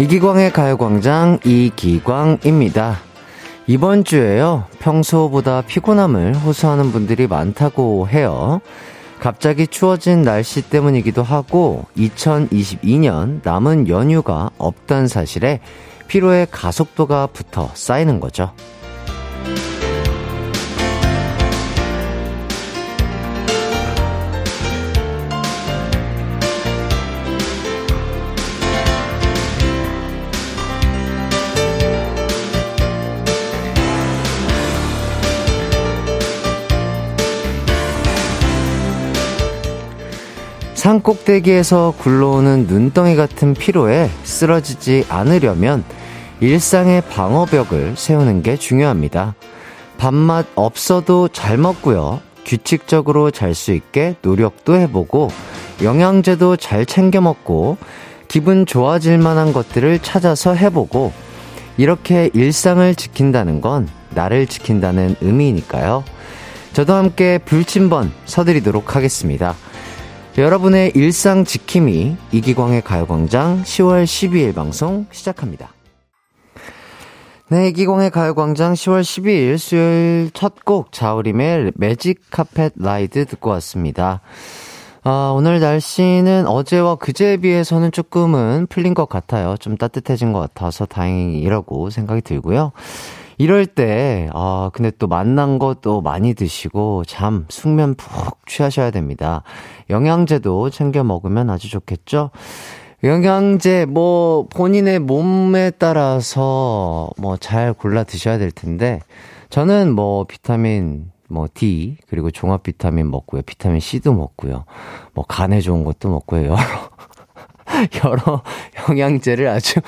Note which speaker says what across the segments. Speaker 1: 이기광의 가요광장 이기광입니다. 이번 주에요, 평소보다 피곤함을 호소하는 분들이 많다고 해요. 갑자기 추워진 날씨 때문이기도 하고, 2022년 남은 연휴가 없단 사실에 피로의 가속도가 붙어 쌓이는 거죠. 산 꼭대기에서 굴러오는 눈덩이 같은 피로에 쓰러지지 않으려면 일상의 방어벽을 세우는 게 중요합니다. 밥맛 없어도 잘 먹고요. 규칙적으로 잘 수 있게 노력도 해보고, 영양제도 잘 챙겨 먹고, 기분 좋아질 만한 것들을 찾아서 해보고, 이렇게 일상을 지킨다는 건 나를 지킨다는 의미니까요. 저도 함께 불침번 서드리도록 하겠습니다. 여러분의 일상 지킴이 이기광의 가요광장 10월 12일 방송 시작합니다. 네, 이기광의 가요광장 10월 12일 수요일 첫 곡 자우림의 매직 카펫 라이드 듣고 왔습니다. 아, 오늘 날씨는 어제와 그제에 비해서는 조금은 풀린 것 같아요. 좀 따뜻해진 것 같아서 다행이라고 생각이 들고요. 이럴 때, 아, 근데 또 만난 것도 많이 드시고, 잠, 숙면 푹 취하셔야 됩니다. 영양제도 챙겨 먹으면 아주 좋겠죠? 영양제, 뭐, 본인의 몸에 따라서, 뭐, 잘 골라 드셔야 될 텐데, 저는 뭐, 비타민, 뭐, D, 그리고 종합 비타민 먹고요. 비타민 C도 먹고요. 뭐, 간에 좋은 것도 먹고요. 여러, 여러 영양제를 아주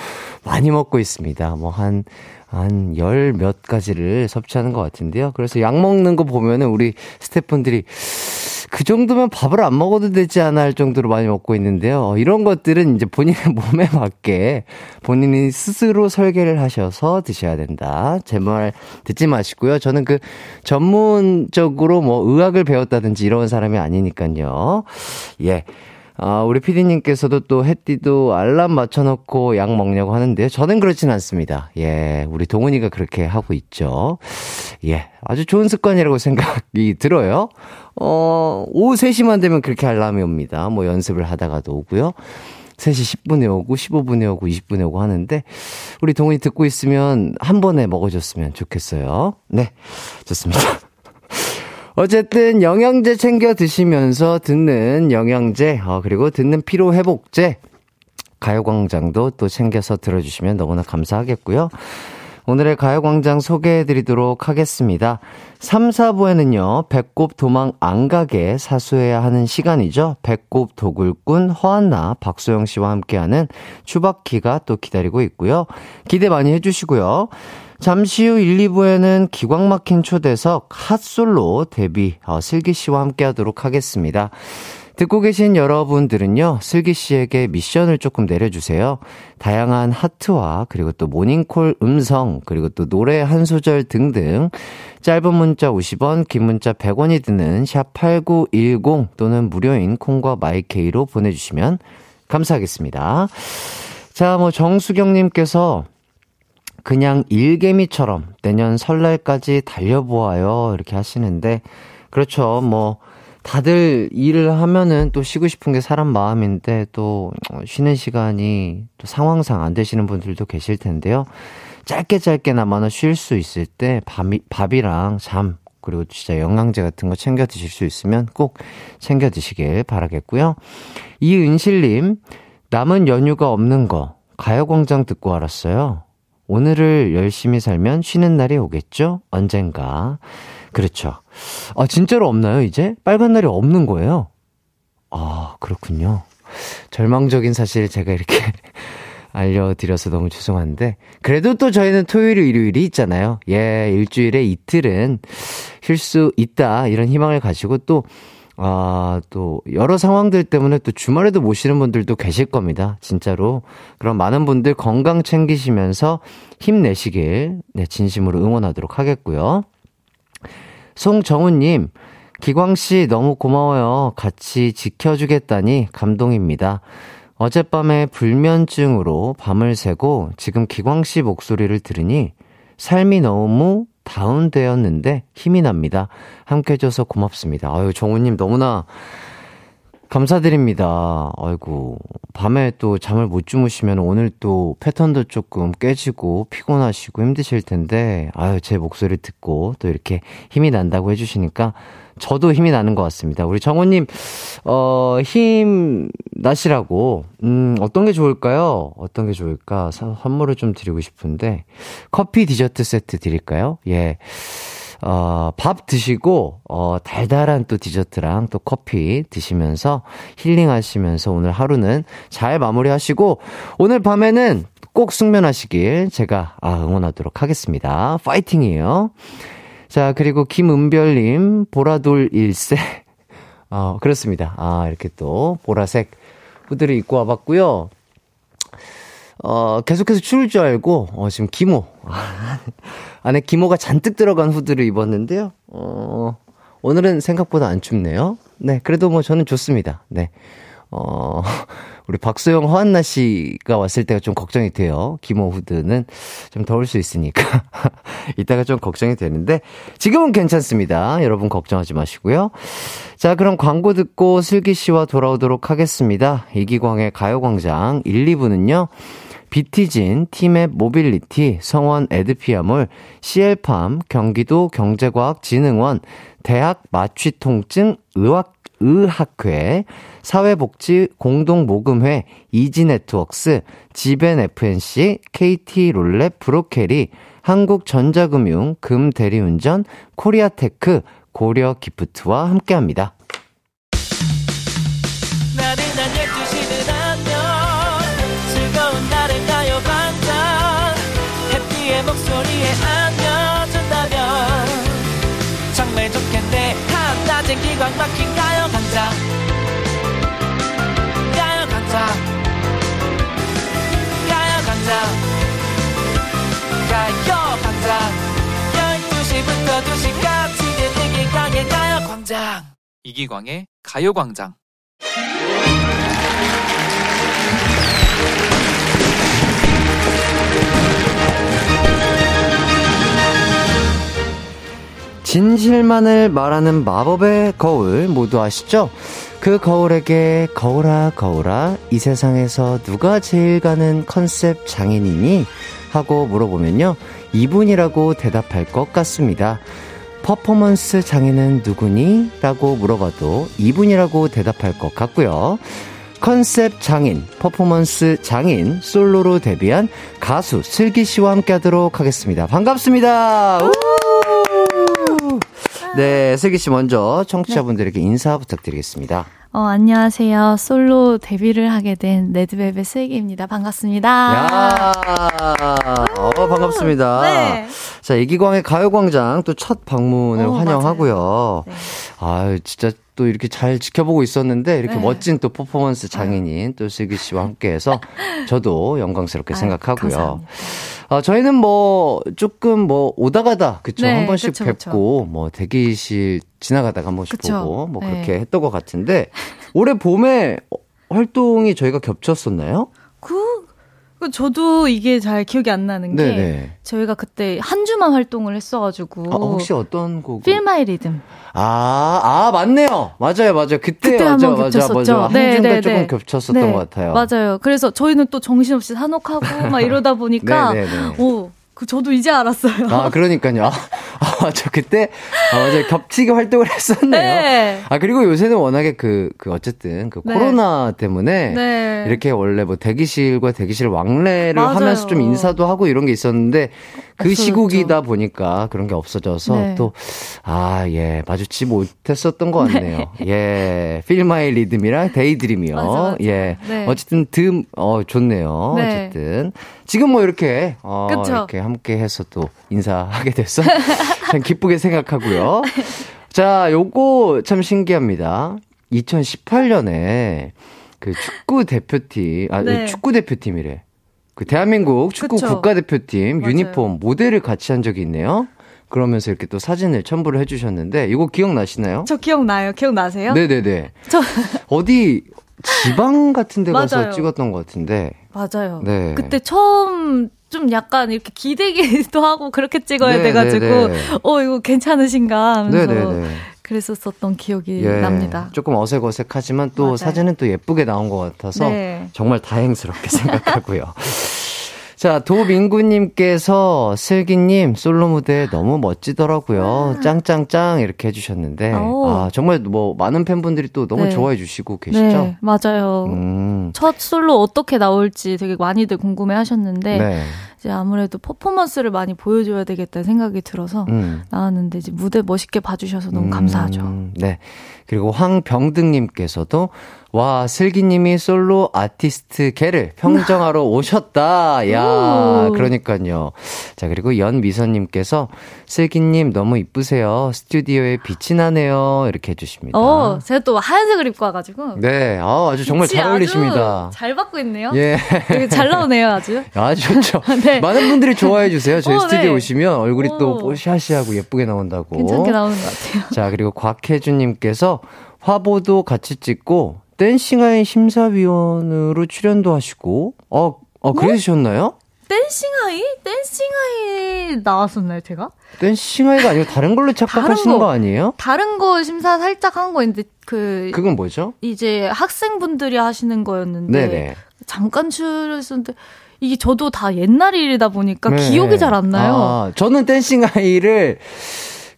Speaker 1: 많이 먹고 있습니다. 뭐, 한, 한 열 몇 가지를 섭취하는 것 같은데요. 그래서 약 먹는 거 보면은 우리 스태프분들이 그 정도면 밥을 안 먹어도 되지 않아 할 정도로 많이 먹고 있는데요. 이런 것들은 이제 본인의 몸에 맞게 본인이 스스로 설계를 하셔서 드셔야 된다. 제 말 듣지 마시고요. 저는 그 전문적으로 뭐 의학을 배웠다든지 이런 사람이 아니니까요. 예. 아, 우리 피디님께서도 또 햇띠도 알람 맞춰놓고 약 먹냐고 하는데요. 저는 그렇진 않습니다. 예, 우리 동훈이가 그렇게 하고 있죠. 예, 아주 좋은 습관이라고 생각이 들어요. 어, 오후 3시만 되면 그렇게 알람이 옵니다. 뭐 연습을 하다가도 오고요. 3시 10분에 오고, 15분에 오고, 20분에 오고 하는데, 우리 동훈이 듣고 있으면 한 번에 먹어줬으면 좋겠어요. 네, 좋습니다. 어쨌든 영양제 챙겨 드시면서 듣는 영양제, 어, 그리고 듣는 피로 회복제, 가요광장도 또 챙겨서 들어주시면 너무나 감사하겠고요. 오늘의 가요광장 소개해드리도록 하겠습니다. 3, 4부에는요, 배꼽 도망 안 가게 사수해야 하는 시간이죠. 배꼽 도굴꾼 허한나, 박소영 씨와 함께하는 추바키가 또 기다리고 있고요. 기대 많이 해주시고요. 잠시 후 1, 2부에는 기광 막힌 초대석 핫솔로 데뷔 어, 슬기 씨와 함께 하도록 하겠습니다. 듣고 계신 여러분들은요, 슬기 씨에게 미션을 조금 내려주세요. 다양한 하트와 그리고 또 모닝콜 음성, 그리고 또 노래 한 소절 등등 짧은 문자 50원, 긴 문자 100원이 드는 샵8910 또는 무료인 콩과 마이케이로 보내주시면 감사하겠습니다. 자, 뭐 정수경님께서 그냥 일개미처럼 내년 설날까지 달려보아요. 이렇게 하시는데, 그렇죠. 뭐, 다들 일을 하면은 또 쉬고 싶은 게 사람 마음인데, 또 쉬는 시간이 또 상황상 안 되시는 분들도 계실 텐데요. 짧게 짧게나마나 쉴 수 있을 때, 밤이, 밥이랑 잠, 그리고 진짜 영양제 같은 거 챙겨 드실 수 있으면 꼭 챙겨 드시길 바라겠고요. 이은실님, 남은 연휴가 없는 거, 가요광장 듣고 알았어요. 오늘을 열심히 살면 쉬는 날이 오겠죠? 언젠가. 그렇죠. 아, 진짜로 없나요, 이제? 빨간 날이 없는 거예요? 아, 그렇군요. 절망적인 사실 제가 이렇게 알려드려서 너무 죄송한데. 그래도 또 저희는 토요일, 일요일이 있잖아요. 예, 일주일에 이틀은 쉴 수 있다. 이런 희망을 가지고 또 아, 또, 여러 상황들 때문에 또 주말에도 못 쉬는 분들도 계실 겁니다. 진짜로. 그럼 많은 분들 건강 챙기시면서 힘내시길, 네, 진심으로 응원하도록 하겠고요. 송정훈님, 기광씨 너무 고마워요. 같이 지켜주겠다니 감동입니다. 어젯밤에 불면증으로 밤을 새고 지금 기광 씨 목소리를 들으니 삶이 너무 다운되었는데 힘이 납니다. 함께 해줘서 고맙습니다. 아유, 정우님 너무나 감사드립니다. 아이고. 밤에 또 잠을 못 주무시면 오늘 또 패턴도 조금 깨지고 피곤하시고 힘드실 텐데, 아유, 제 목소리 듣고 또 이렇게 힘이 난다고 해주시니까 저도 힘이 나는 것 같습니다. 우리 정호님, 어, 힘 나시라고, 음, 어떤 게 좋을까요? 어떤 게 좋을까? 사- 선물을 좀 드리고 싶은데, 커피 디저트 세트 드릴까요? 예. 어, 밥 드시고, 어, 달달한 또 디저트랑 또 커피 드시면서 힐링하시면서 오늘 하루는 잘 마무리하시고, 오늘 밤에는 꼭 숙면하시길 제가, 아, 응원하도록 하겠습니다. 파이팅이에요. 자, 그리고 김은별님, 보라돌 일세. 어, 그렇습니다. 아, 이렇게 또 보라색 후드를 입고 와봤고요 어, 계속해서 추울 줄 알고, 어, 지금 기모. 안에 기모가 잔뜩 들어간 후드를 입었는데요. 어, 오늘은 생각보다 안 춥네요. 네, 그래도 뭐 저는 좋습니다. 네. 어, 우리 박소영, 허한나 씨가 왔을 때가 좀 걱정이 돼요. 기모 후드는 좀 더울 수 있으니까. 이따가 좀 걱정이 되는데, 지금은 괜찮습니다. 여러분 걱정하지 마시고요. 자, 그럼 광고 듣고 슬기 씨와 돌아오도록 하겠습니다. 이기광의 가요광장 1, 2부는요. 비티진, 팀앱 모빌리티, 성원 에드피아몰, CL팜, 경기도 경제과학진흥원, 대학 마취통증 의학, 의학회, 사회복지 공동모금회, 이지네트웍스, 지벤FNC, KT 롤랩 브로케리, 한국전자금융, 금대리운전, 코리아테크, 고려기프트와 함께합니다.
Speaker 2: 나른한 12시는 안녕 즐거운 날을 가요 반장 해피의 목소리에 안겨준다면 정말 좋겠네 한낮엔 기광 막힌 가요 강장 가요 강장 가요 강장 가요 강장 12시부터 2시까지는 이기광의 가요광장 이기광의 가요광장
Speaker 1: 진실만을 말하는 마법의 거울 모두 아시죠? 그 거울에게 거울아 거울아 이 세상에서 누가 제일 가는 컨셉 장인이니 하고 물어보면요 이분이라고 대답할 것 같습니다. 퍼포먼스 장인은 누구니? 라고 물어봐도 이분이라고 대답할 것 같고요. 컨셉 장인, 퍼포먼스 장인, 솔로로 데뷔한 가수 슬기 씨와 함께 하도록 하겠습니다. 반갑습니다. 우! 네, 슬기 씨 먼저 청취자분들에게 인사 부탁드리겠습니다.
Speaker 3: 어, 안녕하세요. 솔로 데뷔를 하게 된 레드벨벳 슬기입니다. 반갑습니다.
Speaker 4: 아.
Speaker 1: 야, 어, 반갑습니다.
Speaker 3: 네.
Speaker 1: 자, 이기광의 가요광장 또 첫 방문을
Speaker 3: 오,
Speaker 1: 환영하고요.
Speaker 3: 네.
Speaker 1: 아유, 진짜 또 이렇게 잘 지켜보고 있었는데 이렇게
Speaker 3: 네.
Speaker 1: 멋진 또 퍼포먼스 장인인 또 슬기 씨와 함께해서 저도 영광스럽게
Speaker 3: 아유,
Speaker 1: 생각하고요.
Speaker 3: 감사합니다.
Speaker 1: 아, 저희는 뭐 조금 뭐 오다 가다 그쵸
Speaker 3: 네,
Speaker 1: 한 번씩
Speaker 3: 그쵸, 그쵸.
Speaker 1: 뵙고 뭐 대기실 지나가다가 한 번씩
Speaker 3: 그쵸.
Speaker 1: 보고 뭐
Speaker 3: 네.
Speaker 1: 그렇게 했던 것 같은데 올해 봄에 어, 활동이 저희가 겹쳤었나요?
Speaker 4: 그, 그 저도 이게 잘 기억이 안 나는 게
Speaker 1: 네네.
Speaker 4: 저희가 그때 한 주만 활동을 했어가지고
Speaker 1: 아, 혹시 어떤 곡?
Speaker 4: Feel My Rhythm
Speaker 1: 아, 아 맞네요. 맞아요, 맞아요. 그때,
Speaker 4: 그때
Speaker 1: 맞아,
Speaker 4: 한번
Speaker 1: 맞아,
Speaker 4: 겹쳤었죠.
Speaker 1: 맞아.
Speaker 4: 네,
Speaker 1: 한중간
Speaker 4: 네,
Speaker 1: 조금
Speaker 4: 네.
Speaker 1: 겹쳤었던 것 같아요.
Speaker 4: 맞아요. 그래서 저희는 또 정신없이 산옥하고 막 이러다 보니까
Speaker 1: 네, 네, 네.
Speaker 4: 오, 그 저도 이제 알았어요.
Speaker 1: 아, 그러니까요. 아, 아, 저 그때 아, 맞아요. 겹치기 활동을 했었네요.
Speaker 4: 네.
Speaker 1: 아 그리고 요새는 워낙에 그, 그 어쨌든 그
Speaker 4: 네.
Speaker 1: 코로나 때문에
Speaker 4: 네.
Speaker 1: 이렇게 원래 뭐 대기실과 대기실 왕래를
Speaker 4: 맞아요.
Speaker 1: 하면서 좀 인사도 하고 이런 게 있었는데 그
Speaker 4: 없어졌죠.
Speaker 1: 시국이다 보니까 그런 게 없어져서
Speaker 4: 네.
Speaker 1: 또아예 마주치 못했었던 것 같네요. 예, 필마의 리듬이랑 데이드림이요.
Speaker 4: 맞아, 맞아.
Speaker 1: 예,
Speaker 4: 네.
Speaker 1: 어쨌든 듬어 좋네요.
Speaker 4: 네.
Speaker 1: 어쨌든 지금 뭐 이렇게 어
Speaker 4: 그쵸.
Speaker 1: 이렇게 함께 해서 또 인사하게 돼서 참 기쁘게 생각하고요. 자, 요거 참 신기합니다. 2018년에 그 축구 대표팀, 아,
Speaker 4: 네.
Speaker 1: 축구 대표팀이래. 그 대한민국 축구
Speaker 4: 그쵸.
Speaker 1: 국가대표팀
Speaker 4: 맞아요.
Speaker 1: 유니폼 모델을 같이 한 적이 있네요. 그러면서 이렇게 또 사진을 첨부를 해주셨는데, 이거 기억나시나요? 네.
Speaker 4: 저 기억나요. 기억나세요?
Speaker 1: 네네네.
Speaker 4: 저
Speaker 1: 어디, 지방 같은 데 가서
Speaker 4: 맞아요.
Speaker 1: 찍었던 것 같은데.
Speaker 4: 맞아요.
Speaker 1: 네.
Speaker 4: 그때 처음 좀 약간 이렇게 기대기도 하고 그렇게 찍어야
Speaker 1: 네,
Speaker 4: 돼가지고
Speaker 1: 네, 네.
Speaker 4: 어 이거 괜찮으신가 하면서
Speaker 1: 네네네.
Speaker 4: 그랬었었던 기억이
Speaker 1: 예.
Speaker 4: 납니다.
Speaker 1: 조금 어색어색하지만 또
Speaker 4: 맞아요.
Speaker 1: 사진은 또 예쁘게 나온 것 같아서
Speaker 4: 네.
Speaker 1: 정말 다행스럽게 생각하고요. 자, 도민구님께서 슬기님 솔로 무대 너무 멋지더라고요. 짱짱짱 이렇게 해주셨는데.
Speaker 4: 아. 오.
Speaker 1: 아, 정말 뭐 많은 팬분들이 또 너무
Speaker 4: 네.
Speaker 1: 좋아해 주시고 계시죠?
Speaker 4: 네, 맞아요.
Speaker 1: 음.
Speaker 4: 첫 솔로 어떻게 나올지 되게 많이들 궁금해 하셨는데,
Speaker 1: 네.
Speaker 4: 이제 아무래도 퍼포먼스를 많이 보여줘야 되겠다는 생각이 들어서
Speaker 1: 음.
Speaker 4: 나왔는데, 이제 무대 멋있게 봐주셔서 너무
Speaker 1: 음,
Speaker 4: 감사하죠.
Speaker 1: 네. 그리고 황병등님께서도 와 슬기님이 솔로 아티스트 개를 평정하러 오셨다. 야,
Speaker 4: 오.
Speaker 1: 그러니까요. 자 그리고 연미선님께서 슬기님 너무 이쁘세요. 스튜디오에 빛이 나네요. 이렇게 해주십니다.
Speaker 4: 어, 제가 또 하얀색을 입고 와가지고.
Speaker 1: 네, 아, 아주 정말
Speaker 4: 빛이
Speaker 1: 잘 어울리십니다.
Speaker 4: 아주 잘 받고 있네요.
Speaker 1: 예,
Speaker 4: 되게 잘 나오네요, 아주.
Speaker 1: 아주 좋죠.
Speaker 4: 네.
Speaker 1: 많은 분들이 좋아해 주세요. 저희
Speaker 4: 어,
Speaker 1: 스튜디오
Speaker 4: 네.
Speaker 1: 오시면 얼굴이 또
Speaker 4: 오.
Speaker 1: 뽀샤시하고 예쁘게 나온다고.
Speaker 4: 괜찮게 나오는 것 같아요.
Speaker 1: 자, 그리고 곽혜주님께서 화보도 같이 찍고, 댄싱아의 심사위원으로 출연도 하시고, 어,
Speaker 4: 뭐?
Speaker 1: 어, 그러셨나요?
Speaker 4: 댄싱아이? 댄싱아이 나왔었나요, 제가?
Speaker 1: 댄싱아이가 아니고 다른 걸로 착각하시는
Speaker 4: 다른
Speaker 1: 거
Speaker 4: 거.
Speaker 1: 아니에요?
Speaker 4: 다른 거 심사 살짝 한 거인데, 그,
Speaker 1: 그건 뭐죠?
Speaker 4: 이제 학생분들이 하시는 거였는데,
Speaker 1: 네네.
Speaker 4: 잠깐 출연했었는데 이게 저도 다 옛날 일이다 보니까
Speaker 1: 네.
Speaker 4: 그러니까 기억이 잘 안 나요.
Speaker 1: 아, 저는 댄싱아이를,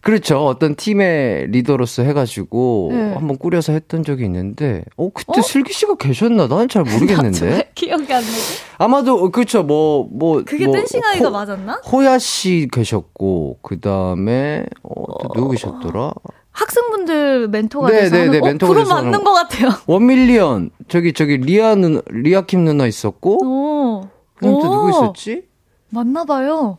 Speaker 1: 그렇죠. 어떤 팀의 리더로서 해가지고,
Speaker 4: 네.
Speaker 1: 한번 꾸려서 했던 적이 있는데, 어, 그때
Speaker 4: 어?
Speaker 1: 슬기 씨가 계셨나? 난 잘 모르겠는데.
Speaker 4: 왜 기억이 안 나지?
Speaker 1: 아마도, 그쵸, 뭐, 뭐.
Speaker 4: 그게
Speaker 1: 뭐,
Speaker 4: 댄싱아이가
Speaker 1: 호-
Speaker 4: 맞았나?
Speaker 1: 호야 씨 계셨고 그 다음에 어, 또 누구 계셨더라?
Speaker 4: 학생분들 멘토가
Speaker 1: 네,
Speaker 4: 돼서
Speaker 1: 네,
Speaker 4: 하는-
Speaker 1: 네,
Speaker 4: 어,
Speaker 1: 멘토가
Speaker 4: 그럼
Speaker 1: 돼서 하는
Speaker 4: 맞는
Speaker 1: 거.
Speaker 4: 것 같아요.
Speaker 1: 원밀리언 저기 저기 리아 누 리아 킴 누나 있었고
Speaker 4: 오,
Speaker 1: 그다음 또 누구
Speaker 4: 어. 오.
Speaker 1: 있었지?
Speaker 4: 맞나 봐요.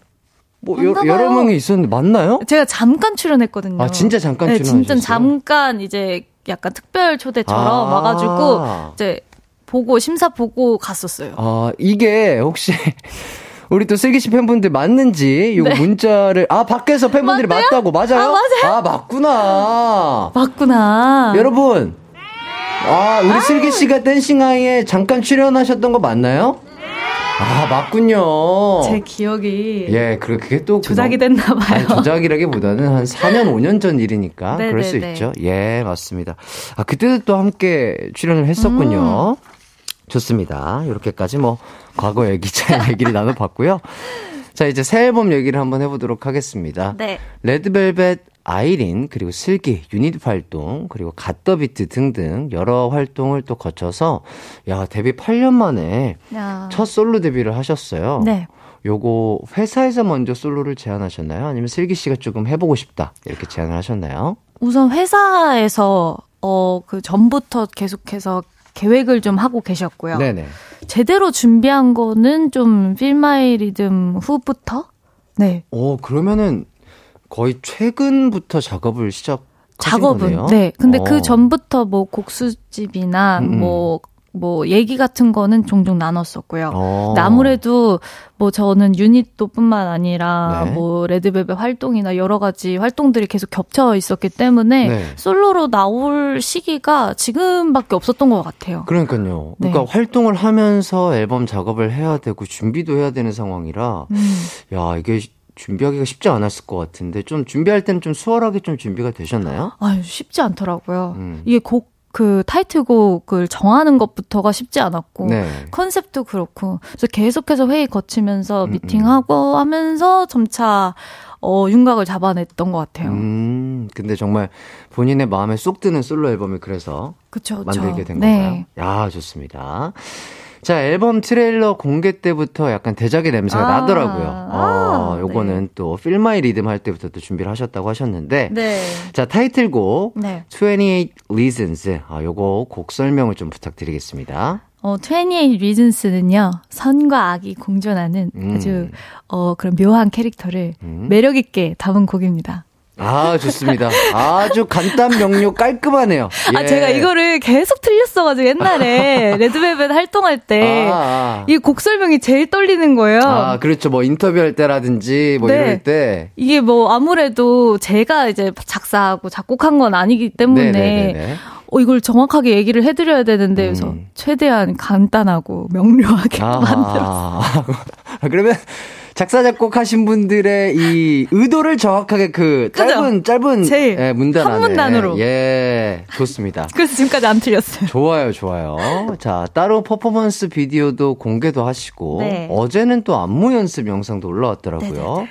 Speaker 1: 뭐 여,
Speaker 4: 맞나 봐요.
Speaker 1: 여러 명이 있었는데 맞나요?
Speaker 4: 어? 제가 잠깐 출연했거든요.
Speaker 1: 아 진짜 잠깐
Speaker 4: 네,
Speaker 1: 출연하셨어요.
Speaker 4: 진짜 잠깐 이제 약간 특별 초대처럼
Speaker 1: 아.
Speaker 4: 와가지고 이제 보고 심사 보고 갔었어요.
Speaker 1: 아 이게 혹시 우리 또 슬기 씨 팬분들 맞는지 요거 문자를 아 밖에서 팬분들이
Speaker 4: 네. 맞아요?
Speaker 1: 맞다고 맞아요?
Speaker 4: 아, 맞아요?
Speaker 1: 맞구나.
Speaker 4: 맞구나.
Speaker 1: 여러분. 아, 우리 슬기 씨가 댄싱하이에 잠깐 출연하셨던 거 맞나요? 아, 맞군요.
Speaker 4: 제 기억이
Speaker 1: 예, 그- 그게 또
Speaker 4: 조작이
Speaker 1: 그동-
Speaker 4: 됐나 봐요.
Speaker 1: 아니, 조작이라기보다는 한 4년, 5년 전 일이니까
Speaker 4: 네,
Speaker 1: 그럴
Speaker 4: 네,
Speaker 1: 수
Speaker 4: 네.
Speaker 1: 있죠. 예, 맞습니다. 아, 그때도 또 함께 출연을
Speaker 4: 음.
Speaker 1: 했었군요. 좋습니다. 이렇게까지 뭐 과거 얘기, 잘 얘기를 나눠봤고요. 자, 이제 새 앨범 얘기를 한번 해보도록 하겠습니다.
Speaker 4: 네.
Speaker 1: 레드벨벳 아이린 그리고 슬기 유닛 활동 그리고 갓더비트 등등 여러 활동을 또 거쳐서 야 데뷔 8년 만에
Speaker 4: 야.
Speaker 1: 첫 솔로 데뷔를 하셨어요.
Speaker 4: 아. 네.
Speaker 1: 요거 회사에서 먼저 솔로를 제안하셨나요? 아니면 슬기 씨가 조금 해보고 싶다 이렇게 제안을 하셨나요?
Speaker 4: 우선 회사에서 어 그 전부터 계속해서 계획을 좀 하고 계셨고요.
Speaker 1: 네네.
Speaker 4: 제대로 준비한 거는 좀 필마이 리듬 후부터 네
Speaker 1: 오 어, 그러면은 거의 최근부터 작업을 시작.
Speaker 4: 작업은
Speaker 1: 거네요?
Speaker 4: 네 근데
Speaker 1: 어.
Speaker 4: 그 전부터 뭐 곡수집이나
Speaker 1: 음, 음.
Speaker 4: 뭐 뭐 얘기 같은 거는 종종 나눴었고요.
Speaker 1: 어.
Speaker 4: 근데 아무래도 뭐 저는 유닛도뿐만 아니라
Speaker 1: 네.
Speaker 4: 뭐 레드벨벳 활동이나 여러 가지 활동들이 계속 겹쳐 있었기 때문에
Speaker 1: 네.
Speaker 4: 솔로로 나올 시기가 지금밖에 없었던 것 같아요.
Speaker 1: 그러니까요.
Speaker 4: 네.
Speaker 1: 그러니까 활동을 하면서 앨범 작업을 해야 되고 준비도 해야 되는 상황이라
Speaker 4: 음.
Speaker 1: 야, 이게 시- 준비하기가 쉽지 않았을 것 같은데 좀 준비할 때는 좀 수월하게 좀 준비가 되셨나요?
Speaker 4: 아유 쉽지 않더라고요.
Speaker 1: 음.
Speaker 4: 아. 이게 곡 그 타이틀곡을 정하는 것부터가 쉽지 않았고
Speaker 1: 네.
Speaker 4: 컨셉도 그렇고 그래서 계속해서 회의 거치면서
Speaker 1: 음,
Speaker 4: 미팅하고 하면서 점차 어 윤곽을 잡아냈던 것 같아요.
Speaker 1: 음, 근데 정말 본인의 마음에 쏙 드는 솔로 앨범을 그래서
Speaker 4: 그쵸, 그쵸.
Speaker 1: 만들게 된
Speaker 4: 네.
Speaker 1: 건가요? 야, 좋습니다. 자, 앨범 트레일러 공개 때부터 약간 대작의 냄새가
Speaker 4: 아,
Speaker 1: 나더라고요. 어,
Speaker 4: 아,
Speaker 1: 요거는 또 필마이 리듬 할 때부터 또 준비를 하셨다고 하셨는데
Speaker 4: 네.
Speaker 1: 자, 타이틀곡
Speaker 4: 네.
Speaker 1: 28 Reasons. 아, 요거 곡 설명을 좀 부탁드리겠습니다.
Speaker 4: 어, 28 Reasons는요, 선과 악이 공존하는
Speaker 1: 음.
Speaker 4: 아주, 어, 그런 묘한 캐릭터를
Speaker 1: 음.
Speaker 4: 매력있게 담은 곡입니다.
Speaker 1: 아, 좋습니다. 아주 간단 명료 깔끔하네요. 예.
Speaker 4: 아, 제가 이거를 계속 틀렸어가지고 옛날에 레드벨벳 활동할 때,
Speaker 1: 아, 아.
Speaker 4: 이 곡 설명이 제일 떨리는 거예요.
Speaker 1: 아, 그렇죠. 뭐 인터뷰할 때라든지 뭐
Speaker 4: 어. 네.
Speaker 1: 이럴 때.
Speaker 4: 이게 뭐 아무래도 제가 이제 작사하고 작곡한 건 아니기 때문에
Speaker 1: 네네네.
Speaker 4: 어, 이걸 정확하게 얘기를 해드려야 되는데, 그래서
Speaker 1: 음.
Speaker 4: 최대한 간단하고 명료하게 만들었어요.
Speaker 1: 아, 그러면 작사 작곡하신 분들의 이 의도를 정확하게 그
Speaker 4: 그죠?
Speaker 1: 짧은 짧은
Speaker 4: 제일
Speaker 1: 예, 문단
Speaker 4: 한
Speaker 1: 안에
Speaker 4: 문단으로.
Speaker 1: 예 좋습니다.
Speaker 4: 그래서 지금까지 안 틀렸어요.
Speaker 1: 좋아요, 좋아요. 자, 따로 퍼포먼스 비디오도 공개도 하시고
Speaker 4: 네.
Speaker 1: 어제는 또 안무 연습 영상도 올라왔더라고요.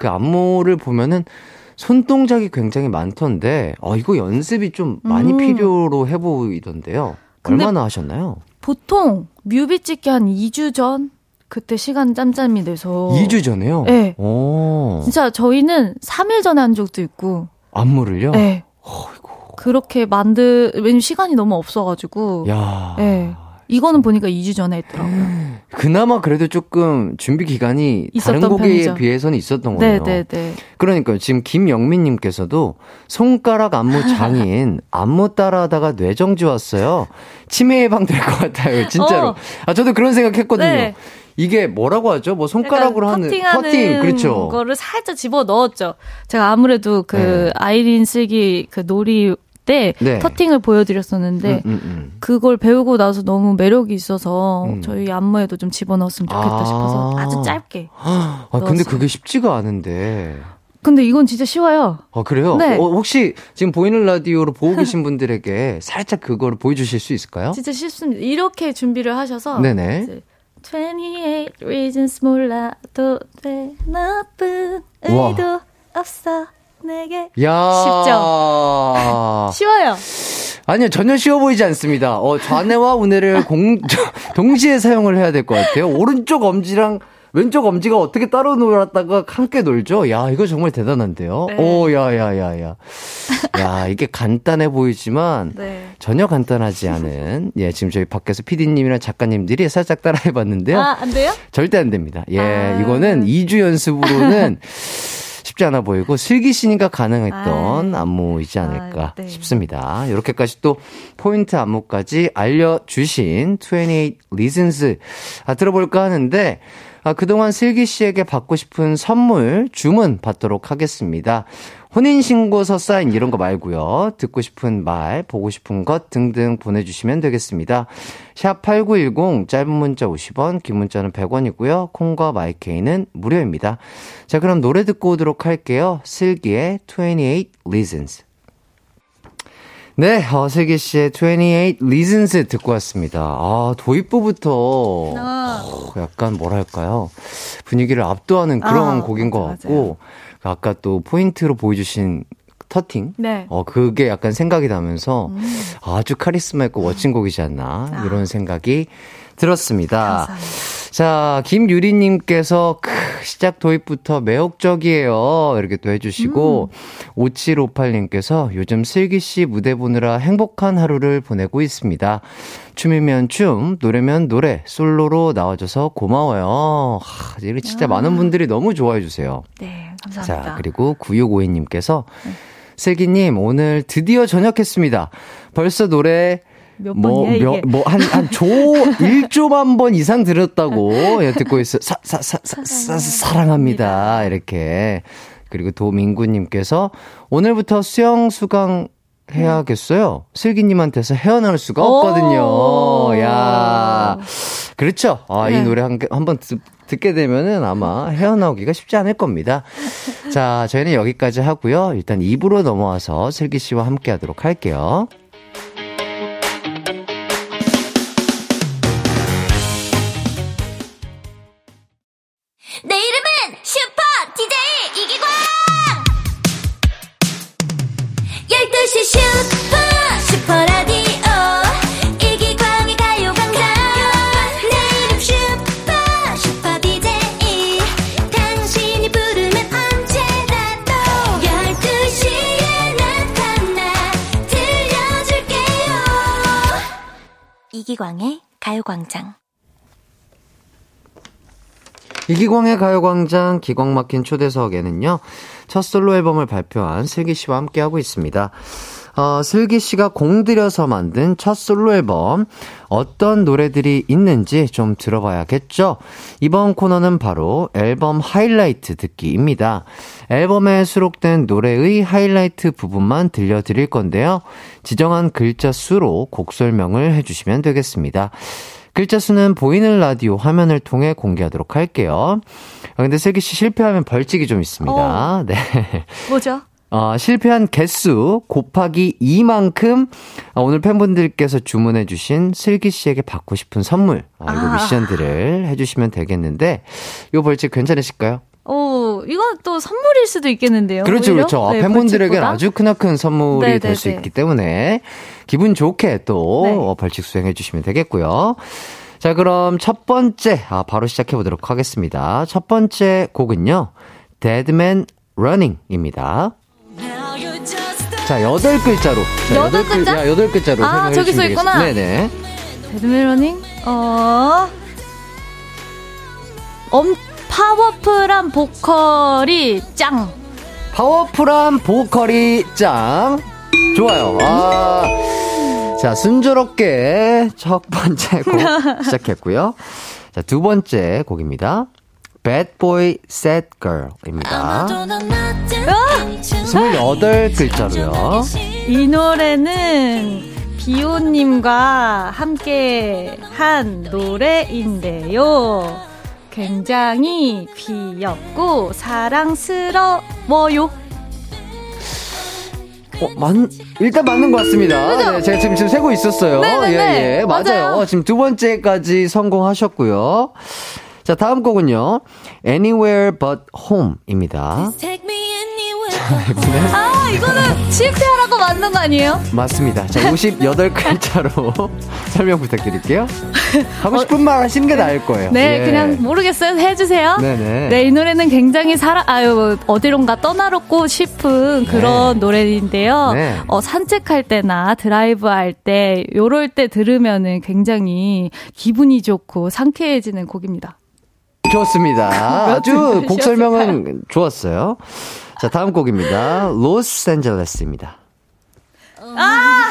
Speaker 1: 그 안무를 보면은 손동작이 굉장히 많던데, 어 이거 연습이 좀 많이
Speaker 4: 음.
Speaker 1: 필요로 해 보이던데요.
Speaker 4: 근데-
Speaker 1: 얼마나 하셨나요?
Speaker 4: 보통 뮤비 찍기 한 2주 전? 그때 시간 짬짬이 돼서.
Speaker 1: 2주 전에요.
Speaker 4: 네.
Speaker 1: 오.
Speaker 4: 진짜 저희는 3일 전에 한 적도 있고.
Speaker 1: 안무를요?
Speaker 4: 네. 그렇게 만들, 왜냐면 시간이 너무 없어가지고.
Speaker 1: 야. 음.
Speaker 4: 네. 이거는 보니까 2주 전에 했더라고요.
Speaker 1: 그나마 그래도 조금 준비 기간이 다른
Speaker 4: 있었던
Speaker 1: 곡에
Speaker 4: 편이죠.
Speaker 1: 비해서는 있었던 거네요.
Speaker 4: 네네네.
Speaker 1: 그러니까요. 지금 김영민님께서도 손가락 안무 장인 안무 따라하다가 뇌정지 왔어요. 치매 예방될 것 같아요. 진짜로.
Speaker 4: 어.
Speaker 1: 아 저도 그런 생각했거든요.
Speaker 4: 네.
Speaker 1: 이게 뭐라고 하죠? 뭐 손가락으로
Speaker 4: 약간
Speaker 1: 하는
Speaker 4: 커팅하는
Speaker 1: 커팅 그렇죠.
Speaker 4: 거를 살짝 집어 넣었죠. 제가 아무래도 그
Speaker 1: 네.
Speaker 4: 아이린 슬기 그 놀이 때
Speaker 1: 네.
Speaker 4: 터팅을 보여드렸었는데
Speaker 1: 음, 음, 음.
Speaker 4: 그걸 배우고 나서 너무 매력이 있어서
Speaker 1: 음.
Speaker 4: 저희 안무에도 좀 집어넣었으면 좋겠다
Speaker 1: 아.
Speaker 4: 싶어서 아주 짧게.
Speaker 1: 아 근데
Speaker 4: 넣었어요.
Speaker 1: 그게 쉽지가 않은데.
Speaker 4: 근데 이건 진짜 쉬워요.
Speaker 1: 아 그래요?
Speaker 4: 네.
Speaker 1: 어, 혹시 지금 보이는 라디오로 보고 계신 분들에게 살짝 그거를 보여주실 수 있을까요?
Speaker 4: 진짜 쉽습니다. 이렇게 준비를 하셔서
Speaker 1: 네네.
Speaker 4: 28 reasons 몰라도 돼 나쁜
Speaker 1: 우와.
Speaker 4: 의도 없어 내게
Speaker 1: 야
Speaker 4: 쉬워요.
Speaker 1: 아니요, 전혀 쉬워 보이지 않습니다. 어, 좌뇌와 우뇌를 공, 동시에 사용을 해야 될 것 같아요. 오른쪽 엄지랑 왼쪽 엄지가 어떻게 따로 놀았다가 함께 놀죠? 야, 이거 정말 대단한데요?
Speaker 4: 네.
Speaker 1: 오, 야, 야, 야, 야. 야, 이게 간단해 보이지만
Speaker 4: 네.
Speaker 1: 전혀 간단하지 않은, 예, 지금 저희 밖에서 PD님이랑 작가님들이 살짝 따라 해봤는데요.
Speaker 4: 아, 안 돼요?
Speaker 1: 절대 안 됩니다. 예,
Speaker 4: 아.
Speaker 1: 이거는 2주 연습으로는 쉽지 않아 보이고 슬기시니까 가능했던
Speaker 4: 아.
Speaker 1: 안무이지 않을까
Speaker 4: 아, 네.
Speaker 1: 싶습니다. 이렇게까지 또 포인트 안무까지 알려주신 28 Reasons 아, 들어볼까 하는데 아, 그동안 슬기 씨에게 받고 싶은 선물 주문 받도록 하겠습니다. 혼인신고서 사인 이런 거 말고요. 듣고 싶은 말, 보고 싶은 것 등등 보내주시면 되겠습니다. 샵8910 짧은 문자 50원, 긴 문자는 100원이고요. 콩과 마이케이는 무료입니다. 자 그럼 노래 듣고 오도록 할게요. 슬기의 28 Reasons 네, 어, 슬기 씨의 28 Reasons 듣고 왔습니다. 아, 도입부부터
Speaker 4: 아.
Speaker 1: 어, 약간 뭐랄까요. 분위기를 압도하는 그런
Speaker 4: 아,
Speaker 1: 곡인 것
Speaker 4: 맞아,
Speaker 1: 같고, 그 아까 또 포인트로 보여주신 터팅?
Speaker 4: 네.
Speaker 1: 어, 그게 약간 생각이 나면서 아주 카리스마 있고 멋진 곡이지 않나,
Speaker 4: 음. 아.
Speaker 1: 이런 생각이 들었습니다.
Speaker 4: 감사합니다.
Speaker 1: 자, 김유리님께서 크, 시작 도입부터 매혹적이에요. 이렇게 또 해주시고, 5758님께서 요즘 슬기씨 무대 보느라 행복한 하루를 보내고 있습니다. 춤이면 춤, 노래면 노래, 솔로로 나와줘서 고마워요. 하, 이거 진짜 많은 분들이 너무 좋아해주세요.
Speaker 4: 네, 감사합니다.
Speaker 1: 자, 그리고 9652님께서 슬기님, 오늘 드디어 전역했습니다. 벌써 노래
Speaker 4: 몇
Speaker 1: 뭐,
Speaker 4: 번이야,
Speaker 1: 몇,
Speaker 4: 이게?
Speaker 1: 뭐, 한, 한 조, 1조만 번 이상 들었다고, 예, 듣고 있어요. 사, 사, 사, 사, 사, 사랑합니다. 이렇게. 그리고 도민구님께서 오늘부터 수영 수강 해야겠어요. 슬기님한테서 헤어나올 수가 없거든요.
Speaker 4: 오.
Speaker 1: 야 그렇죠. 아, 이
Speaker 4: 네.
Speaker 1: 노래 한, 개- 한번 듣, 듣게 되면은 아마 헤어나오기가 쉽지 않을 겁니다. 자, 저희는 여기까지 하고요. 일단 입으로 넘어와서 슬기 씨와 함께 하도록 할게요.
Speaker 5: 내 이름은 슈퍼 DJ 이기광 12시 슈퍼 슈퍼라디오 이기광의 가요광장 내 이름 슈퍼 슈퍼 DJ 당신이 부르면 언제나 또 12시에 나타나 들려줄게요 이기광의 가요광장
Speaker 1: 이기광의 가요광장 기광 막힌 초대석에는요 첫 솔로 앨범을 발표한 슬기 씨와 함께하고 있습니다. 어, 슬기 씨가 공들여서 만든 첫 솔로 앨범 어떤 노래들이 있는지 좀 들어봐야겠죠. 이번 코너는 바로 앨범 하이라이트 듣기입니다. 앨범에 수록된 노래의 하이라이트 부분만 들려드릴 건데요. 지정한 글자 수로 곡 설명을 해주시면 되겠습니다. 글자 수는 보이는 라디오 화면을 통해 공개하도록 할게요. 아, 근데 슬기 씨 실패하면 벌칙이 좀 있습니다. 네.
Speaker 4: 뭐죠?
Speaker 1: 어, 실패한 개수 곱하기 2만큼 어, 오늘 팬분들께서 주문해주신 슬기 씨에게 받고 싶은 선물, 아, 이거
Speaker 4: 아.
Speaker 1: 미션들을 해주시면 되겠는데, 요 벌칙 괜찮으실까요?
Speaker 4: 오, 이건 또 선물일 수도 있겠는데요.
Speaker 1: 그렇죠,
Speaker 4: 오히려?
Speaker 1: 그렇죠.
Speaker 4: 네,
Speaker 1: 팬분들에게
Speaker 4: 벌칙보다.
Speaker 1: 아주 크나큰 선물이
Speaker 4: 네,
Speaker 1: 될 수
Speaker 4: 네, 네.
Speaker 1: 있기 때문에 기분 좋게 또
Speaker 4: 네.
Speaker 1: 어, 벌칙 수행해 주시면 되겠고요. 자, 그럼 첫 번째, 아, 바로 시작해 보도록 하겠습니다. 첫 번째 곡은요, 데드맨 러닝입니다. 자, 여덟 글자로. 자,
Speaker 4: 여덟
Speaker 1: 글-
Speaker 4: 글자?
Speaker 1: 야, 여덟 글자로.
Speaker 4: 아,
Speaker 1: 설명해
Speaker 4: 저기
Speaker 1: 주시면
Speaker 4: 써 있구나.
Speaker 1: 되겠습니다. 네네.
Speaker 4: 배드민 러닝? 어. 엄, 파워풀한 보컬이 짱!
Speaker 1: 파워풀한 보컬이 짱. 좋아요. 아. 자, 순조롭게 첫 번째 곡 시작했고요. 자, 두 번째 곡입니다. Bad Boy Sad 아. Girl입니다. 28글자로요.
Speaker 4: 이 노래는 비오님과 함께 한 노래인데요. 굉장히 귀엽고 사랑스러워요.
Speaker 1: 어, 만, 일단 맞는 것 같습니다. 네, 제가 지금, 지금 세고 있었어요.
Speaker 4: 네네네.
Speaker 1: 예, 예. 맞아요.
Speaker 4: 맞아요.
Speaker 1: 지금 두 번째까지 성공하셨고요. 자, 다음 곡은요. Anywhere But Home입니다.
Speaker 4: 아, 이거는 실패하라고 만든 거 아니에요?
Speaker 1: 맞습니다. 자, 58글자로 설명 부탁드릴게요. 하고 싶은 말 하시는 게 나을 거예요.
Speaker 4: 어, 네,
Speaker 1: 예.
Speaker 4: 그냥 모르겠어요. 해주세요.
Speaker 1: 네네.
Speaker 4: 네, 이 노래는 굉장히 사랑, 아유, 뭐, 어디론가 떠나놓고 싶은 그런 노래인데요.
Speaker 1: 네.
Speaker 4: 어, 산책할 때나 드라이브 할 때, 요럴 때 들으면은 굉장히 기분이 좋고 상쾌해지는 곡입니다. 뭐,
Speaker 1: 좋습니다. 아주
Speaker 4: 몇
Speaker 1: 곡
Speaker 4: 주셨을까요? 뭐,
Speaker 1: 설명은 좋았어요. 자, 다음 곡입니다. 로스앤젤레스입니다. 아!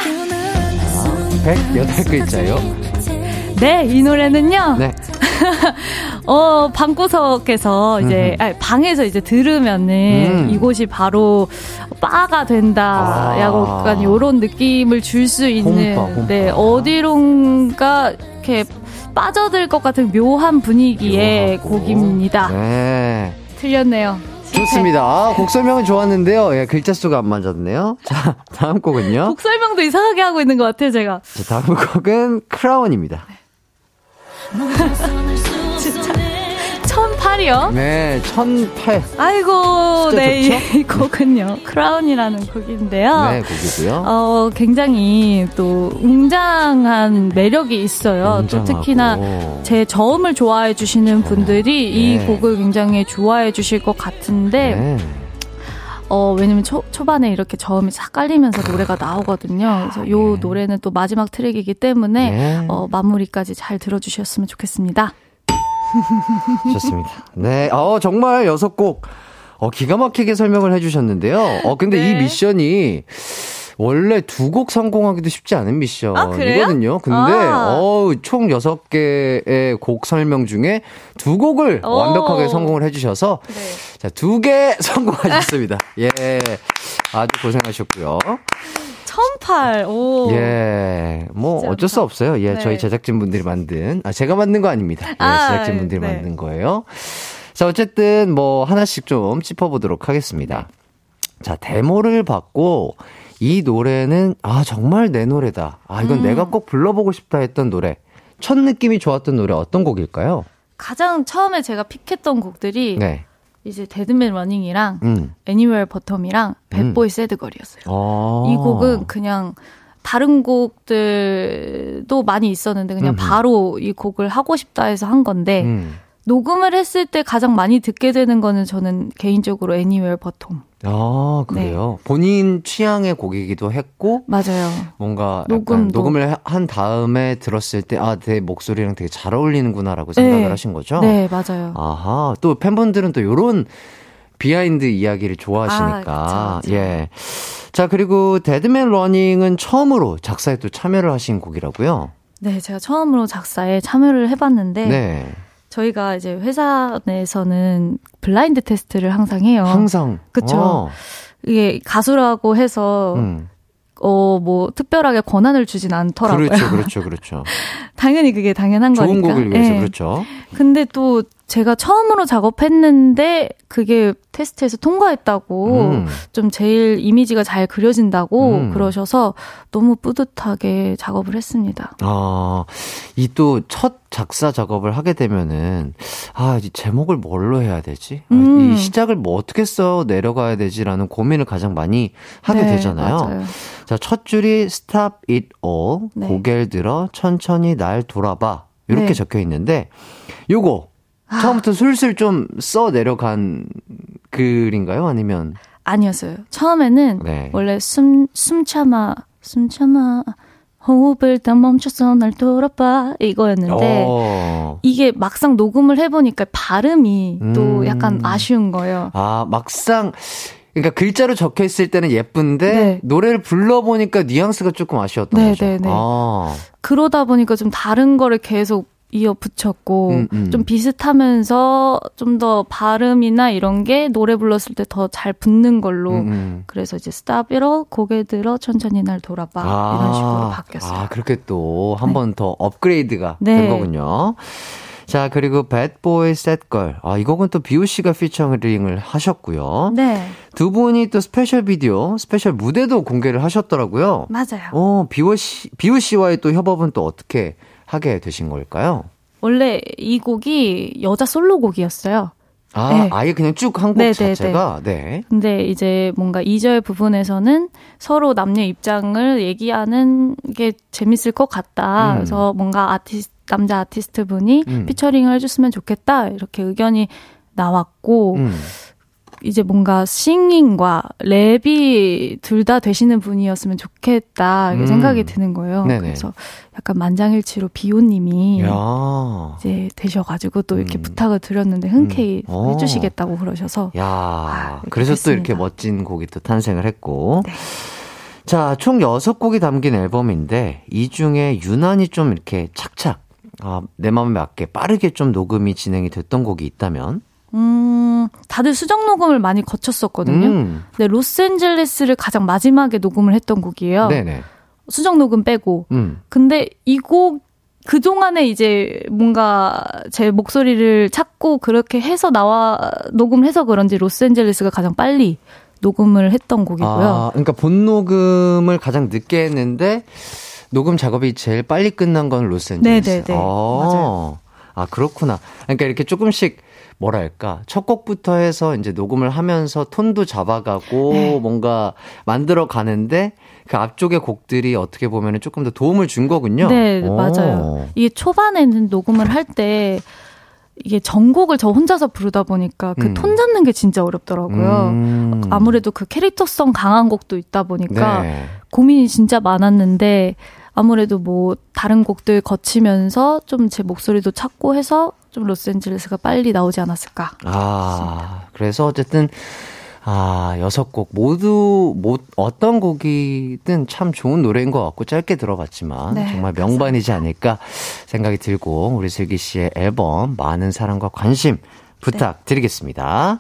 Speaker 1: 108글자요.
Speaker 4: 네, 이 노래는요.
Speaker 1: 네.
Speaker 4: 어, 방구석에서 이제, 아니, 방에서 이제 들으면은
Speaker 1: 음.
Speaker 4: 이곳이 바로 바가 된다.
Speaker 1: 아.
Speaker 4: 약간 요런 느낌을 줄 수 있는.
Speaker 1: 홈바, 홈바.
Speaker 4: 네, 어디론가 이렇게 빠져들 것 같은 묘한 분위기의
Speaker 1: 요하고.
Speaker 4: 예, 곡입니다.
Speaker 1: 네.
Speaker 4: 틀렸네요.
Speaker 1: 좋습니다. 아, 곡 설명은 좋았는데요. 예, 글자 수가 안 맞았네요. 자, 다음 곡은요.
Speaker 4: 곡 설명도 이상하게 하고 있는 것 같아요, 제가.
Speaker 1: 자, 다음 곡은 크라운입니다.
Speaker 4: 천팔이요?
Speaker 1: 네, 1008.
Speaker 4: 아이고,
Speaker 1: 진짜
Speaker 4: 네,
Speaker 1: 좋죠?
Speaker 4: 이 곡은요. 크라운이라는 곡인데요.
Speaker 1: 네, 곡이고요.
Speaker 4: 어, 굉장히 또 웅장한 매력이 있어요. 또
Speaker 1: 웅장하고.
Speaker 4: 특히나 제 저음을 좋아해 주시는 분들이 이
Speaker 1: 네.
Speaker 4: 곡을 굉장히 좋아해 주실 것 같은데
Speaker 1: 네.
Speaker 4: 어, 왜냐면 초, 초반에 이렇게 저음이 싹 깔리면서 노래가 나오거든요. 그래서 요
Speaker 1: 네.
Speaker 4: 노래는 또 마지막 트랙이기 때문에
Speaker 1: 네.
Speaker 4: 어, 마무리까지 잘 들어주셨으면 좋겠습니다.
Speaker 1: 좋습니다. 네. 어, 정말 여섯 곡. 어, 기가 막히게 설명을 해주셨는데요. 어, 근데
Speaker 4: 네.
Speaker 1: 이 미션이 원래 두 곡 성공하기도 쉽지 않은
Speaker 4: 아, 그래요?
Speaker 1: 미션이거든요. 근데,
Speaker 4: 아.
Speaker 1: 어우, 총 여섯 개의 곡 설명 중에 두 곡을
Speaker 4: 오. 네.
Speaker 1: 완벽하게 성공을 해주셔서, 자, 두 개 성공하셨습니다. 예. 아주 고생하셨고요.
Speaker 4: 천팔, 오.
Speaker 1: 예. 뭐
Speaker 4: 어. 쉽지
Speaker 1: 어쩔 수
Speaker 4: 않다.
Speaker 1: 없어요. 예.
Speaker 4: 네.
Speaker 1: 저희 제작진분들이 만든 아 제가 만든 거 아닙니다. 예,
Speaker 4: 아,
Speaker 1: 제작진분들이
Speaker 4: 네.
Speaker 1: 만든 거예요. 자, 어쨌든 뭐 하나씩 좀 짚어 보도록 하겠습니다. 자, 데모를 받고 이 노래는 아 정말 내 노래다. 아
Speaker 4: 음.
Speaker 1: 이건 내가 꼭 불러보고 싶다 했던 노래. 첫 느낌이 좋았던 노래 어떤 곡일까요?
Speaker 4: 가장 처음에 제가 픽했던 곡들이
Speaker 1: 네.
Speaker 4: 이제 데드맨 러닝이랑
Speaker 1: 음.
Speaker 4: 애니멀 버텀이랑 배보이 새드걸이었어요.
Speaker 1: 어.
Speaker 4: 이 곡은 그냥 다른 곡들도 많이 있었는데 그냥
Speaker 1: 음흠.
Speaker 4: 바로 이 곡을 하고 싶다 해서 한 건데
Speaker 1: 음.
Speaker 4: 녹음을 했을 때 가장 많이 듣게 되는 거는 저는 개인적으로 애니웰 버텀
Speaker 1: 아,
Speaker 4: 네.
Speaker 1: 그래요. 본인 취향의 곡이기도 했고
Speaker 4: 맞아요.
Speaker 1: 뭔가 녹음
Speaker 4: 녹음도.
Speaker 1: 녹음을 하- 한 다음에 들었을 때 아 내 목소리랑 되게 잘 어울리는구나라고 생각을 아.
Speaker 4: 네.
Speaker 1: 하신 거죠.
Speaker 4: 네 맞아요.
Speaker 1: 아하 또 팬분들은 또 요런 비하인드 이야기를 좋아하시니까.
Speaker 4: 아, 그쵸, 그쵸.
Speaker 1: 예. 자, 그리고 데드맨 러닝은 처음으로 작사에 또 참여를 하신 곡이라고요?
Speaker 4: 네, 제가 처음으로 작사에 참여를 해봤는데
Speaker 1: 네.
Speaker 4: 저희가 이제 회사 내에서는 블라인드 테스트를 항상 해요.
Speaker 1: 항상.
Speaker 4: 어. 그쵸.
Speaker 1: 어,
Speaker 4: 이게 가수라고 해서
Speaker 1: 음.
Speaker 4: 어 뭐 특별하게 권한을 주진 않더라고요.
Speaker 1: 그렇죠, 그렇죠, 그렇죠.
Speaker 4: 당연히 그게 당연한
Speaker 1: 좋은
Speaker 4: 거니까.
Speaker 1: 곡을 위해서
Speaker 4: 예.
Speaker 1: 그렇죠.
Speaker 4: 근데 또 제가 처음으로 작업했는데 그게 테스트에서 통과했다고
Speaker 1: 음.
Speaker 4: 좀 제일 이미지가 잘 그려진다고
Speaker 1: 음.
Speaker 4: 그러셔서 너무 뿌듯하게 작업을 했습니다.
Speaker 1: 아, 이 또 첫 작사 작업을 하게 되면은, 아, 이 제목을 뭘로 해야 되지? 아,
Speaker 4: 음.
Speaker 1: 이 시작을 뭐 어떻게 써 내려가야 되지라는 고민을 가장 많이 하게
Speaker 4: 네,
Speaker 1: 되잖아요.
Speaker 4: 맞아요.
Speaker 1: 자, 첫 줄이 Stop it all.
Speaker 4: 네.
Speaker 1: 고개를 들어 천천히 날 돌아봐. 이렇게
Speaker 4: 네. 아.
Speaker 1: 적혀 있는데, 요거, 처음부터 슬슬 좀 써 내려간 글인가요? 아니면,
Speaker 4: 아니었어요. 처음에는
Speaker 1: 네.
Speaker 4: 원래 숨, 숨 참아, 숨 참아, 호흡을 다 멈춰서 날 돌아봐, 이거였는데,
Speaker 1: 어.
Speaker 4: 이게 막상 녹음을 해보니까 발음이
Speaker 1: 음.
Speaker 4: 또 약간 아쉬운 거예요.
Speaker 1: 아, 막상, 그러니까 글자로 적혀 있을 때는 예쁜데,
Speaker 4: 네.
Speaker 1: 노래를 불러보니까 뉘앙스가 조금 아쉬웠던
Speaker 4: 네,
Speaker 1: 거죠.
Speaker 4: 네, 네.
Speaker 1: 아,
Speaker 4: 그러다 보니까 좀 다른 거를 계속 이어 붙였고,
Speaker 1: 음, 음.
Speaker 4: 좀 비슷하면서 좀 더 발음이나 이런 게 노래 불렀을 때 더 잘 붙는 걸로,
Speaker 1: 음, 음.
Speaker 4: 그래서 이제 스탑이러 고개 들어 천천히 날 돌아봐 이런 식으로 바뀌었어요.
Speaker 1: 아, 그렇게 또 한 번 더 업그레이드가
Speaker 4: 네.
Speaker 1: 된 거군요. 자, 그리고 배드보이 셋걸. 아, 이 곡은 또 비오 씨가 피처링을 하셨고요.
Speaker 4: 네,
Speaker 1: 두 분이 또 스페셜 비디오, 스페셜 무대도 공개를 하셨더라고요.
Speaker 4: 맞아요.
Speaker 1: 어, 비오 씨, 비오 씨와의 또 협업은 또 어떻게 하게 되신 걸까요?
Speaker 4: 원래 이 곡이 여자 솔로곡이었어요.
Speaker 1: 아,
Speaker 4: 네.
Speaker 1: 아예 그냥 쭉 한 곡
Speaker 4: 네, 네, 네.
Speaker 1: 자체가 네.
Speaker 4: 근데 이제 뭔가 2절 부분에서는 서로 남녀 입장을 얘기하는 게 재밌을 것 같다.
Speaker 1: 음.
Speaker 4: 그래서 뭔가 아티스트, 남자 아티스트 분이
Speaker 1: 음.
Speaker 4: 피처링을 해줬으면 좋겠다. 이렇게 의견이 나왔고,
Speaker 1: 음.
Speaker 4: 이제 뭔가 싱잉과 랩이 둘 다 되시는 분이었으면 좋겠다. 이렇게
Speaker 1: 음.
Speaker 4: 생각이 드는 거예요.
Speaker 1: 네네.
Speaker 4: 그래서 약간 만장일치로 비오님이
Speaker 1: 야.
Speaker 4: 이제 되셔가지고 또 이렇게
Speaker 1: 음.
Speaker 4: 부탁을 드렸는데 흔쾌히
Speaker 1: 음. 어.
Speaker 4: 해주시겠다고 그러셔서
Speaker 1: 야.
Speaker 4: 이렇게
Speaker 1: 그래서 또 이렇게
Speaker 4: 됐습니다. 네.
Speaker 1: 멋진 곡이 또 탄생을 했고. 자, 총 6곡이 담긴 앨범인데 이 중에 유난히 좀 이렇게 착착 아, 내 마음에 맞게 빠르게 좀 녹음이 진행이 됐던 곡이 있다면
Speaker 4: 음 다들 수정 녹음을 많이 거쳤었거든요.
Speaker 1: 음.
Speaker 4: 근데 로스앤젤레스를 가장 마지막에 녹음을 했던 곡이에요.
Speaker 1: 네, 네.
Speaker 4: 수정 녹음 빼고.
Speaker 1: 음.
Speaker 4: 근데 이 곡 그동안에 이제 뭔가 제 목소리를 찾고 그렇게 해서 나와 녹음을 해서 그런지 로스앤젤레스가 가장 빨리 녹음을 했던 곡이고요.
Speaker 1: 아, 그러니까 본 녹음을 가장 늦게 했는데 녹음 작업이 제일 빨리 끝난 건 로스앤젤레스.
Speaker 4: 네, 네, 네.
Speaker 1: 아, 아, 그렇구나. 그러니까 이렇게 조금씩 뭐랄까 첫 곡부터 해서 이제 녹음을 하면서 톤도 잡아가고
Speaker 4: 네.
Speaker 1: 뭔가 만들어 가는데 그 앞쪽의 곡들이 어떻게 보면은 조금 더 도움을 준 거군요.
Speaker 4: 네,
Speaker 1: 오.
Speaker 4: 맞아요. 이게 초반에는 녹음을 할 때 이게 전곡을 저 혼자서 부르다 보니까
Speaker 1: 음.
Speaker 4: 그 톤 잡는 게 진짜 어렵더라고요.
Speaker 1: 음.
Speaker 4: 아무래도 그 캐릭터성 강한 곡도 있다 보니까
Speaker 1: 네.
Speaker 4: 고민이 진짜 많았는데 아무래도 뭐 다른 곡들 거치면서 좀 제 목소리도 찾고 해서 좀 로스앤젤레스가 빨리 나오지 않았을까.
Speaker 1: 아, 그래서 어쨌든, 아, 여섯 곡 모두, 뭐, 어떤 곡이든 참 좋은 노래인 것 같고, 짧게 들어봤지만,
Speaker 4: 네,
Speaker 1: 정말 명반이지 않을까 생각이 들고, 우리 슬기 씨의 앨범, 많은 사랑과 관심 부탁드리겠습니다.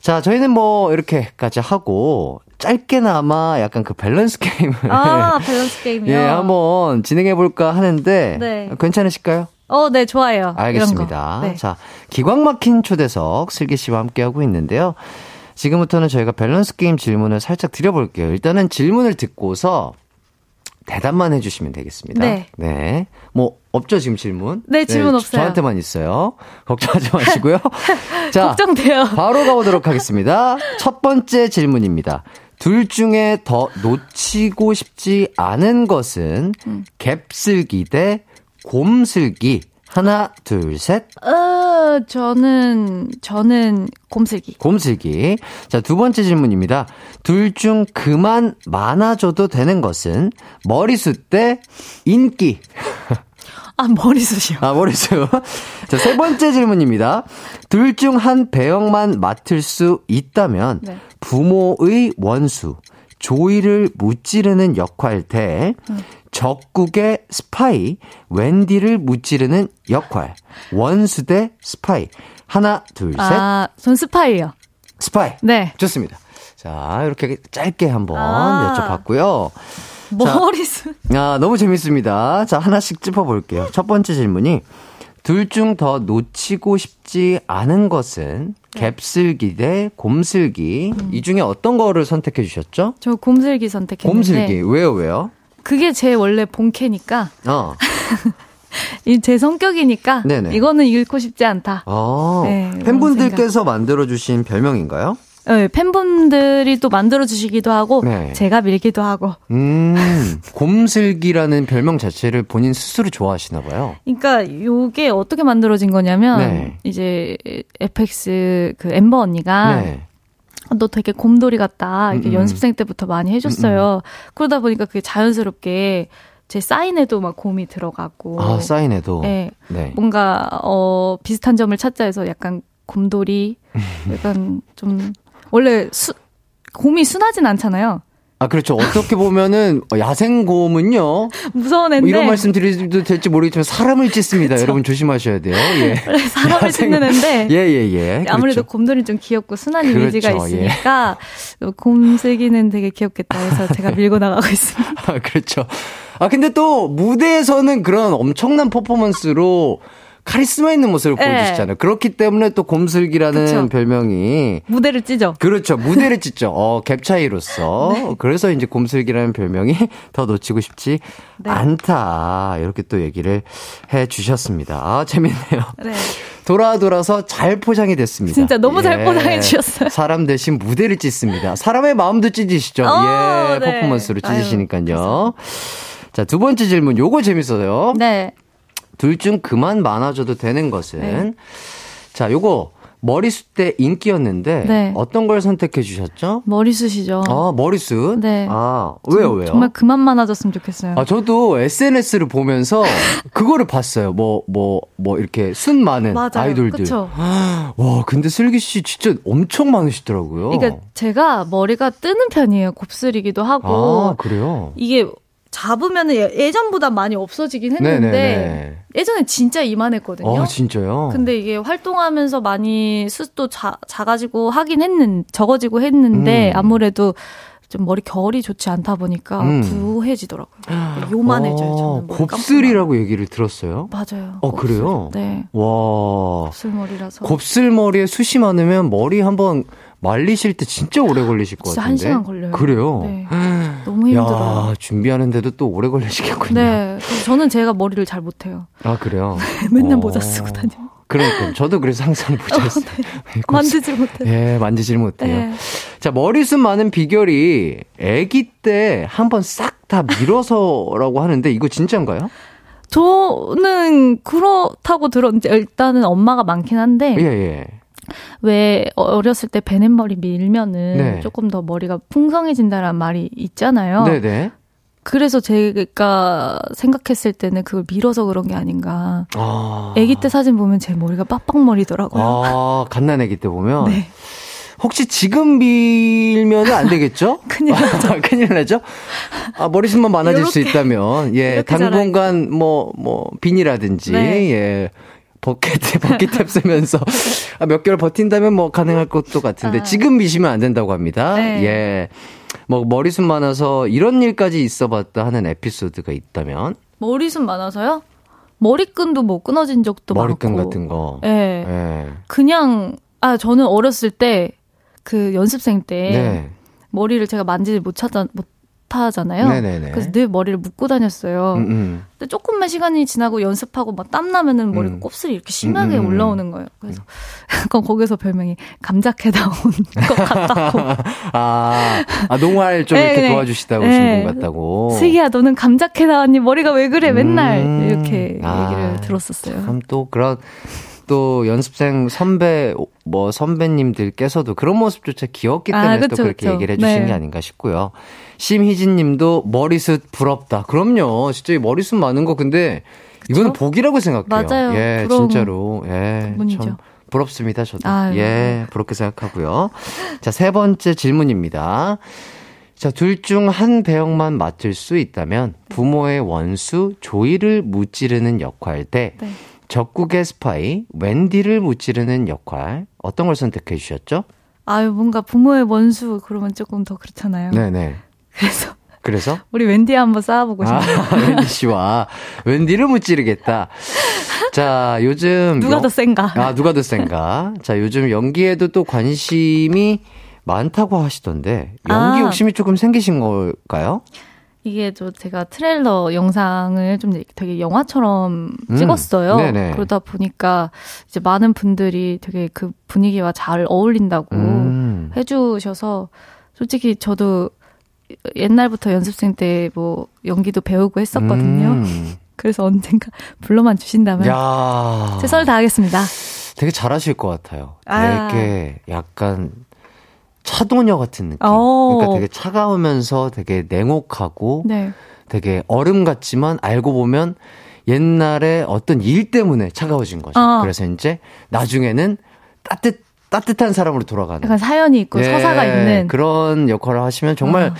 Speaker 1: 자, 저희는 뭐, 이렇게까지 하고, 짧게나마 약간 그 밸런스 게임을.
Speaker 4: 아, 밸런스 게임이요?
Speaker 1: 예, 한번 진행해볼까 하는데,
Speaker 4: 네.
Speaker 1: 괜찮으실까요?
Speaker 4: 어, 네, 좋아요.
Speaker 1: 알겠습니다.
Speaker 4: 이런 거. 네.
Speaker 1: 자, 기광 막힌 초대석 슬기 씨와 함께하고 있는데요. 지금부터는 저희가 밸런스 게임 질문을 살짝 드려볼게요. 일단은 질문을 듣고서 대답만 해주시면 되겠습니다.
Speaker 4: 네.
Speaker 1: 네. 뭐, 없죠, 지금 질문?
Speaker 4: 네, 질문 없어요.
Speaker 1: 저한테만 있어요. 걱정하지 마시고요. 자,
Speaker 4: 걱정돼요.
Speaker 1: 바로 가보도록 하겠습니다. 첫 번째 질문입니다. 둘 중에 더 놓치고 싶지 않은 것은
Speaker 4: 음.
Speaker 1: 갭슬기 대 곰슬기. 하나, 둘, 셋.
Speaker 4: 어, 저는, 저는 곰슬기.
Speaker 1: 곰슬기. 자, 두 번째 질문입니다. 둘 중 그만 많아져도 되는 것은 머리숱 대 인기.
Speaker 4: 아, 머리숱이요.
Speaker 1: 아, 머리수. 자, 세 번째 질문입니다. 둘 중 한 배역만 맡을 수 있다면
Speaker 4: 네.
Speaker 1: 부모의 원수, 조이를 무찌르는 역할 대
Speaker 4: 음.
Speaker 1: 적국의 스파이, 웬디를 무찌르는 역할. 원수 대 스파이. 하나, 둘, 셋.
Speaker 4: 아, 전 스파이요.
Speaker 1: 스파이.
Speaker 4: 네.
Speaker 1: 좋습니다. 자, 이렇게 짧게 한번
Speaker 4: 아.
Speaker 1: 여쭤봤고요.
Speaker 4: 머리숱.
Speaker 1: 아, 너무 재밌습니다. 자, 하나씩 짚어볼게요. 첫 번째 질문이 둘 중 더 놓치고 싶지 않은 것은
Speaker 4: 네.
Speaker 1: 갭슬기 대 곰슬기.
Speaker 4: 음.
Speaker 1: 이 중에 어떤 거를 선택해 주셨죠?
Speaker 4: 저 곰슬기 선택했는데
Speaker 1: 곰슬기. 왜요, 왜요?
Speaker 4: 그게 제 원래 본캐니까
Speaker 1: 어.
Speaker 4: 이 제 성격이니까
Speaker 1: 네네.
Speaker 4: 이거는 잃고 싶지 않다.
Speaker 1: 어.
Speaker 4: 네, 그런
Speaker 1: 팬분들께서 만들어 주신 별명인가요?
Speaker 4: 네, 팬분들이 또 만들어 주시기도 하고
Speaker 1: 네.
Speaker 4: 제가 밀기도 하고.
Speaker 1: 음. 곰슬기라는 별명 자체를 본인 스스로 좋아하시나 봐요.
Speaker 4: 그러니까 요게 어떻게 만들어진 거냐면
Speaker 1: 네.
Speaker 4: 이제 에펙스 그 엠버 언니가
Speaker 1: 네.
Speaker 4: 너 되게 곰돌이 같다. 이렇게
Speaker 1: 음, 음.
Speaker 4: 연습생 때부터 많이 해줬어요. 그러다 보니까 그게 자연스럽게 제 사인에도 막 곰이 들어가고.
Speaker 1: 아, 사인에도.
Speaker 4: 예,
Speaker 1: 네.
Speaker 4: 뭔가 어 비슷한 점을 찾자 해서 약간 곰돌이 약간 좀 원래 수 곰이 순하진 않잖아요.
Speaker 1: 아, 그렇죠. 어떻게 보면은 야생곰은요.
Speaker 4: 무서운 애인데 그렇죠.
Speaker 1: 뭐 이런 말씀 드려도 될지 모르겠지만 사람을 찢습니다. 여러분 조심하셔야 돼요. 예.
Speaker 4: 사람을 씻는 애인데
Speaker 1: 예, 예, 예.
Speaker 4: 네. 아무래도
Speaker 1: 그렇죠.
Speaker 4: 곰돌이 좀 귀엽고 순한
Speaker 1: 그렇죠,
Speaker 4: 이미지가 있으니까 곰슬기는 되게 귀엽겠다 해서 제가 밀고 나가고 있습니다.
Speaker 1: 아, 그렇죠. 아, 근데 또 무대에서는 그런 엄청난 퍼포먼스로 카리스마 있는 모습을
Speaker 4: 예.
Speaker 1: 보여주시잖아요. 그렇기 때문에 또 곰슬기라는
Speaker 4: 그쵸.
Speaker 1: 별명이
Speaker 4: 무대를 찢어.
Speaker 1: 그렇죠. 무대를 찢죠. 어, 갭 차이로서. 그래서 이제 곰슬기라는 별명이 더 놓치고 싶지
Speaker 4: 네.
Speaker 1: 않다. 이렇게 또 얘기를 해 주셨습니다. 아, 재밌네요.
Speaker 4: 네.
Speaker 1: 돌아 돌아서 잘 포장이 됐습니다. 예.
Speaker 4: 진짜 너무 잘 포장해 주셨어요.
Speaker 1: 사람 대신 무대를 찢습니다. 사람의 마음도 찢으시죠.
Speaker 4: 어,
Speaker 1: 예,
Speaker 4: 네.
Speaker 1: 퍼포먼스로
Speaker 4: 아유,
Speaker 1: 찢으시니까요. 자, 두 번째 질문. 요거 재밌어요.
Speaker 4: 네.
Speaker 1: 둘 중 그만 많아져도 되는 것은
Speaker 4: 네.
Speaker 1: 자, 요거 머리숱 때 인기였는데
Speaker 4: 네.
Speaker 1: 어떤 걸 선택해 주셨죠?
Speaker 4: 머리숱이죠.
Speaker 1: 아, 머리숱?
Speaker 4: 네.
Speaker 1: 아, 왜요, 왜요?
Speaker 4: 정말 그만 많아졌으면 좋겠어요.
Speaker 1: 아, 저도 SNS를 보면서 그거를 봤어요. 뭐, 뭐, 뭐, 이렇게 순 많은 이돌들 어.
Speaker 4: 그쵸?
Speaker 1: 와, 근데 슬기 씨 진짜 엄청 많으시더라고요.
Speaker 4: 그러니까 제가 머리가 뜨는 편이에요. 곱슬이기도 하고
Speaker 1: 아, 그래요?
Speaker 4: 이게 잡으면 예전보다 많이 없어지긴 했는데
Speaker 1: 네네네.
Speaker 4: 예전에 진짜 이만했거든요.
Speaker 1: 아, 진짜요?
Speaker 4: 근데 이게 활동하면서 많이 숱도 자, 작아지고 하긴 했는 적어지고 했는데
Speaker 1: 음.
Speaker 4: 아무래도 좀 머리 결이 좋지 않다 보니까
Speaker 1: 음.
Speaker 4: 부해지더라고요. 요만해져요.
Speaker 1: 아,
Speaker 4: 저는 머리
Speaker 1: 곱슬이라고 얘기를 들었어요?
Speaker 4: 깜빡이라. 맞아요.
Speaker 1: 어, 그래요?
Speaker 4: 네.
Speaker 1: 와.
Speaker 4: 곱슬머리라서
Speaker 1: 곱슬머리에 숱이 많으면 머리 한번 말리실 때 진짜 오래 걸리실 것
Speaker 4: 진짜
Speaker 1: 같은데.
Speaker 4: 한 시간 걸려요.
Speaker 1: 그래요?
Speaker 4: 네. 너무 힘들어요.
Speaker 1: 야, 준비하는데도 또 오래 걸리시겠군요.
Speaker 4: 네. 그래서 저는 제가 머리를 잘 못해요.
Speaker 1: 아, 그래요?
Speaker 4: 맨날
Speaker 1: 어.
Speaker 4: 모자 쓰고 다녀요.
Speaker 1: 그러니까 저도 그래서 항상 모자 쓰고.
Speaker 4: 어, 네. 만지지 못해요.
Speaker 1: 예, 만지질 못해요.
Speaker 4: 네.
Speaker 1: 자, 머리숱 많은 비결이 아기 때 한번 싹 다 밀어서라고 하는데 이거 진짜인가요?
Speaker 4: 저는 그렇다고 들었는데 일단은 엄마가 많긴 한데
Speaker 1: 예, 예.
Speaker 4: 왜 어렸을 때 베넷머리 밀면은
Speaker 1: 네.
Speaker 4: 조금 더 머리가 풍성해진다라는 말이 있잖아요.
Speaker 1: 네, 네.
Speaker 4: 그래서 제가 생각했을 때는 그걸 밀어서 그런 게 아닌가.
Speaker 1: 아.
Speaker 4: 아기 때 사진 보면 제 머리가 빡빡머리더라고요.
Speaker 1: 아, 갓난 아기 때 보면
Speaker 4: 네.
Speaker 1: 혹시 지금 밀면은 안 되겠죠?
Speaker 4: 큰일
Speaker 1: 나죠. 큰일 나죠? 아, 머리숱만 많아질 수
Speaker 4: 요렇게,
Speaker 1: 있다면 예,
Speaker 4: 이렇게 자라니까.
Speaker 1: 당분간 뭐 뭐 비닐이라든지
Speaker 4: 네.
Speaker 1: 예. 버켓, 버킷탭 쓰면서 아, 몇 개월 버틴다면 뭐 가능할 것도 같은데
Speaker 4: 아.
Speaker 1: 지금 미시면 안 된다고 합니다.
Speaker 4: 네.
Speaker 1: 예. 뭐 머리숱 많아서 이런 일까지 있어 봤다 하는 에피소드가 있다면
Speaker 4: 머리숱 많아서요? 머리끈도 뭐 끊어진 적도
Speaker 1: 머리끈
Speaker 4: 많고.
Speaker 1: 같은 거.
Speaker 4: 예.
Speaker 1: 예.
Speaker 4: 그냥 아 저는 어렸을 때 그 연습생 때
Speaker 1: 네.
Speaker 4: 머리를 제가 만지지 못하잖 못하잖아요.
Speaker 1: 네네네.
Speaker 4: 그래서 늘 머리를 묶고 다녔어요.
Speaker 1: 음, 음.
Speaker 4: 근데 조금만 시간이 지나고 연습하고 막 땀 나면은 머리가
Speaker 1: 음.
Speaker 4: 곱슬이 이렇게 심하게
Speaker 1: 음, 음, 음.
Speaker 4: 올라오는 거예요. 그래서 약간 거기서 별명이 감자캐 나온 것 같다고.
Speaker 1: 아, 아, 농활 좀
Speaker 4: 네,
Speaker 1: 이렇게
Speaker 4: 네.
Speaker 1: 도와주시다고
Speaker 4: 네.
Speaker 1: 오신 분 같다고.
Speaker 4: 슬기야 너는 감자캐 나왔니? 머리가 왜 그래? 맨날
Speaker 1: 어. 음.
Speaker 4: 이렇게
Speaker 1: 아,
Speaker 4: 얘기를 들었었어요.
Speaker 1: 참 또 그런 또 연습생 선배 뭐 선배님들께서도 그런 모습조차 귀엽기
Speaker 4: 아,
Speaker 1: 때문에 또
Speaker 4: 그쵸,
Speaker 1: 그렇게
Speaker 4: 그쵸.
Speaker 1: 얘기를 해주신
Speaker 4: 네.
Speaker 1: 게 아닌가 싶고요. 심희진님도 머리숱 부럽다. 그럼요, 진짜 이 머리숱 많은 거 근데 이건 복이라고 생각해요.
Speaker 4: 맞아요.
Speaker 1: 예,
Speaker 4: 부러운
Speaker 1: 진짜로. 예.
Speaker 4: 분이죠.
Speaker 1: 참 부럽습니다, 저도.
Speaker 4: 아유.
Speaker 1: 예, 부럽게 생각하고요. 자, 세 번째 질문입니다. 자, 둘 중 한 배역만 맡을 수 있다면 부모의 원수 조이를 무찌르는 역할 대
Speaker 4: 네.
Speaker 1: 적국의 스파이 웬디를 무찌르는 역할 어떤 걸 선택해 주셨죠?
Speaker 4: 아유 뭔가 부모의 원수 그러면 조금 더 그렇잖아요.
Speaker 1: 네, 네.
Speaker 4: 그래서
Speaker 1: 그래서
Speaker 4: 우리 웬디 한번 쌓아보고
Speaker 1: 아,
Speaker 4: 싶어요.
Speaker 1: 웬디 씨와 웬디를 무찌르겠다. 자, 요즘
Speaker 4: 누가
Speaker 1: 영-
Speaker 4: 더 센가?
Speaker 1: 아, 누가 더 센가? 자, 요즘 연기에도 또 관심이 많다고 하시던데 연기
Speaker 4: 아.
Speaker 1: 욕심이 조금 생기신 걸까요?
Speaker 4: 이게 또 제가 트레일러 영상을 좀 되게 영화처럼
Speaker 1: 음,
Speaker 4: 찍었어요.
Speaker 1: 네네.
Speaker 4: 그러다 보니까 이제 많은 분들이 되게 그 분위기와 잘 어울린다고
Speaker 1: 음.
Speaker 4: 해주셔서 솔직히 저도 옛날부터 연습생 때 뭐 연기도 배우고 했었거든요.
Speaker 1: 음.
Speaker 4: 그래서 언젠가 불러만 주신다면
Speaker 1: 야. 어?
Speaker 4: 최선을 다하겠습니다.
Speaker 1: 되게 잘하실 것 같아요.
Speaker 4: 아.
Speaker 1: 되게 약간 차도녀 같은 느낌.
Speaker 4: 오.
Speaker 1: 그러니까 되게 차가우면서 되게 냉혹하고
Speaker 4: 어. 네.
Speaker 1: 되게 얼음 같지만 알고 보면 옛날에 어떤 일 때문에 차가워진 거죠.
Speaker 4: 어.
Speaker 1: 그래서 이제 나중에는 따뜻 따뜻한 사람으로 돌아가는
Speaker 4: 약간 사연이 있고
Speaker 1: 예,
Speaker 4: 서사가 있는
Speaker 1: 그런 역할을 하시면 정말
Speaker 4: 어.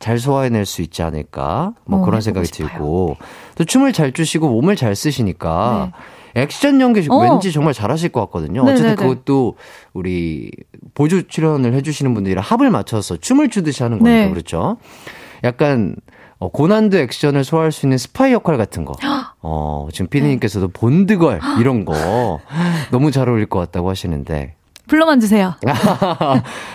Speaker 1: 잘 소화해낼 수 있지 않을까 뭐
Speaker 4: 어,
Speaker 1: 그런
Speaker 4: 해보고
Speaker 1: 생각이
Speaker 4: 싶어요.
Speaker 1: 들고 또 춤을 잘 추시고 몸을 잘 쓰시니까 액션 연기
Speaker 4: 어.
Speaker 1: 왠지 정말 잘하실 것 같거든요. 어쨌든
Speaker 4: 네네네.
Speaker 1: 그것도 우리 보조 출연을 해주시는 분들이랑 합을 맞춰서 춤을 추듯이 하는 거니까
Speaker 4: 네.
Speaker 1: 그렇죠. 약간 어, 고난도 액션을 소화할 수 있는 스파이 역할 같은 거. 어, 지금 피디님께서도 본드걸
Speaker 4: 네.
Speaker 1: 이런 거 너무 잘 어울릴 것 같다고 하시는데
Speaker 4: 불러만 주세요.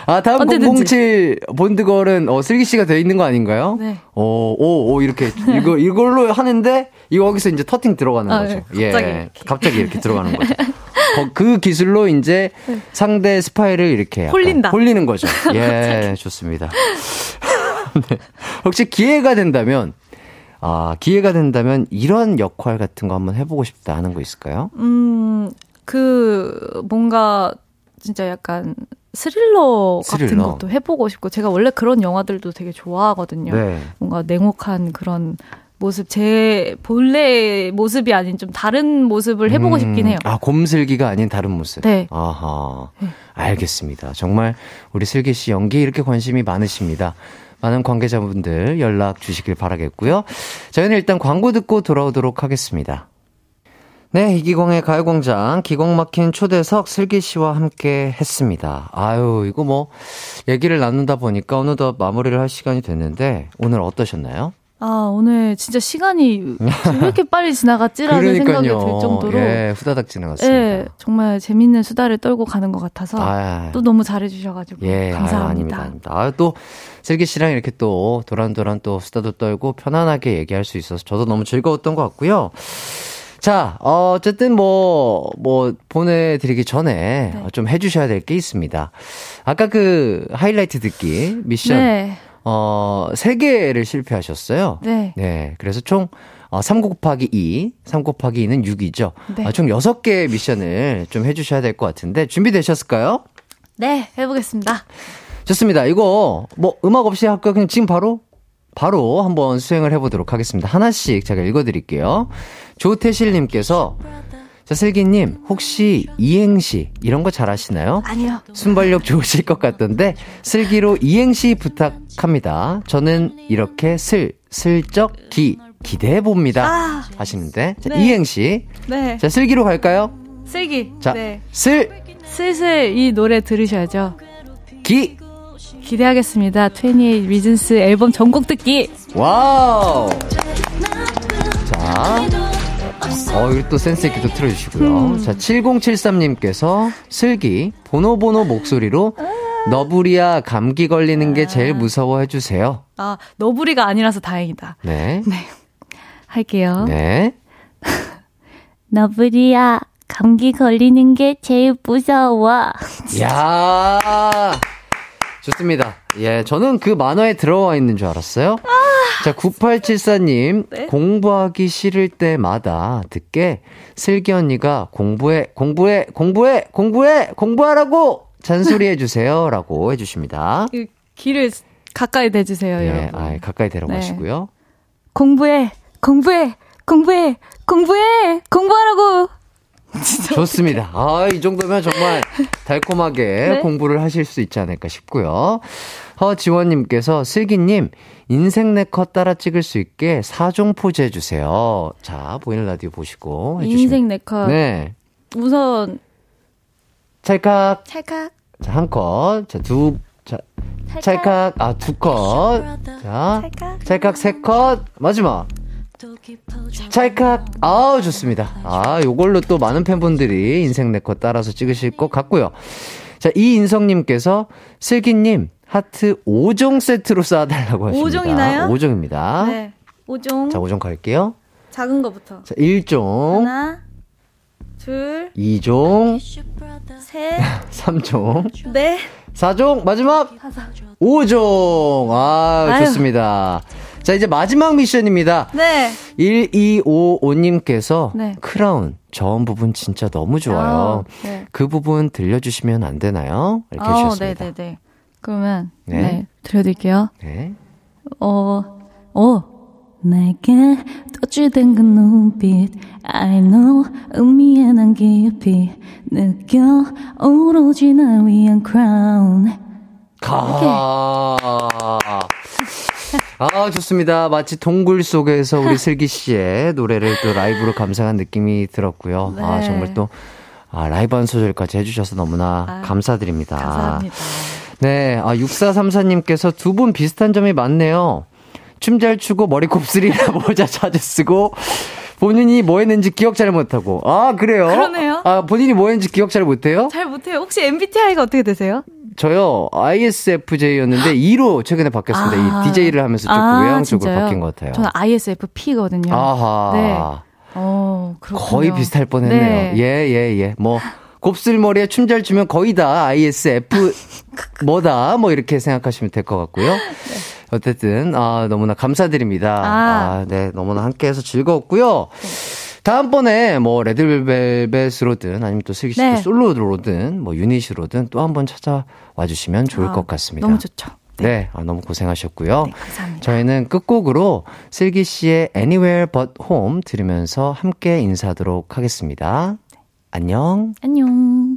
Speaker 1: 아, 다음
Speaker 4: 언제든지.
Speaker 1: 007 본드걸은 어, 슬기 씨가 돼 있는 거 아닌가요? 어,
Speaker 4: 네.
Speaker 1: 오, 오, 오, 이렇게. 이거, 이걸로 하는데, 이거 여기서 이제 터팅 들어가는
Speaker 4: 아,
Speaker 1: 거죠. 예.
Speaker 4: 네, 갑자기 이렇게.
Speaker 1: 갑자기 이렇게 들어가는 거죠. 거- 그 기술로 이제 상대 스파이를 이렇게. 약간
Speaker 4: 홀린다.
Speaker 1: 홀리는 거죠. 예, 좋습니다. 네. 혹시 기회가 된다면, 아, 기회가 된다면 이런 역할 같은 거 한번 해보고 싶다 하는 거 있을까요?
Speaker 4: 음, 그, 뭔가, 진짜 약간 스릴러 같은
Speaker 1: 스릴러.
Speaker 4: 것도 해보고 싶고, 제가 원래 그런 영화들도 되게 좋아하거든요.
Speaker 1: 네.
Speaker 4: 뭔가 냉혹한 그런 모습, 제 본래의 모습이 아닌 좀 다른 모습을 해보고
Speaker 1: 음,
Speaker 4: 싶긴 해요.
Speaker 1: 아, 곰슬기가 아닌 다른 모습.
Speaker 4: 네.
Speaker 1: 아하. 알겠습니다. 정말 우리 슬기 씨 연기 이렇게 관심이 많으십니다. 많은 관계자분들 연락 주시길 바라겠고요. 저희는 일단 광고 듣고 돌아오도록 하겠습니다. 네, 이기광의 가요광장, 기광 막힌 초대석 슬기 씨와 함께 했습니다. 아유, 이거 뭐, 얘기를 나누다 보니까 어느덧 마무리를 할 시간이 됐는데, 오늘 어떠셨나요?
Speaker 4: 아, 오늘 진짜 시간이 왜 이렇게 빨리 지나갔지라는 생각이 들 정도로.
Speaker 1: 예, 후다닥 지나갔습니다.
Speaker 4: 예, 정말 재밌는 수다를 떨고 가는 것 같아서
Speaker 1: 아.
Speaker 4: 또 너무 잘해주셔가지고
Speaker 1: 예, 아유, 아닙니다,
Speaker 4: 감사합니다.
Speaker 1: 아닙니다. 아유, 또, 슬기 씨랑 이렇게 또, 도란도란 또 수다도 떨고 편안하게 얘기할 수 있어서 저도 너무 즐거웠던 것 같고요. 자, 어, 어쨌든 뭐, 뭐, 보내드리기 전에
Speaker 4: 네.
Speaker 1: 어, 좀 해주셔야 될 게 있습니다. 아까 그 하이라이트 듣기 미션,
Speaker 4: 네,
Speaker 1: 어, 3개를 실패하셨어요.
Speaker 4: 네.
Speaker 1: 네, 그래서 총, 어, 3 곱하기 2, 3 곱하기 2는 6이죠.
Speaker 4: 네.
Speaker 1: 아, 총 6개의 미션을 좀 해주셔야 될 것 같은데, 준비되셨을까요?
Speaker 4: 네, 해보겠습니다.
Speaker 1: 좋습니다. 이거 뭐 음악 없이 할까 그냥 지금 바로 바로 한번 수행을 해보도록 하겠습니다. 하나씩 제가 읽어드릴게요. 조태실님께서 자 슬기님 혹시 이행시 이런 거 잘하시나요?
Speaker 5: 아니요.
Speaker 1: 순발력 좋으실 것 같던데 슬기로 이행시 부탁합니다. 저는 이렇게 슬 슬쩍 기 기대해 봅니다.
Speaker 4: 아.
Speaker 1: 하시는데 자,
Speaker 4: 네.
Speaker 1: 이행시
Speaker 4: 네,
Speaker 1: 자 슬기로 갈까요?
Speaker 4: 슬기. 네.
Speaker 1: 자슬
Speaker 4: 슬슬 이 노래 들으셔야죠.
Speaker 1: 기
Speaker 4: 기대하겠습니다. 28 리즌스 앨범 전곡 듣기.
Speaker 1: 와우 자 어, 이거 또 센스있게 또 틀어주시고요. 자, 7073님께서 슬기, 보노보노 목소리로 너부리야 감기 걸리는 게 제일 무서워 해주세요.
Speaker 4: 아, 너부리가 아니라서 다행이다.
Speaker 1: 네.
Speaker 4: 할게요.
Speaker 1: 네.
Speaker 5: 너브리야, 감기 걸리는 게 제일 무서워.
Speaker 1: 야 좋습니다. 예, 저는 그 만화에 들어와 있는 줄 알았어요. 자, 9874님, 공부하기 싫을 때마다 듣게 슬기 언니가 공부해, 공부해, 공부해, 공부해, 공부하라고 잔소리 해주세요. 라고 해주십니다.
Speaker 4: 이 귀를 가까이 대주세요,
Speaker 1: 예,
Speaker 4: 여러분.
Speaker 1: 아, 가까이 데려가시고요.
Speaker 4: 공부해, 공부해, 공부해, 공부해! 공부하라고!
Speaker 1: 좋습니다. 아, 이 정도면 정말 달콤하게
Speaker 4: 네.
Speaker 1: 공부를 하실 수 있지 않을까 싶고요. 허지원님께서 슬기님, 인생 네컷 따라 찍을 수 있게 사종 포즈 해주세요. 자, 보이는 라디오 보시고 어, 해주시면.
Speaker 4: 인생 네컷.
Speaker 1: 네.
Speaker 4: 우선,
Speaker 1: 찰칵.
Speaker 3: 찰칵.
Speaker 1: 자, 한 컷. 자, 두, 자, 찰칵. 아, 두 컷. 자, 찰칵. 세 컷. 마지막. 찰칵. 아우, 좋습니다. 아, 요걸로 또 많은 팬분들이 인생 네컷 따라서 찍으실 것 같고요. 자, 이인성님께서 슬기님 하트 5종 세트로 쌓아달라고 하십니다.
Speaker 4: 오종이나요?
Speaker 1: 5종입니다.
Speaker 4: 네. 5종.
Speaker 1: 어? 자, 5종 갈게요.
Speaker 4: 작은 거부터.
Speaker 1: 자, 1종,
Speaker 4: 하나, 둘,
Speaker 1: 이 2종,
Speaker 4: 셋,
Speaker 1: 3종,
Speaker 4: 넷.
Speaker 1: 4종 마지막 5종 아
Speaker 4: 아유.
Speaker 1: 좋습니다 자 이제 마지막 미션입니다
Speaker 4: 네.
Speaker 1: 1255님께서
Speaker 4: 네.
Speaker 1: 크라운 저음 부분 진짜 너무 좋아요
Speaker 4: 아, 네.
Speaker 1: 그 부분 들려주시면 안 되나요? 이렇게
Speaker 5: 어,
Speaker 1: 해주셨습니다
Speaker 4: 어, 네네네. 그러면,
Speaker 1: 네.
Speaker 4: 네. 들려드릴게요.
Speaker 1: 네.
Speaker 4: 어, 어.
Speaker 5: 내게 떠주된 그 눈빛 I know 의미에 난 깊이 느껴 오로지 날 위한 crown
Speaker 1: 가. 아, 좋습니다. 마치 동굴 속에서 우리 슬기 씨의 노래를 또 라이브로 감상한 느낌이 들었고요. 아,
Speaker 4: 네.
Speaker 1: 정말 또, 아, 라이브 한 소절까지 해주셔서 너무나
Speaker 4: 아,
Speaker 1: 감사드립니다.
Speaker 4: 감사합니다.
Speaker 1: 네, 아, 6434님께서 두 분 비슷한 점이 많네요. 춤 잘 추고 머리 곱슬이나 모자 자주 쓰고 본인이 뭐 했는지 기억 잘 못하고. 아, 그래요?
Speaker 4: 그러네요.
Speaker 1: 아, 본인이 뭐 했는지 기억 잘 못해요?
Speaker 4: 잘 못해요. 혹시 MBTI가 어떻게 되세요?
Speaker 1: 저요 ISFJ였는데 2로 최근에 바뀌었습니다. 이 DJ를 하면서 조금 외향 쪽으로
Speaker 4: 아. 진짜요?
Speaker 1: 바뀐 것 같아요.
Speaker 4: 저는 ISFP거든요. 네.
Speaker 1: 아하.
Speaker 4: 어, 그렇군요.
Speaker 1: 거의 비슷할 뻔했네요.
Speaker 4: 네.
Speaker 1: 예 예 예. 뭐 곱슬머리에 춤 잘 추면 거의 다 ISF 뭐다 뭐 이렇게 생각하시면 될 것 같고요. 어쨌든 아 너무나 감사드립니다.
Speaker 4: 네. 아.
Speaker 1: 아, 네 너무나 함께해서 즐거웠고요.
Speaker 4: 네.
Speaker 1: 다음번에 뭐 레드벨벳으로든 아니면 또 슬기 씨도
Speaker 4: 네.
Speaker 1: 솔로로든 뭐 유닛으로든 또 한번 찾아와 주시면 좋을
Speaker 4: 아,
Speaker 1: 것 같습니다.
Speaker 4: 너무 좋죠.
Speaker 1: 네, 아, 너무 고생하셨고요.
Speaker 4: 네, 감사합니다.
Speaker 1: 저희는 끝곡으로 슬기 씨의 Anywhere But Home 들으면서 함께 인사하도록 하겠습니다. 안녕.
Speaker 4: 안녕.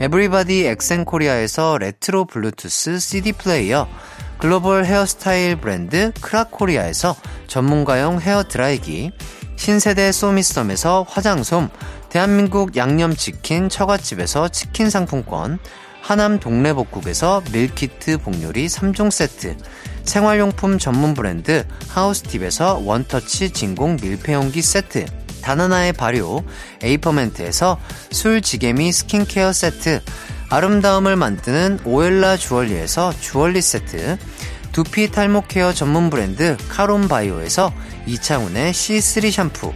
Speaker 1: 에브리바디 엑센코리아에서 레트로 블루투스 CD 플레이어, 글로벌 헤어스타일 브랜드 크라코리아에서 전문가용 헤어 드라이기, 신세대 소미썸에서 화장솜, 대한민국 양념치킨 처갓집에서 치킨 상품권, 하남 동래복국에서 밀키트 복요리 3종 세트, 생활용품 전문 브랜드 하우스팁에서 원터치 진공 밀폐용기 세트, 다나나의 발효, 에이퍼멘트에서 술지개미 스킨케어 세트, 아름다움을 만드는 오엘라 주얼리에서 주얼리 세트, 두피 탈모 케어 전문 브랜드 카론바이오에서 이창훈의 C3 샴푸,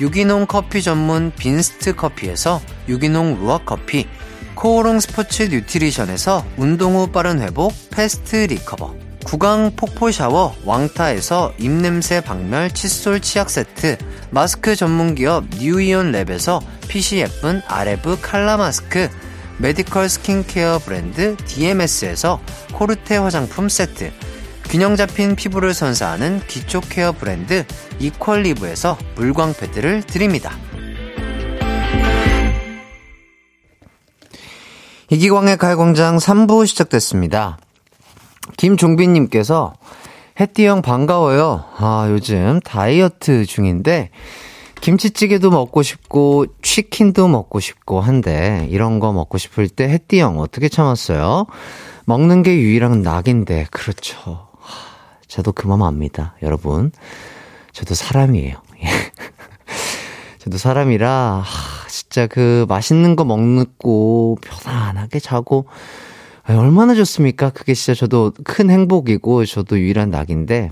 Speaker 1: 유기농 커피 전문 빈스트 커피에서 유기농 루아 커피, 코오롱 스포츠 뉴트리션에서 운동 후 빠른 회복 패스트 리커버, 구강 폭포 샤워 왕타에서 입냄새 박멸 칫솔 치약 세트, 마스크 전문 기업 뉴이온 랩에서 핏이 예쁜 아레브 칼라 마스크, 메디컬 스킨케어 브랜드 DMS에서 코르테 화장품 세트 균형 잡힌 피부를 선사하는 기초 케어 브랜드 이퀄리브에서 물광 패드를 드립니다. 이기광의 가요광장 3부 시작됐습니다. 김종빈님께서 해띠 형 반가워요. 아 요즘 다이어트 중인데 김치찌개도 먹고 싶고 치킨도 먹고 싶고 한데 이런 거 먹고 싶을 때 해띠 형 어떻게 참았어요? 먹는 게 유일한 낙인데 그렇죠. 하, 저도 그맘 압니다. 여러분. 저도 사람이에요. 예. 저도 사람이라, 하, 진짜 그 맛있는 거 먹고, 편안하게 자고, 아, 얼마나 좋습니까? 그게 진짜 저도 큰 행복이고, 저도 유일한 낙인데,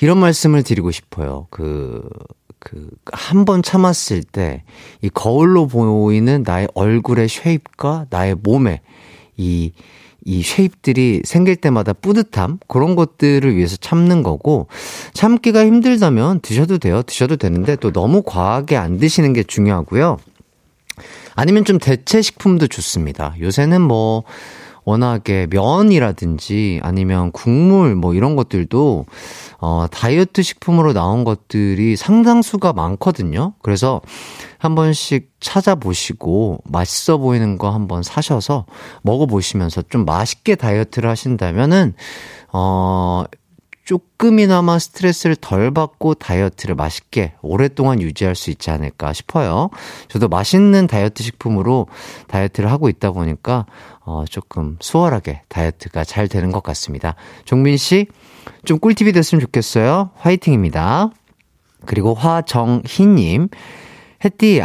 Speaker 1: 이런 말씀을 드리고 싶어요. 그, 그, 한 번 참았을 때, 이 거울로 보이는 나의 얼굴의 쉐입과 나의 몸에, 이, 이 쉐입들이 생길 때마다 뿌듯함, 그런 것들을 위해서 참는 거고, 참기가 힘들다면 드셔도 돼요. 드셔도 되는데, 또 너무 과하게 안 드시는 게 중요하고요. 아니면 좀 대체 식품도 좋습니다. 요새는 뭐 워낙에 면이라든지 아니면 국물 뭐 이런 것들도 어 다이어트 식품으로 나온 것들이 상당수가 많거든요. 그래서 한 번씩 찾아보시고 맛있어 보이는 거 한번 사셔서 먹어보시면서 좀 맛있게 다이어트를 하신다면은 어 조금이나마 스트레스를 덜 받고 다이어트를 맛있게 오랫동안 유지할 수 있지 않을까 싶어요. 저도 맛있는 다이어트 식품으로 다이어트를 하고 있다 보니까 어, 조금 수월하게 다이어트가 잘 되는 것 같습니다. 종민 씨, 좀 꿀팁이 됐으면 좋겠어요. 화이팅입니다. 그리고 화정희님, 햇띠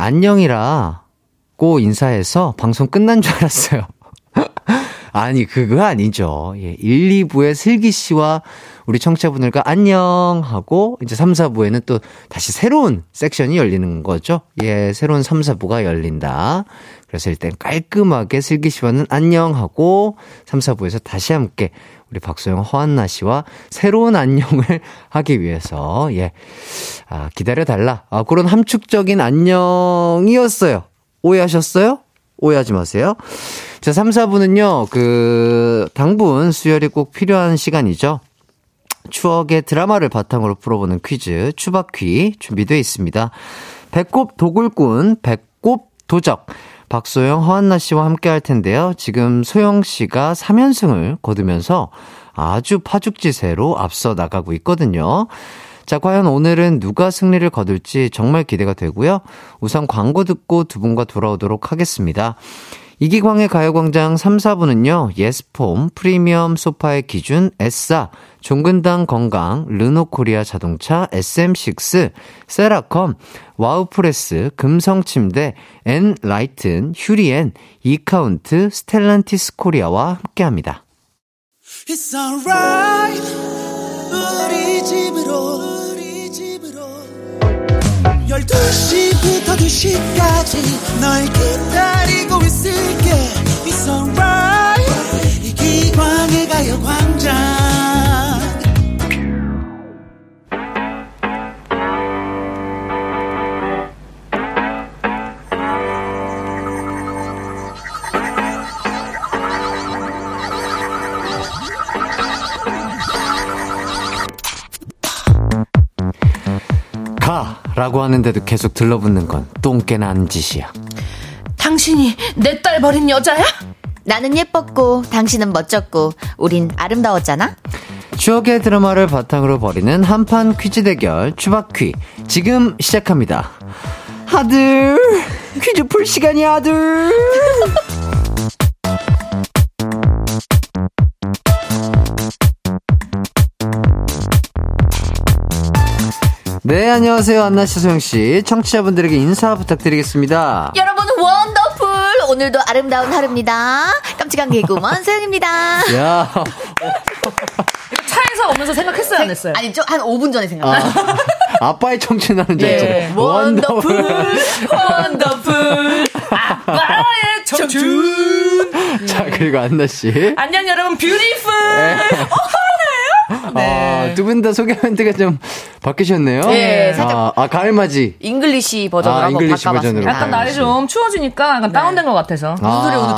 Speaker 1: 안녕이라고 인사해서 방송 끝난 줄 알았어요. 아니, 그거 아니죠. 예, 1, 2부에 슬기 씨와 우리 청취자분들과 안녕 하고, 이제 3, 4부에는 또 다시 새로운 섹션이 열리는 거죠. 예, 새로운 3, 4부가 열린다. 그래서 일단 깔끔하게 슬기 씨와는 안녕 하고, 3, 4부에서 다시 함께 우리 박소영, 허한나 씨와 새로운 안녕을 하기 위해서, 예, 아, 기다려달라. 아, 그런 함축적인 안녕이었어요. 오해하셨어요? 오해하지 마세요. 자, 3, 4부는요, 그, 당분 수혈이 꼭 필요한 시간이죠. 추억의 드라마를 바탕으로 풀어보는 퀴즈, 추박퀴 준비되어 있습니다. 배꼽 도굴꾼, 배꼽 도적. 박소영, 허한나 씨와 함께 할 텐데요. 지금 소영 씨가 3연승을 거두면서 아주 파죽지세로 앞서 나가고 있거든요. 자, 과연 오늘은 누가 승리를 거둘지 정말 기대가 되고요. 우선 광고 듣고 두 분과 돌아오도록 하겠습니다. 이기광의 가요광장 3, 4부는요, 예스폼, 프리미엄 소파의 기준, 에싸, 종근당 건강, 르노코리아 자동차, SM6, 세라컴, 와우프레스, 금성침대, 엔라이튼, 휴리엔, 이카운트, 스텔란티스 코리아와 함께합니다.
Speaker 6: It's alright 우리 집으로 우리 집으로 12시부터 2시까지 널 기다리고 있을게 It's alright 이기광의 가요광장
Speaker 1: 가! 라고 하는데도 계속 들러붙는 건 똥개나 하는 짓이야.
Speaker 7: 당신이 내 딸 버린 여자야?
Speaker 8: 나는 예뻤고 당신은 멋졌고 우린 아름다웠잖아.
Speaker 1: 추억의 드라마를 바탕으로 벌이는 한판 퀴즈 대결 추박퀴 지금 시작합니다. 아들 퀴즈 풀 시간이야 아들. 네 안녕하세요 안나 씨 소영 씨 청취자분들에게 인사 부탁드리겠습니다.
Speaker 8: 여러분 원더풀 오늘도 아름다운 하루입니다. 깜찍한 개구먼 소영입니다.
Speaker 1: 야
Speaker 7: 차에서 오면서 생각했어요 안 했어요?
Speaker 8: 아니 좀한 5분 전에 생각나.
Speaker 1: 아, 아빠의 청춘하는 줄 알죠.
Speaker 7: 예.
Speaker 1: 네, 원더풀.
Speaker 7: 원더풀 아빠의 청춘
Speaker 1: 자 그리고 안나 씨.
Speaker 7: 안녕 여러분 뷰티풀
Speaker 1: 네. 아,
Speaker 7: 네.
Speaker 1: 두 분 다 소개 멘트가 좀 바뀌셨네요.
Speaker 7: 예,
Speaker 8: 살짝.
Speaker 1: 아, 아, 가을맞이.
Speaker 8: 잉글리시 버전으로
Speaker 1: 아,
Speaker 8: 한번
Speaker 1: 잉글리시
Speaker 8: 바꿔봤습니다.
Speaker 1: 버전으로. 네.
Speaker 7: 약간 날이 좀 추워지니까
Speaker 4: 네.
Speaker 7: 약간 다운된 것 같아서
Speaker 1: 아.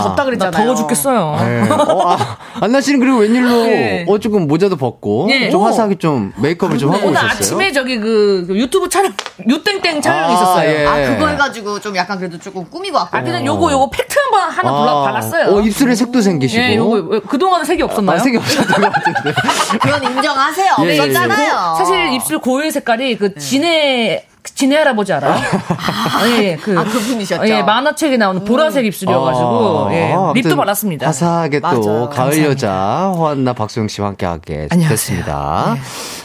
Speaker 7: 오늘이
Speaker 8: 그랬잖아요.
Speaker 7: 더워 죽겠어요 네.
Speaker 1: 예. 어, 아, 안나 씨는 그리고 웬일로
Speaker 7: 예.
Speaker 1: 어 조금 모자도 벗고
Speaker 7: 예.
Speaker 1: 좀
Speaker 7: 오.
Speaker 1: 화사하게 좀 메이크업을 좀뭐 하고
Speaker 7: 오늘
Speaker 1: 오셨어요.
Speaker 7: 아침에 저기 그 유튜브 촬영 유땡땡 촬영이
Speaker 1: 아,
Speaker 7: 있었어요
Speaker 1: 예.
Speaker 8: 아 그거 해가지고 좀 약간 그래도 조금 꾸미고 왔고.
Speaker 1: 어.
Speaker 7: 아 그냥 요거 요거 팩트 한번 하나
Speaker 1: 아,
Speaker 7: 골라 발랐어요
Speaker 1: 어, 입술에 색도 생기시고.
Speaker 7: 예 요거 그동안은 색이 없었나요?
Speaker 1: 아, 색이 없었던 것 같은데.
Speaker 8: 그건 인정하세요.
Speaker 1: 예, 예, 예.
Speaker 8: 없었잖아요.
Speaker 7: 사실 입술 고유 색깔이 그 진해 진해 할아버지 알아요? 아, 예, 그.
Speaker 8: 아, 그분이셨죠?
Speaker 7: 예, 만화책에 나오는 보라색 입술이어가지고,
Speaker 1: 아,
Speaker 7: 예,
Speaker 1: 아무튼
Speaker 7: 립도 발랐습니다.
Speaker 1: 화사하게
Speaker 8: 맞아요.
Speaker 1: 또 가을
Speaker 7: 감사합니다.
Speaker 1: 여자 호한나 박소영 씨와 함께하게
Speaker 7: 안녕하세요. 네.
Speaker 1: 됐습니다.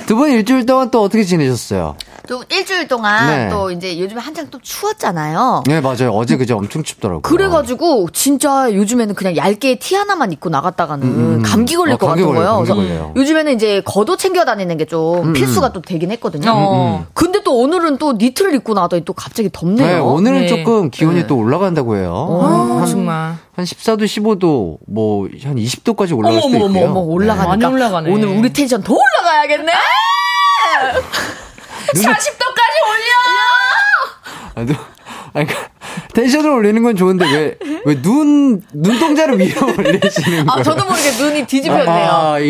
Speaker 1: 두 분 일주일 동안 또 어떻게 지내셨어요?
Speaker 8: 또 일주일 동안
Speaker 1: 네.
Speaker 8: 또 이제 요즘에 한창 또 추웠잖아요.
Speaker 1: 네 맞아요. 어제 그제 엄청 춥더라고요.
Speaker 8: 그래가지고 진짜 요즘에는 그냥 얇게 티 하나만 입고 나갔다가는 감기 걸릴
Speaker 1: 어,
Speaker 8: 것
Speaker 1: 감기
Speaker 8: 같은
Speaker 1: 걸려요,
Speaker 8: 거예요.
Speaker 1: 감기
Speaker 8: 그래서
Speaker 1: 걸려요. 음,
Speaker 8: 요즘에는 이제 겉옷 챙겨 다니는 게 좀 필수가 또 되긴 했거든요.
Speaker 7: 어.
Speaker 8: 근데 또 오늘은 또 니트를 입고 나더니 또 갑자기 덥네요. 어.
Speaker 1: 네 오늘은
Speaker 7: 네.
Speaker 1: 조금 기온이 또 올라간다고 해요.
Speaker 7: 아,
Speaker 1: 한,
Speaker 7: 정말.
Speaker 1: 한 14도, 15도, 뭐 한 20도까지 올라갈 수도
Speaker 7: 어머, 어머,
Speaker 1: 있고요.
Speaker 7: 어머,
Speaker 8: 올라가니까
Speaker 7: 많이 올라가네.
Speaker 8: 오늘 우리 텐션 더 올라가야겠네.
Speaker 1: 아! 눈
Speaker 7: 40도까지 올려!
Speaker 1: 아, 눈, 아니, 그러니까 텐션을 올리는 건 좋은데 왜 왜 눈 눈동자를 위로 올리시는 거예요?
Speaker 8: 아 저도 모르게 눈이 뒤집혔네요.
Speaker 1: 아, 예,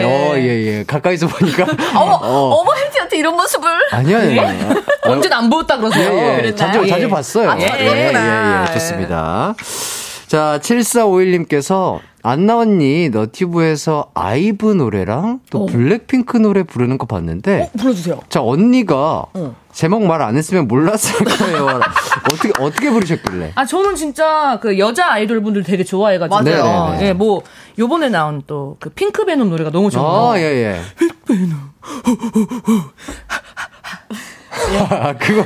Speaker 1: 예, 어, 예, 예. 가까이서 보니까.
Speaker 8: 어머 어머 햄티한테 이런 모습을
Speaker 1: 아니요, 아니요. 아,
Speaker 7: 언제 안 보였다 그러세요?
Speaker 8: 어,
Speaker 1: 예, 예. 자주,
Speaker 7: 예.
Speaker 1: 자주 봤어요.
Speaker 7: 아,
Speaker 1: 예,
Speaker 7: 자주
Speaker 1: 예,
Speaker 7: 봤구나.
Speaker 1: 예, 예. 좋습니다. 자, 7451님께서 안나 언니 너튜브에서 아이브 노래랑 또 블랙핑크 노래 부르는 거 봤는데
Speaker 8: 불러주세요.
Speaker 1: 자, 언니가 제목 말 안 했으면 몰랐을 거예요. 어떻게, 어떻게 부르셨길래?
Speaker 7: 아, 저는 진짜 그 여자 아이돌 분들 되게 좋아해가지고.
Speaker 1: 맞아요. 네네네.
Speaker 7: 예, 뭐, 요번에 나온 또 그 핑크베놈 노래가 너무 좋아요.
Speaker 1: 아, 예, 예. 아, 그거.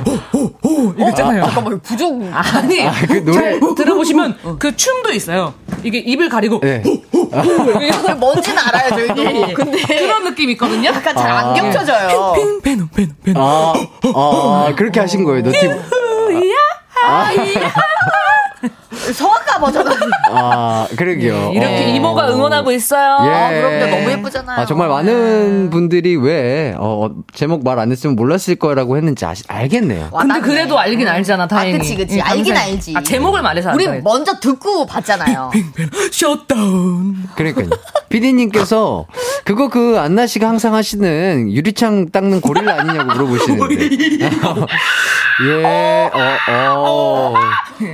Speaker 7: 이거 있잖아요.
Speaker 8: 잠깐만 이거 부족.
Speaker 7: 아니,
Speaker 1: 그 노래.
Speaker 7: 잘 들어보시면 그 춤도 있어요. 이게 입을 가리고.
Speaker 1: 예.
Speaker 8: 그걸 뭔지는 알아요 저희도. 근데
Speaker 7: 그런 느낌이 있거든요.
Speaker 8: 약간 잘 안 겹쳐져요.
Speaker 7: 핑, 베놈, 베놈, 베놈.
Speaker 1: 아, 아, 그렇게 하신 거예요, 너튜브.
Speaker 8: 성악가 버전은
Speaker 1: 아, 그러게요.
Speaker 7: 이렇게
Speaker 1: 어.
Speaker 7: 이모가 응원하고 있어요.
Speaker 1: 예.
Speaker 8: 그럼요. 너무 예쁘잖아요.
Speaker 1: 아, 정말 많은 분들이 왜, 어, 어, 제목 말 안 했으면 몰랐을 거라고 했는지 아시, 알겠네요.
Speaker 7: 근데
Speaker 8: 와닿네.
Speaker 7: 그래도 알긴 알잖아, 다행히.
Speaker 8: 아, 그치, 그치.
Speaker 7: 예,
Speaker 8: 알긴
Speaker 7: 감사해.
Speaker 8: 알지.
Speaker 7: 아, 제목을 말해서
Speaker 8: 우리
Speaker 7: 알아요.
Speaker 8: 먼저 듣고 봤잖아요.
Speaker 7: 셧다운.
Speaker 1: 그러니까요. 피디님께서, 그거 그, 안나 씨가 항상 하시는 유리창 닦는 고릴라 아니냐고 물어보시는데. 예, 어, 어.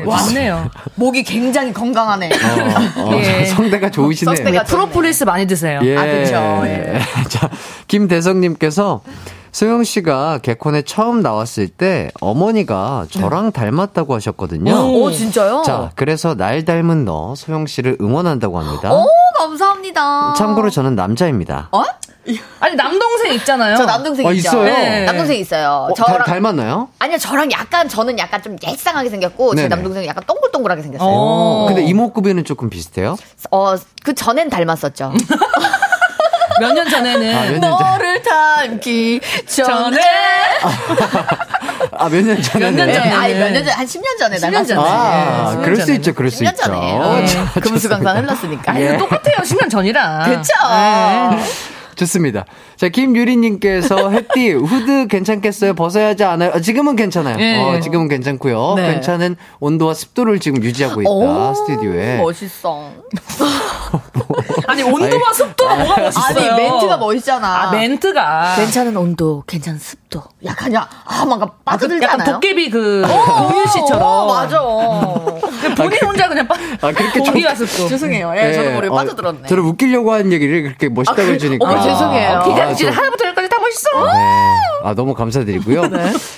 Speaker 7: 왔네요.
Speaker 8: 목이 굉장히 건강하네.
Speaker 1: 어, 어,
Speaker 7: 예.
Speaker 1: 성대가 좋으시네요.
Speaker 8: 성대가
Speaker 7: 프로폴리스 많이 드세요.
Speaker 1: 예.
Speaker 8: 아, 그쵸. 예.
Speaker 1: 자, 김대성님께서 소영 씨가 개콘에 처음 나왔을 때 어머니가 저랑 닮았다고 하셨거든요.
Speaker 8: 오, 진짜요?
Speaker 1: 자, 그래서 날 닮은 너 소영 씨를 응원한다고 합니다.
Speaker 8: 오, 감사합니다.
Speaker 1: 참고로 저는 남자입니다.
Speaker 8: 어?
Speaker 7: 아니, 남동생 있잖아요.
Speaker 8: 저 남동생
Speaker 1: 아,
Speaker 8: 있죠?
Speaker 1: 있어요?
Speaker 7: 네.
Speaker 8: 남동생 있어요.
Speaker 1: 어, 다-
Speaker 8: 저랑
Speaker 1: 닮았나요?
Speaker 8: 아니요, 저랑 약간 저는 약간 좀 얄쌍하게 생겼고 제
Speaker 1: 네네.
Speaker 8: 남동생은 약간 동글동글하게 생겼어요. 어,
Speaker 7: 어.
Speaker 1: 근데 이목구비는 조금 비슷해요?
Speaker 8: 그 전엔 닮았었죠.
Speaker 7: 몇 년 전에는
Speaker 1: 아, 몇 년 전?
Speaker 8: 네. 너를 닮기 전에
Speaker 7: 전에
Speaker 1: 아, 몇 년 전에?
Speaker 7: 몇년
Speaker 8: 네,
Speaker 7: 전에.
Speaker 8: 아니 몇년 전, 한 10년 전에
Speaker 7: 10년 전에.
Speaker 8: 닮았어요.
Speaker 1: 아,
Speaker 7: 예, 십년
Speaker 1: 그럴 수
Speaker 7: 전에.
Speaker 1: 있죠, 그럴 수
Speaker 8: 10년 네.
Speaker 1: 있죠. 어, 예.
Speaker 8: 전에. 네. 금수강산 흘렀으니까.
Speaker 7: 이거 똑같아요. 10년 전이랑.
Speaker 8: 그쵸?
Speaker 7: 네.
Speaker 1: 좋습니다. 자, 김유리님께서 햇띠 후드 괜찮겠어요? 벗어야 하지 않아요? 아, 지금은 괜찮아요.
Speaker 7: 예.
Speaker 1: 어, 지금은 괜찮고요.
Speaker 8: 네.
Speaker 1: 괜찮은 온도와 습도를 지금 유지하고 있다.
Speaker 8: 오,
Speaker 1: 스튜디오에.
Speaker 8: 멋있어.
Speaker 7: 아니, 온도와 습도가 뭐가
Speaker 8: 아니
Speaker 7: 멋있어요.
Speaker 8: 멘트가 멋있잖아.
Speaker 7: 아, 멘트가.
Speaker 8: 괜찮은 온도, 괜찮은 습도. 약간 야, 아 뭔가 빠져들지
Speaker 7: 그 약간
Speaker 8: 않아요?
Speaker 7: 도깨비 그, 공유
Speaker 8: 어,
Speaker 7: 씨처럼. 음.
Speaker 8: 맞아.
Speaker 7: 본인 혼자 그냥 빠,
Speaker 1: 아, 그렇게
Speaker 7: 공기가 습고.
Speaker 8: 죄송해요. 예, 저도 모르게
Speaker 1: 어,
Speaker 8: 빠져들었네. 아,
Speaker 1: 저를 웃기려고 한 얘기를 그렇게 멋있다고 해주니까.
Speaker 8: 어머, 죄송해요.
Speaker 1: 아,
Speaker 7: 기가
Speaker 1: 저-
Speaker 7: 막히네. 하나부터 열까지 다 멋있어.
Speaker 1: 네. 아, 너무 감사드리고요.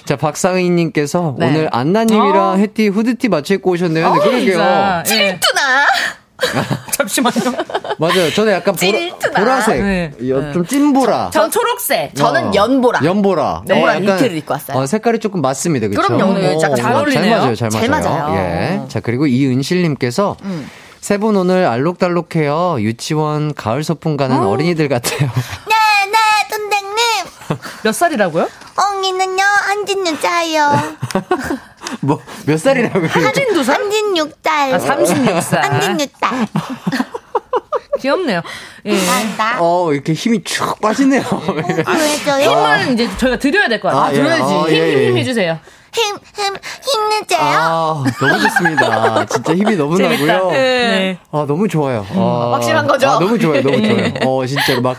Speaker 1: 자, 박상희님께서
Speaker 8: 네.
Speaker 1: 오늘 안나님이랑 해티 후드티 맞춰 입고 오셨네요. 네, 그러게요.
Speaker 8: 아,
Speaker 7: 진짜. 예.
Speaker 8: 찔투나.
Speaker 7: 잠시만요.
Speaker 1: 맞아요. 저는 약간 보라,
Speaker 8: 찔투나.
Speaker 1: 보라색.
Speaker 7: 네.
Speaker 1: 여- 좀 찐보라.
Speaker 7: 전 초록색.
Speaker 8: 저는
Speaker 1: 어.
Speaker 8: 연보라.
Speaker 1: 연보라.
Speaker 8: 네. 연보라
Speaker 1: 약간,
Speaker 8: 니트를 입고 왔어요.
Speaker 1: 어, 색깔이 조금 맞습니다. 그쵸?
Speaker 8: 그럼요. 오늘 약간
Speaker 7: 잘 어울리네요.
Speaker 1: 맞아요. 잘 맞아요.
Speaker 8: 잘 맞아요. 음.
Speaker 1: 예. 자, 그리고 이은실님께서 세 분 오늘 알록달록해요. 유치원 가을 소풍 가는 어린이들 같아요.
Speaker 5: 네네 선생님
Speaker 7: 몇 살이라고요?
Speaker 5: 엉이는요 한진육 짜요
Speaker 1: 뭐, 몇 살이라고 그러죠?
Speaker 7: 한진두 살?
Speaker 5: 한진육 짤
Speaker 7: 아, 36살.
Speaker 5: 한진육 아, 짤
Speaker 7: 귀엽네요. 예.
Speaker 5: 간다
Speaker 1: 어, 이렇게 힘이 쭉 빠지네요.
Speaker 5: 구해줘요
Speaker 7: 힘을 이제 저희가 드려야 될 것 같아요.
Speaker 1: 아, 예. 아,
Speaker 7: 힘,
Speaker 1: 예, 예.
Speaker 7: 힘, 힘 해주세요.
Speaker 5: 힘힘 어. 힘내줘요
Speaker 1: 아, 너무 좋습니다. 진짜 힘이 너무 나고요.
Speaker 7: 네.
Speaker 1: 아, 너무 좋아요. 아,
Speaker 8: 음, 확실한 거죠? 네.
Speaker 1: 아, 너무 좋아요. 너무 좋아요. 어, 진짜 막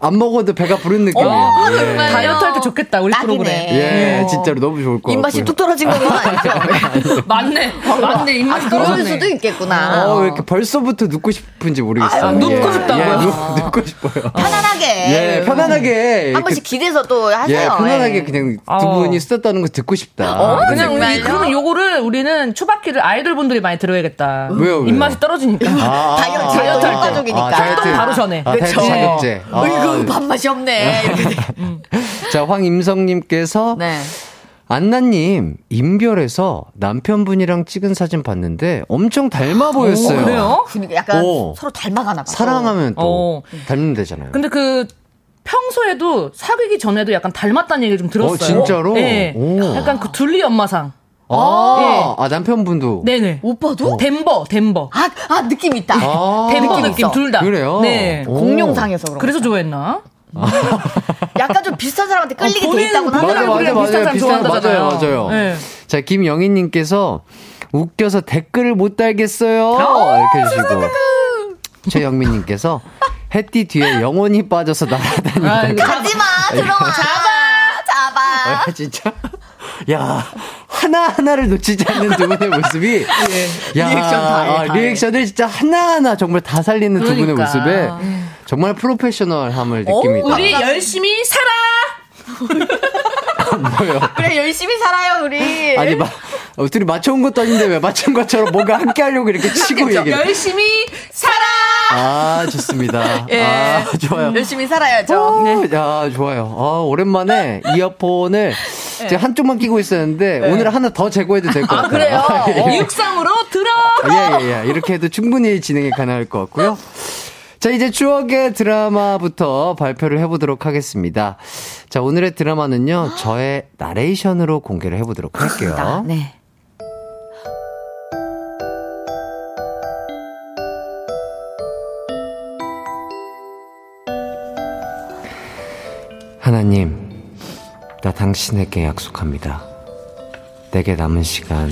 Speaker 1: 안 먹어도 배가 부른 느낌이에요. 예.
Speaker 7: 다이어트 할 때 좋겠다, 우리
Speaker 8: 딱이네.
Speaker 7: 프로그램.
Speaker 1: 예, 진짜로 너무 좋을 것 같아요.
Speaker 8: 입맛이 뚝 떨어진 거건 아니죠?
Speaker 7: 맞네. 맞네. 입맛이
Speaker 8: 아, 그럴
Speaker 7: 떨어졌네.
Speaker 8: 수도 있겠구나.
Speaker 1: 예. 어, 왜 이렇게 벌써부터 눕고 싶은지 모르겠어요.
Speaker 8: 아,
Speaker 7: 아유, 눕고 싶다고요?
Speaker 1: 예, 눕, 눕고 싶어요.
Speaker 5: 편안한
Speaker 8: 편하게.
Speaker 1: 예, 편안하게.
Speaker 8: 한 번씩 기대서 또 하세요.
Speaker 1: 예,
Speaker 8: 예.
Speaker 1: 편안하게 그냥 두
Speaker 7: 어.
Speaker 1: 분이 쓰다는 거 듣고 싶다.
Speaker 8: 어,
Speaker 1: 근데
Speaker 7: 그냥 우리
Speaker 8: 정말요?
Speaker 7: 그러면 요거를 우리는 초바퀴를 아이돌 분들이 많이 들어야겠다.
Speaker 1: 왜요, 왜요?
Speaker 7: 입맛이 떨어지니까.
Speaker 1: 아,
Speaker 8: 다이어트
Speaker 1: 아,
Speaker 8: 다이어트
Speaker 7: 할 때.
Speaker 8: 가족이니까.
Speaker 1: 아, 다이어트.
Speaker 7: 바로 전에. 뭐
Speaker 1: 아, 다이어트
Speaker 8: 그쵸.
Speaker 1: 자격제. 아,
Speaker 8: 어이구 밥맛이 없네. 이렇게.
Speaker 1: 자, 황임성님께서
Speaker 8: 네.
Speaker 1: 안나님 인별에서 남편분이랑 찍은 사진 봤는데 엄청 닮아 보였어요.
Speaker 7: 그래요?
Speaker 8: 그러니까 약간
Speaker 1: 오.
Speaker 8: 서로 닮아가나 봐.
Speaker 1: 사랑하면 또
Speaker 7: 어.
Speaker 1: 닮는 되잖아요.
Speaker 7: 근데 그 평소에도 사귀기 전에도 약간 닮았다는 얘기를 좀 들었어요.
Speaker 1: 어, 진짜로?
Speaker 7: 네.
Speaker 1: 오.
Speaker 7: 약간 그 둘리 엄마상.
Speaker 1: 아, 아, 남편분도.
Speaker 7: 네. 네네.
Speaker 8: 오빠도?
Speaker 7: 덴버, 덴버.
Speaker 8: 아, 아 느낌 있다.
Speaker 1: 아,
Speaker 7: 덴버
Speaker 8: 느낌
Speaker 7: 느낌,
Speaker 8: 있어.
Speaker 7: 둘 다.
Speaker 1: 그래요?
Speaker 7: 네.
Speaker 1: 오.
Speaker 8: 공룡상에서 그런
Speaker 7: 그래서 좋아했나?
Speaker 8: 거. 약간 좀 비슷한 사람한테 끌리게
Speaker 7: 어,
Speaker 8: 돼
Speaker 7: 본인-
Speaker 8: 있다고
Speaker 7: 본인
Speaker 1: 맞아,
Speaker 8: 하더라고요.
Speaker 1: 맞아,
Speaker 7: 얼굴이랑 비슷한
Speaker 1: 맞아.
Speaker 7: 사람
Speaker 1: 비슷한, 맞아요,
Speaker 7: 좋아한다잖아요.
Speaker 1: 맞아요.
Speaker 7: 네.
Speaker 1: 자, 김영희님께서 웃겨서 댓글을 못 달겠어요.
Speaker 7: 아,
Speaker 1: 이렇게 해주시고. 최영민님께서 해띠 뒤에 영혼이 빠져서 날아다니.
Speaker 7: 아, 이거 다-
Speaker 8: 가지마 들어와. 잡아 잡아.
Speaker 1: 아, 진짜? 야, 하나하나를 놓치지 않는 두 분의 모습이.
Speaker 7: 예,
Speaker 1: 야,
Speaker 8: 리액션 다해,
Speaker 1: 아,
Speaker 8: 다해.
Speaker 1: 리액션을 진짜 하나하나 정말 다 살리는 두 분의
Speaker 7: 그러니까.
Speaker 1: 모습에 정말 프로페셔널함을 느낍니다.
Speaker 7: 우리 열심히 살아!
Speaker 1: 뭐예요?
Speaker 8: 그래 열심히 살아요 우리.
Speaker 7: 예.
Speaker 1: 아니, 마, 어, 둘이 맞춰온 것도 아닌데 왜 맞춘 것처럼 뭔가 함께 하려고 이렇게 치고 얘기를.
Speaker 7: 열심히 살아!
Speaker 1: 아, 좋습니다.
Speaker 8: 예.
Speaker 1: 아, 좋아요.
Speaker 8: 열심히 살아야죠.
Speaker 1: 오, 네. 야, 좋아요. 아, 오랜만에 이어폰을 제가 한쪽만 끼고 있었는데 오늘 하나 더 제거해도 될 것 같아요.
Speaker 8: 네. 그래요?
Speaker 7: 육상으로 들어!
Speaker 1: 예, 예, 예. 이렇게 해도 충분히 진행이 가능할 것 같고요. 자, 이제 추억의 드라마부터 발표를 해보도록 하겠습니다. 자, 오늘의 드라마는요, 저의 나레이션으로 공개를 해보도록 할게요.
Speaker 8: 네.
Speaker 1: 하나님, 나 당신에게 약속합니다. 내게 남은 시간,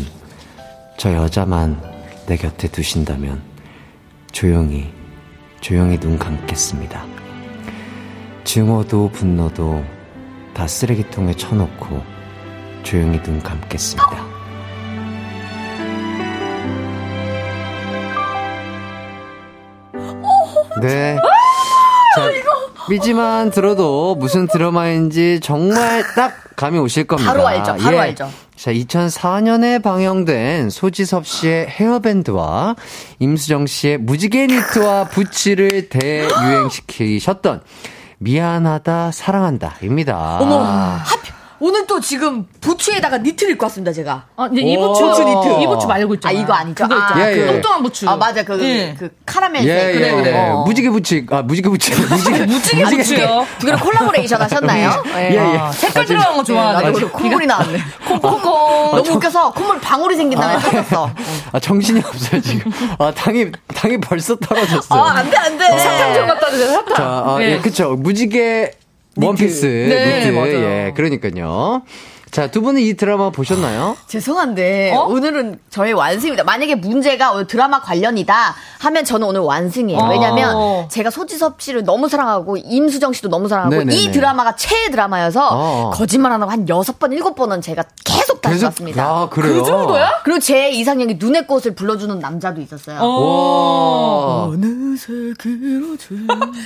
Speaker 1: 저 여자만 내 곁에 두신다면, 조용히, 조용히 눈 감겠습니다. 증오도 분노도 다 쓰레기통에 쳐놓고, 조용히 눈 감겠습니다. 네. 자, 삐지만 들어도 무슨 드라마인지 정말 딱 감이 오실 겁니다. 예.
Speaker 8: 바로 알죠, 바로 알죠.
Speaker 1: 자, 2004년에 방영된 소지섭 씨의 헤어밴드와 임수정 씨의 무지개 니트와 부츠를 대유행시키셨던 미안하다, 사랑한다입니다. 아,
Speaker 8: 어머. 하필 오늘 또 지금 부츠에다가 니트를 입고 왔습니다 제가.
Speaker 7: 아, 이제
Speaker 1: 오.
Speaker 7: 이부츠,
Speaker 1: 부츠 니트.
Speaker 7: 이부츠 말고
Speaker 8: 아
Speaker 7: 있잖아.
Speaker 8: 이거 아니죠?
Speaker 7: 그거
Speaker 8: 아,
Speaker 1: 예,
Speaker 7: 있잖아.
Speaker 1: 예.
Speaker 7: 그 뚱뚱한 부츠.
Speaker 8: 아 맞아 그 그
Speaker 7: 예.
Speaker 8: 카라멜색
Speaker 1: 예, 예,
Speaker 8: 네, 그래 그래.
Speaker 1: 예.
Speaker 8: 어.
Speaker 1: 무지개 부츠, 아, 무지개 부츠. 무지개,
Speaker 7: 무지개 부츠요.
Speaker 8: 두 개를 콜라보레이션 하셨나요?
Speaker 1: 예, 예.
Speaker 7: 색깔 들어간 거 좋아하네.
Speaker 8: 그 나도 콧물이 나왔네. 아,
Speaker 7: 콩콩콩. 아,
Speaker 8: 너무 웃겨서 콧물 방울이 생긴다면 터졌어.
Speaker 1: 아, 정신이 없어요, 지금. 아, 당이, 당이 벌써 떨어졌어요.
Speaker 8: 아, 안 돼, 안 돼.
Speaker 7: 사탕 좀 갖다 주세요, 사탕.
Speaker 1: 자, 아,
Speaker 7: 네.
Speaker 1: 예, 그쵸. 무지개 원피스.
Speaker 7: 네,
Speaker 1: 니트.
Speaker 7: 맞아요.
Speaker 1: 예, 그러니까요. 자, 두 분은 이 드라마 보셨나요?
Speaker 8: 죄송한데,
Speaker 7: 어?
Speaker 8: 오늘은 저의 완승입니다. 만약에 문제가 오늘 드라마 관련이다 하면 저는 오늘 완승이에요.
Speaker 7: 어.
Speaker 8: 왜냐면 제가 소지섭 씨를 너무 사랑하고 임수정 씨도 너무 사랑하고
Speaker 1: 네네네.
Speaker 8: 이 드라마가 최애 드라마여서
Speaker 1: 어.
Speaker 8: 거짓말 안 하고 한 여섯 번, 일곱 번은 제가 계속 다시 봤습니다.
Speaker 1: 아, 그래요? 그 정도야?
Speaker 8: 그리고 제 이상형이 눈의 꽃을 불러주는 남자도 있었어요.
Speaker 1: 와.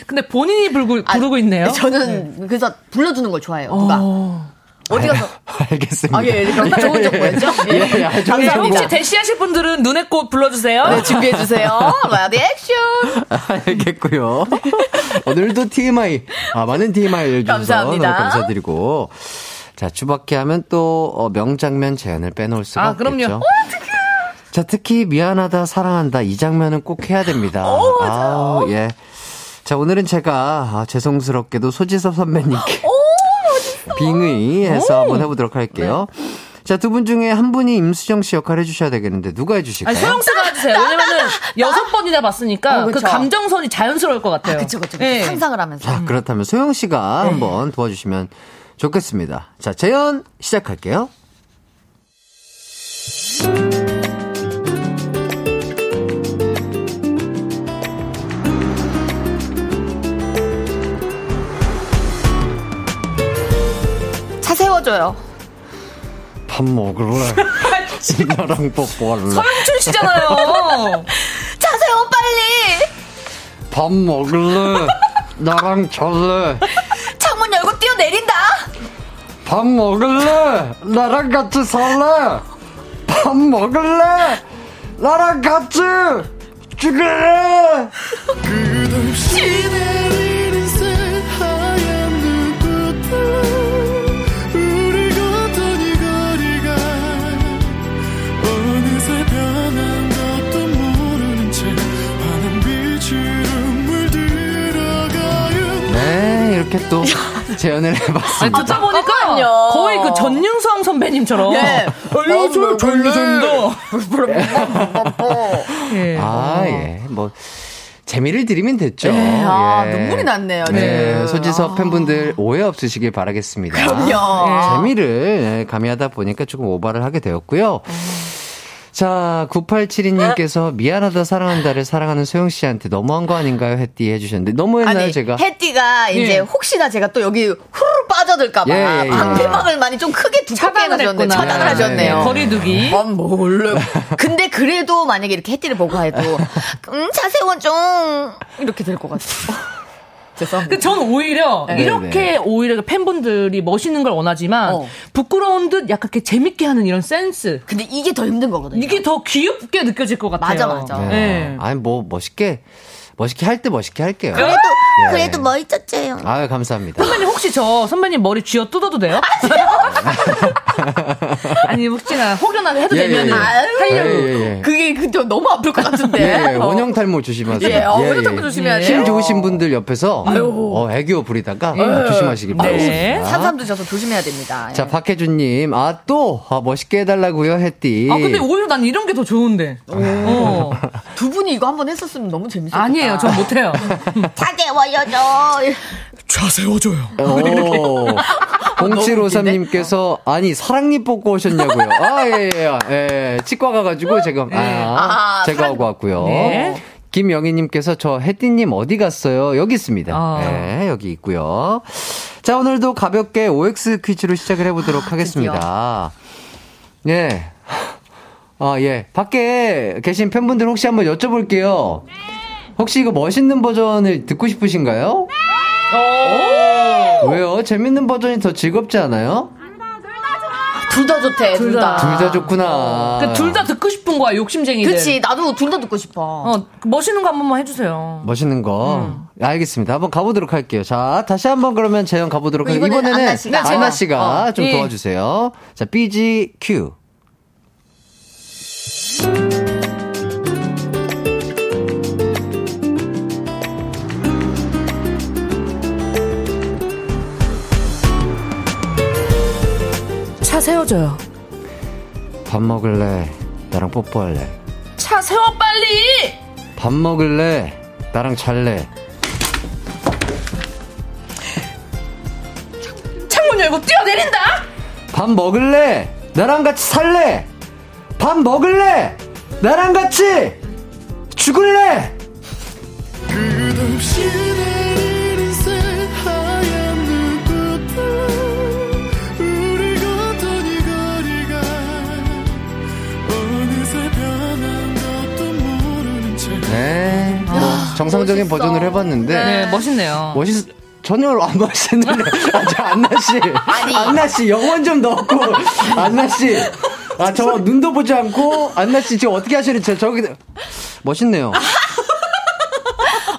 Speaker 7: 근데 본인이 불고,
Speaker 8: 아,
Speaker 7: 부르고 있네요.
Speaker 8: 저는 그래서 불러주는 걸 좋아해요. 누가 어디 가서
Speaker 1: 알겠습니다.
Speaker 8: 아, 예, 예. 그럼 좋은 정보였죠? 예,
Speaker 1: 예, 아, 좋은
Speaker 7: 자,
Speaker 1: 정보.
Speaker 7: 혹시 대시하실 분들은 눈의 꽃 불러주세요.
Speaker 8: 네, 준비해주세요. 라디 액션!
Speaker 1: 알겠고요. 오늘도 TMI, 아, 많은 TMI 알려주셔서
Speaker 8: 감사합니다.
Speaker 1: 너무 감사드리고. 자, 추바키 하면 또 어, 명장면 제안을 빼놓을 수가
Speaker 7: 아,
Speaker 1: 없겠죠.
Speaker 7: 그럼요.
Speaker 1: 자, 특히 미안하다, 사랑한다 이 장면은 꼭 해야 됩니다. 아, 예. 자, 오늘은 제가 아, 죄송스럽게도 소지섭 선배님께 빙의해서 한번 해보도록 할게요. 자, 두 분 중에 한 분이 임수정 씨 역할 해주셔야 되겠는데 누가 해주실까요?
Speaker 7: 아니, 소영씨가 해주세요. 왜냐면은 여섯 번이나 봤으니까
Speaker 8: 어,
Speaker 7: 그
Speaker 8: 그쵸.
Speaker 7: 감정선이 자연스러울 것 같아요.
Speaker 8: 그쵸, 그쵸.
Speaker 7: 예.
Speaker 8: 그쵸. 상상을 하면서.
Speaker 1: 자, 그렇다면 소영 씨가
Speaker 8: 네.
Speaker 1: 한번 도와주시면 좋겠습니다. 자, 재연 시작할게요.
Speaker 8: 아, 차 세워줘요.
Speaker 1: 밥 먹을래? 나랑 뽀뽀할래?
Speaker 7: 서영춘 씨잖아요.
Speaker 8: 차 세워, 빨리!
Speaker 1: 밥 먹을래? 나랑 잘래.
Speaker 8: 창문 열고 뛰어내린다.
Speaker 1: 밥 먹을래? 나랑 같이 살래? 밥 먹을래? 나랑 같이 죽을래? 네, 이렇게 또 재연을 해봤습니다.
Speaker 7: 듣다 보니까
Speaker 8: 잠깐만요.
Speaker 7: 거의 그 전윤성 선배님처럼.
Speaker 8: 예.
Speaker 7: 얼굴 돌리던데.
Speaker 1: 아, 예. 뭐, 재미를 드리면 됐죠.
Speaker 8: 네, 어. 아,
Speaker 1: 예.
Speaker 8: 눈물이 났네요,
Speaker 1: 네,
Speaker 8: 지금.
Speaker 1: 소지섭
Speaker 8: 아.
Speaker 1: 팬분들 오해 없으시길 바라겠습니다. 예.
Speaker 8: 그럼요. 아.
Speaker 1: 재미를 예, 가미하다 보니까 조금 오바를 하게 되었고요.
Speaker 8: 아.
Speaker 1: 자, 9872님께서 미안하다 사랑한다를 사랑하는 소영 씨한테 너무한 거 아닌가요? 해띠 해주셨는데 너무했나요
Speaker 8: 아니,
Speaker 1: 제가?
Speaker 8: 해띠가 이제
Speaker 7: 예.
Speaker 8: 혹시나 제가 또 여기 후루룩
Speaker 1: 예,
Speaker 8: 빠져들까봐
Speaker 1: 예, 예.
Speaker 8: 방패막을 많이 좀 크게 두껍게
Speaker 7: 차단을
Speaker 8: 해놨었네.
Speaker 7: 했구나.
Speaker 8: 차단을
Speaker 1: 네,
Speaker 8: 하셨네요.
Speaker 1: 네.
Speaker 7: 거리두기.
Speaker 8: 난 몰라. 근데 그래도 만약에 이렇게 해띠를 보고 해도, 음, 자세원 좀, 이렇게 될 것 같아요. 어, 죄송합니다.
Speaker 7: 근데 그 전 오히려
Speaker 1: 네,
Speaker 7: 이렇게
Speaker 1: 네.
Speaker 7: 오히려 팬분들이 멋있는 걸 원하지만
Speaker 8: 어.
Speaker 7: 부끄러운 듯 약간 이렇게 재밌게 하는 이런 센스
Speaker 8: 근데 이게 더 힘든 거거든요.
Speaker 7: 이게 더 귀엽게 느껴질 것 같아요.
Speaker 8: 맞아, 맞아.
Speaker 1: 네.
Speaker 7: 네.
Speaker 1: 아니 뭐 멋있게 멋있게 할 때 멋있게 할게요.
Speaker 8: 예. 그래도,
Speaker 1: 예.
Speaker 8: 그래도 뭐 멋있었어요.
Speaker 1: 아유 감사합니다.
Speaker 7: 선배님 혹시 저 선배님 머리 쥐어 뜯어도 돼요? 아니 혹시나 혹여나 해도
Speaker 1: 예, 예,
Speaker 7: 되면
Speaker 1: 예.
Speaker 8: 아유,
Speaker 1: 예, 예, 예.
Speaker 8: 그게 그저 너무 아플 것 같은데.
Speaker 1: 예, 예,
Speaker 8: 어.
Speaker 1: 원형 탈모 조심하세요.
Speaker 8: 예, 어, 원형 탈모 조심해야 돼요.
Speaker 1: 힘 좋으신 분들 옆에서 어, 애교 부리다가
Speaker 8: 예.
Speaker 1: 조심하시길
Speaker 7: 네.
Speaker 1: 바라겠습니다.
Speaker 8: 산삼 드셔서 조심해야 됩니다.
Speaker 1: 자, 박혜준님, 아, 또, 아, 멋있게 해달라고요 했디.
Speaker 7: 아 근데 오히려 난 이런 게 더 좋은데. 어.
Speaker 8: 두 분이 이거 한번 했었으면 너무 재밌었겠다.
Speaker 7: 아니에요, 전 못해요.
Speaker 8: 예. 자제워여줘.
Speaker 1: 오. 0753님께서, 아니, 사랑니 뽑고 오셨냐고요. 아, 예, 예, 예. 치과 가가지고, 지금, 아,
Speaker 8: 아,
Speaker 1: 제가 하고 왔고요.
Speaker 7: 네.
Speaker 1: 김영희님께서, 저 혜띠님 어디 갔어요? 여기 있습니다.
Speaker 7: 아.
Speaker 1: 예, 여기 있고요. 자, 오늘도 가볍게 OX 퀴즈로 시작을 해보도록 하겠습니다. 예. 아, 예. 밖에 계신 팬분들 혹시 한번 여쭤볼게요. 혹시 이거 멋있는 버전을 듣고 싶으신가요?
Speaker 8: 어.
Speaker 1: 왜요? 재밌는 버전이 더 즐겁지 않아요?
Speaker 8: 둘 다 좋대, 둘 다.
Speaker 1: 둘 다 좋구나.
Speaker 7: 그러니까 둘 다 듣고 싶은 거야, 욕심쟁이들.
Speaker 8: 그치, 나도 둘 다 듣고 싶어.
Speaker 7: 네. 어, 멋있는 거 한 번만 해주세요.
Speaker 1: 멋있는 거.
Speaker 8: 음.
Speaker 1: 알겠습니다. 한번 가보도록 할게요. 자, 다시 한번 그러면 재현 가보도록 할게요.
Speaker 8: 이번에는
Speaker 1: 이번에는
Speaker 8: 안나 씨가. 어.
Speaker 1: 안나 씨가 좀
Speaker 7: 예.
Speaker 1: 도와주세요. 자, BGQ.
Speaker 7: 차 세워줘요.
Speaker 1: 밥 먹을래? 나랑 뽀뽀할래?
Speaker 7: 차 세워 빨리!
Speaker 1: 밥 먹을래? 나랑 잘래?
Speaker 7: 창문 열고 뛰어내린다!
Speaker 1: 밥 먹을래? 나랑 같이 살래? 밥 먹을래? 나랑 같이 죽을래? 네. 뭐 정상적인
Speaker 8: 아, 멋있어.
Speaker 1: 버전을 해봤는데
Speaker 7: 네, 멋있네요.
Speaker 1: 멋있 전혀 안 멋있는데 아저 안나 씨
Speaker 8: 아니.
Speaker 1: 안나 씨 영혼 좀 넣고 안나 씨아저 눈도 보지 않고 안나 씨 지금 어떻게 하시는지 저기
Speaker 7: 아,
Speaker 1: 멋있네요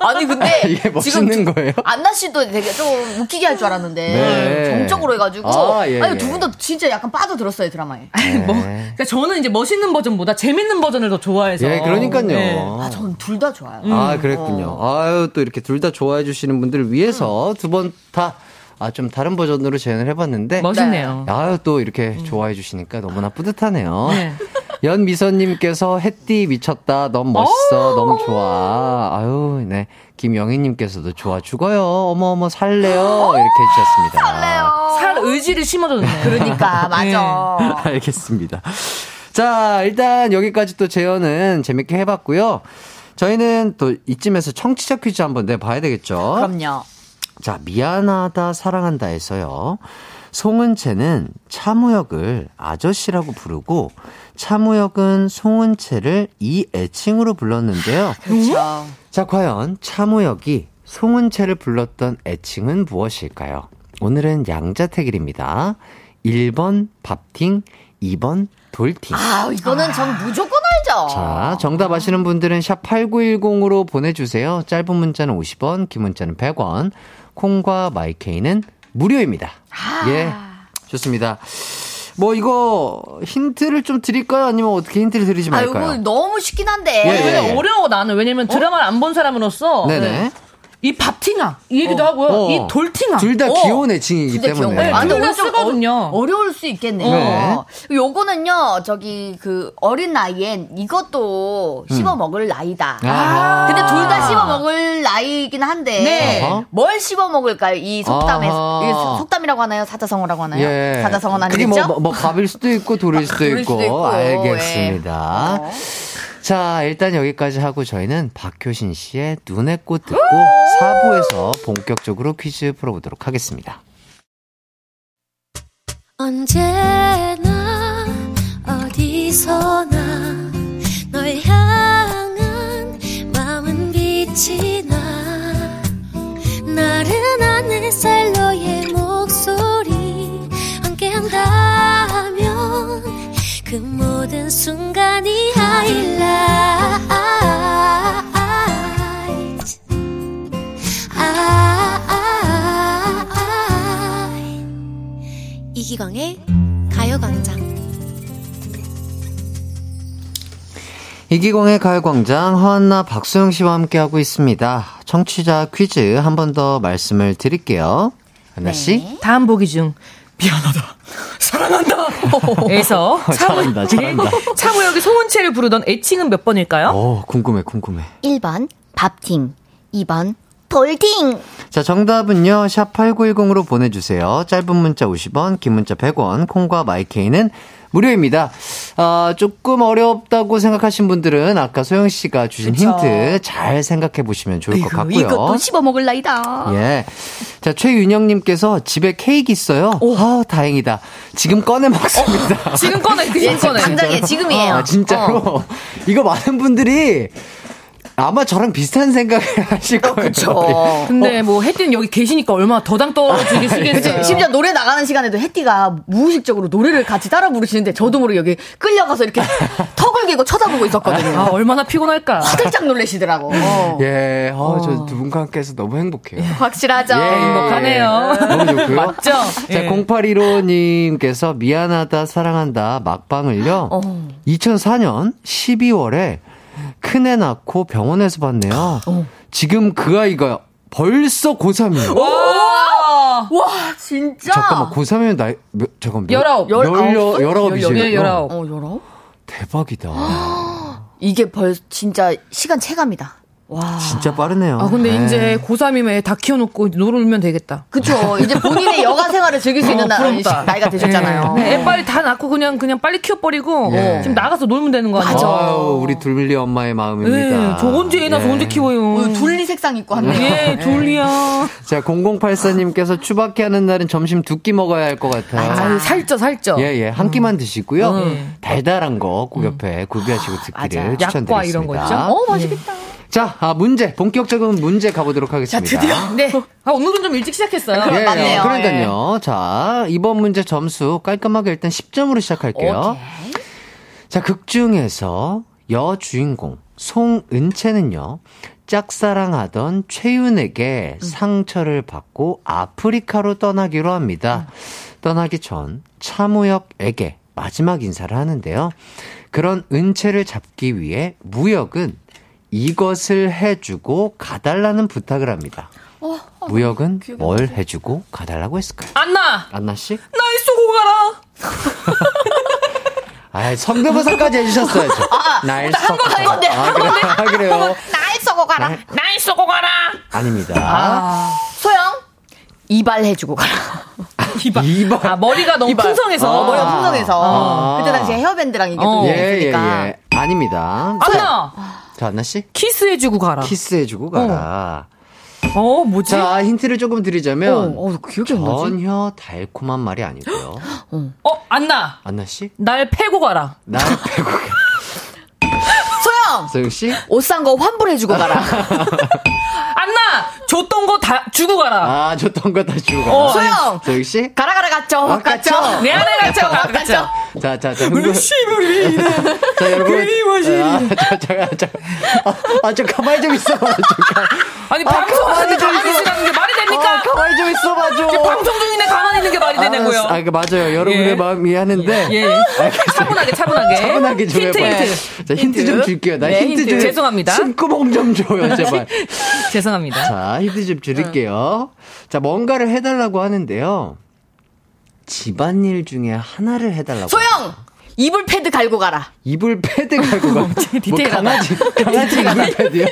Speaker 8: 아니, 근데.
Speaker 1: 이게 멋있는
Speaker 8: 지금
Speaker 1: 거예요?
Speaker 8: 안나 씨도 되게 좀 웃기게 할 줄 알았는데.
Speaker 1: 네.
Speaker 8: 정적으로 해가지고.
Speaker 1: 아, 예,
Speaker 8: 아니,
Speaker 1: 예.
Speaker 8: 두 분 다 진짜 약간 빠져들었어요, 드라마에. 아,
Speaker 7: 뭐, 그러니까 저는 이제 멋있는 버전보다 재밌는 버전을 더 좋아해서.
Speaker 1: 네. 예 그러니까요
Speaker 7: 네. 음,
Speaker 8: 아, 전 둘 다 좋아요. 네.
Speaker 1: 아, 그랬군요.
Speaker 7: 어.
Speaker 1: 아유, 또 이렇게 둘 다 좋아해 주시는 분들을
Speaker 7: 음.
Speaker 1: 위해서 두 번 다, 아, 좀 다른 버전으로 재현을 해봤는데.
Speaker 7: 멋있네요.
Speaker 1: 아유, 또 이렇게 음. 좋아해 주시니까 너무나 뿌듯하네요.
Speaker 7: 네.
Speaker 1: 연미선님께서 햇띠 미쳤다. 너무 멋있어. 너무 좋아. 아유, 네. 김영희님께서도 좋아 죽어요. 어머어머, 살래요. 이렇게 해주셨습니다.
Speaker 7: 살 의지를 심어줬네요.
Speaker 8: 그러니까, 맞아.
Speaker 1: 알겠습니다. 자, 일단 여기까지 또 재현은 재밌게 해봤고요. 저희는 또 이쯤에서 청취자 퀴즈 한번 내봐야 되겠죠.
Speaker 8: 그럼요.
Speaker 1: 자, 미안하다, 사랑한다 에서요. 송은채는 차무역을 아저씨라고 부르고, 차무역은 송은채를 이 애칭으로 불렀는데요.
Speaker 8: 그렇죠.
Speaker 1: 자, 과연 차무역이 송은채를 불렀던 애칭은 무엇일까요? 오늘은 양자택일입니다. 1번 밥팅, 2번 돌팅.
Speaker 8: 아, 이거는 전 무조건 알죠.
Speaker 1: 자, 정답 아시는 분들은 샵 8910으로 보내주세요. 짧은 문자는 50원, 긴 문자는 100원, 콩과 마이케이는 무료입니다. 예, 좋습니다. 뭐, 이거, 힌트를 좀 드릴까요? 아니면 어떻게 힌트를 드리지
Speaker 8: 아, 네, 이거
Speaker 1: 말까요?
Speaker 8: 너무 쉽긴 한데.
Speaker 1: 예, 예.
Speaker 7: 근데 어려워 나는 왜냐면 드라마를 안 본 사람으로서
Speaker 1: 네네.
Speaker 7: 이 밥팅아 이 얘기도 하고요
Speaker 1: 어.
Speaker 7: 이 돌팅아
Speaker 1: 둘 다
Speaker 7: 어. 네,
Speaker 1: 귀여운 애칭이기
Speaker 8: 진짜 귀여운
Speaker 1: 때문에.
Speaker 8: 거예요. 아, 근데
Speaker 7: 둘다
Speaker 8: 오늘 좀
Speaker 7: 쓰거든요.
Speaker 8: 어, 어려울 수 있겠네요.
Speaker 1: 네.
Speaker 8: 요거는요, 저기, 그, 어린 나이엔 이것도 씹어 먹을 나이다.
Speaker 1: 음. 아.
Speaker 8: 근데 둘 다 씹어 먹을 나이긴 한데,
Speaker 7: 네.
Speaker 1: 어허.
Speaker 8: 뭘 씹어 먹을까요? 이 속담에서.
Speaker 1: 아하.
Speaker 8: 이게 속- 속담이라고 하나요? 사자성어라고 하나요?
Speaker 1: 예.
Speaker 8: 사자성어는
Speaker 1: 그게
Speaker 8: 아니겠죠?
Speaker 1: 뭐, 뭐, 뭐 밥일 수도 있고 돌일 수도
Speaker 8: 돌일
Speaker 1: 있고.
Speaker 8: 수도 있고,
Speaker 1: 알겠습니다.
Speaker 8: 예. 어.
Speaker 1: 자, 일단 여기까지 하고 저희는 박효신 씨의 눈의 꽃 듣고 4부에서 본격적으로 퀴즈 풀어보도록 하겠습니다.
Speaker 5: 언제나 어디서나 널 향한 마음은 빛이 나 나른한 햇살 너의 목소리 함께한다면 그 모든 순간이 하이라이트 아, 아. 이기광의 가요광장
Speaker 1: 이기광의 가요광장 허한나 박소영 씨와 함께하고 있습니다. 청취자 퀴즈 한 번 더 말씀을 드릴게요. 한나 씨.
Speaker 8: 네.
Speaker 7: 다음 보기 중 미안하다 사랑한다 에서
Speaker 1: 아, 잘한다, 잘한다.
Speaker 7: 차무역이 송은채를 부르던 애칭은 몇 번일까요?
Speaker 1: 어, 궁금해, 궁금해.
Speaker 8: 1번, 밥팅. 2번, 돌팅.
Speaker 1: 자, 정답은요. 샵 8910으로 보내주세요. 짧은 문자 50원, 긴 문자 100원, 콩과 마이케이는 무료입니다. 아, 조금 어렵다고 생각하신 분들은 아까 소영 씨가 주신 힌트 잘 생각해 보시면 좋을 것 같고요.
Speaker 8: 이것도 씹어 먹을 나이다.
Speaker 1: 예. 자, 최윤영님께서 집에 케이크 있어요. 아 다행이다. 지금 꺼내
Speaker 8: 어,
Speaker 1: 먹습니다.
Speaker 7: 지금 꺼내 그 지금 꺼내
Speaker 8: 당장에 지금이에요. 어.
Speaker 1: 아, 진짜로. 이거 많은 분들이 아마 저랑 비슷한 생각을 하실 거예요.
Speaker 8: 어,
Speaker 1: 아.
Speaker 8: 그쵸.
Speaker 1: 어.
Speaker 7: 근데 뭐 혜띠는 여기 계시니까 얼마나 더당 떨어지게 쓰겠어요
Speaker 8: 그치? 심지어 노래 나가는 시간에도 혜띠가 무의식적으로 노래를 같이 따라 부르시는데 저도 모르게 여기 끌려가서 이렇게 턱을 개고 쳐다보고
Speaker 7: 아
Speaker 8: 있었거든요.
Speaker 7: 얼마나 피곤할까
Speaker 8: 화들짝 놀라시더라고. 어.
Speaker 1: 예, 어, 저 두 분과 함께해서 너무 행복해요.
Speaker 8: 확실하죠.
Speaker 1: 예,
Speaker 7: 행복하네요.
Speaker 1: 예. 너무 좋고요.
Speaker 7: 맞죠?
Speaker 1: 자,
Speaker 7: 예.
Speaker 1: 0815님께서 미안하다, 사랑한다, 막방을요.
Speaker 7: 어.
Speaker 1: 2004년 12월에 큰애 낳고 병원에서 봤네요.
Speaker 7: 어.
Speaker 1: 지금 그 아이가 벌써 고3이에요.
Speaker 7: 와
Speaker 8: 와, 진짜.
Speaker 1: 잠깐만, 고3이면 나이, 몇, 잠깐만. 몇-
Speaker 7: 열아홉.
Speaker 1: 열여-
Speaker 8: 열아홉?
Speaker 1: 열아홉이죠.
Speaker 7: 예, 열아홉.
Speaker 8: 어, 열어?
Speaker 1: 대박이다.
Speaker 8: 이게 벌, 진짜, 시간 체감이다. 와.
Speaker 1: 진짜 빠르네요.
Speaker 7: 아 근데
Speaker 1: 네.
Speaker 7: 이제 고3이면 다 키워놓고 놀면 되겠다
Speaker 8: 그쵸. 이제 본인의 여가 생활을 즐길 수 있는 나-
Speaker 7: 부럽다.
Speaker 8: 나이가 되셨잖아요.
Speaker 7: 네, 애 빨리 다 낳고 그냥 그냥 빨리 키워버리고
Speaker 1: 예.
Speaker 7: 지금 나가서 놀면 되는 거 아니에요?
Speaker 8: 맞아.
Speaker 1: 아유, 우리 둘밀리 엄마의 마음입니다.
Speaker 7: 예, 저 언제 애 낳아서
Speaker 1: 예.
Speaker 7: 언제 키워요?
Speaker 8: 어, 둘리 색상 입고 왔네요.
Speaker 7: 예, 둘리야.
Speaker 1: 자, 0084님께서 추박해 하는 날은 점심 두 끼 먹어야 할 것 같아요.
Speaker 7: 아유, 살쪄, 살쪄.
Speaker 1: 예, 예. 한 끼만 드시고요. 음. 달달한 거 꼭 옆에 구비하시고
Speaker 8: 맞아.
Speaker 1: 듣기를
Speaker 7: 약과 이런 거
Speaker 1: 추천드리겠습니다.
Speaker 7: 있죠?
Speaker 8: 어, 맛있겠다.
Speaker 1: 자, 아, 문제. 본격적인 문제 가보도록 하겠습니다.
Speaker 7: 네. 아, 오늘은 좀 일찍
Speaker 1: 예,
Speaker 7: 시작했어요.
Speaker 8: 그렇죠. 맞네요. 예.
Speaker 1: 그러니까요. 자, 이번 문제 점수 깔끔하게 일단 10점으로 시작할게요. 자, 극 중에서 여주인공 송은채는요. 짝사랑하던 최윤에게
Speaker 8: 음.
Speaker 1: 상처를 받고 아프리카로 떠나기로 합니다.
Speaker 8: 음.
Speaker 1: 떠나기 전 차무역에게 마지막 인사를 하는데요. 그런 은채를 잡기 위해 무역은 이것을 해주고 가달라는 부탁을 합니다. 무역은 뭘 해주고 가달라고 했을까요?
Speaker 7: 안나!
Speaker 1: 안나 씨?
Speaker 7: 나이 쏘고 가라!
Speaker 1: 아, 성대모사까지 해주셨어야죠.
Speaker 8: 아,
Speaker 1: 날 썩고 가라. 아, 그래, 아, 그래요?
Speaker 8: 날 썩어 가라.
Speaker 7: 나이 쏘고 가라!
Speaker 1: 아닙니다.
Speaker 8: 소영, 이발해주고 가라.
Speaker 7: 이봐.
Speaker 1: 이발.
Speaker 7: 아, 머리가 너무 풍성해서.
Speaker 8: 어, 머리가
Speaker 1: 아.
Speaker 8: 풍성해서.
Speaker 1: 아.
Speaker 8: 그때 당시에 헤어밴드랑 그러니까. 이게
Speaker 7: 어.
Speaker 8: 또
Speaker 1: 예, 예,
Speaker 8: 있으니까.
Speaker 1: 예. 아닙니다.
Speaker 7: 안나!
Speaker 1: 자, 안나 씨?
Speaker 7: 키스해주고
Speaker 8: 어.
Speaker 7: 가라.
Speaker 1: 키스해주고 가라.
Speaker 7: 어, 뭐지?
Speaker 1: 자, 힌트를 조금 드리자면.
Speaker 8: 네? 어, 어, 기억이 안 나지?
Speaker 1: 전혀 달콤한 말이 아니고요.
Speaker 7: 어, 안나!
Speaker 1: 안나 씨?
Speaker 7: 날 패고 가라.
Speaker 1: 날 빼고 가.
Speaker 8: 소영! 소영!
Speaker 1: 소영씨?
Speaker 8: 옷 산 거 환불해주고 가라.
Speaker 7: 안나 줬던 거 다 주고 가라.
Speaker 1: 아, 줬던 거 다 주고 가라.
Speaker 7: 어,
Speaker 8: 소영! 어,
Speaker 1: 소영씨?
Speaker 8: 가라, 가라, 갔죠?
Speaker 1: 아, 그렇죠.
Speaker 8: 갔죠?
Speaker 1: 갔죠? 아,
Speaker 7: 내 안에 갇혀, 갇혀.
Speaker 8: 갔죠?
Speaker 1: 자, 자, 자. 흥분.
Speaker 7: 씨부리.
Speaker 1: 자, 여러분.
Speaker 7: 그리워지네.
Speaker 1: 아, 자, 자, 자. 아, 아, 좀 가만히 좀 있어봐. 좀 가-
Speaker 7: 아니
Speaker 1: 아,
Speaker 7: 방송하는데
Speaker 1: 가만히
Speaker 7: 가만히
Speaker 1: 좀
Speaker 7: 있으라는 게 말이 됩니까?
Speaker 1: 아, 가만히 좀 있어봐, 좀.
Speaker 7: 지금 그러니까 방송 중인데 가만히 있는 게 말이 되냐고요.
Speaker 1: 아, 아, 그 맞아요. 여러분의
Speaker 7: 예.
Speaker 1: 마음 이해하는데.
Speaker 7: 예. 차분하게 차분하게.
Speaker 1: 차분하게 좀
Speaker 7: 힌트
Speaker 1: 해봐요.
Speaker 7: 힌트.
Speaker 1: 자, 힌트, 좀 줄게요. 나
Speaker 7: 네,
Speaker 1: 힌트,
Speaker 7: 힌트.
Speaker 1: 좀.
Speaker 7: 죄송합니다.
Speaker 1: 숨구멍 좀 줘요, 제발.
Speaker 7: 죄송합니다.
Speaker 1: 자, 힌트 좀 드릴게요. 자, 뭔가를 해달라고 하는데요. 집안일 중에 하나를 해달라고.
Speaker 8: 소영! 이불 패드 갈고 가라.
Speaker 1: 이불 패드 갈고 가. 뭐
Speaker 7: 디테일하다.
Speaker 1: 강아지, 강아지 이불 패드요?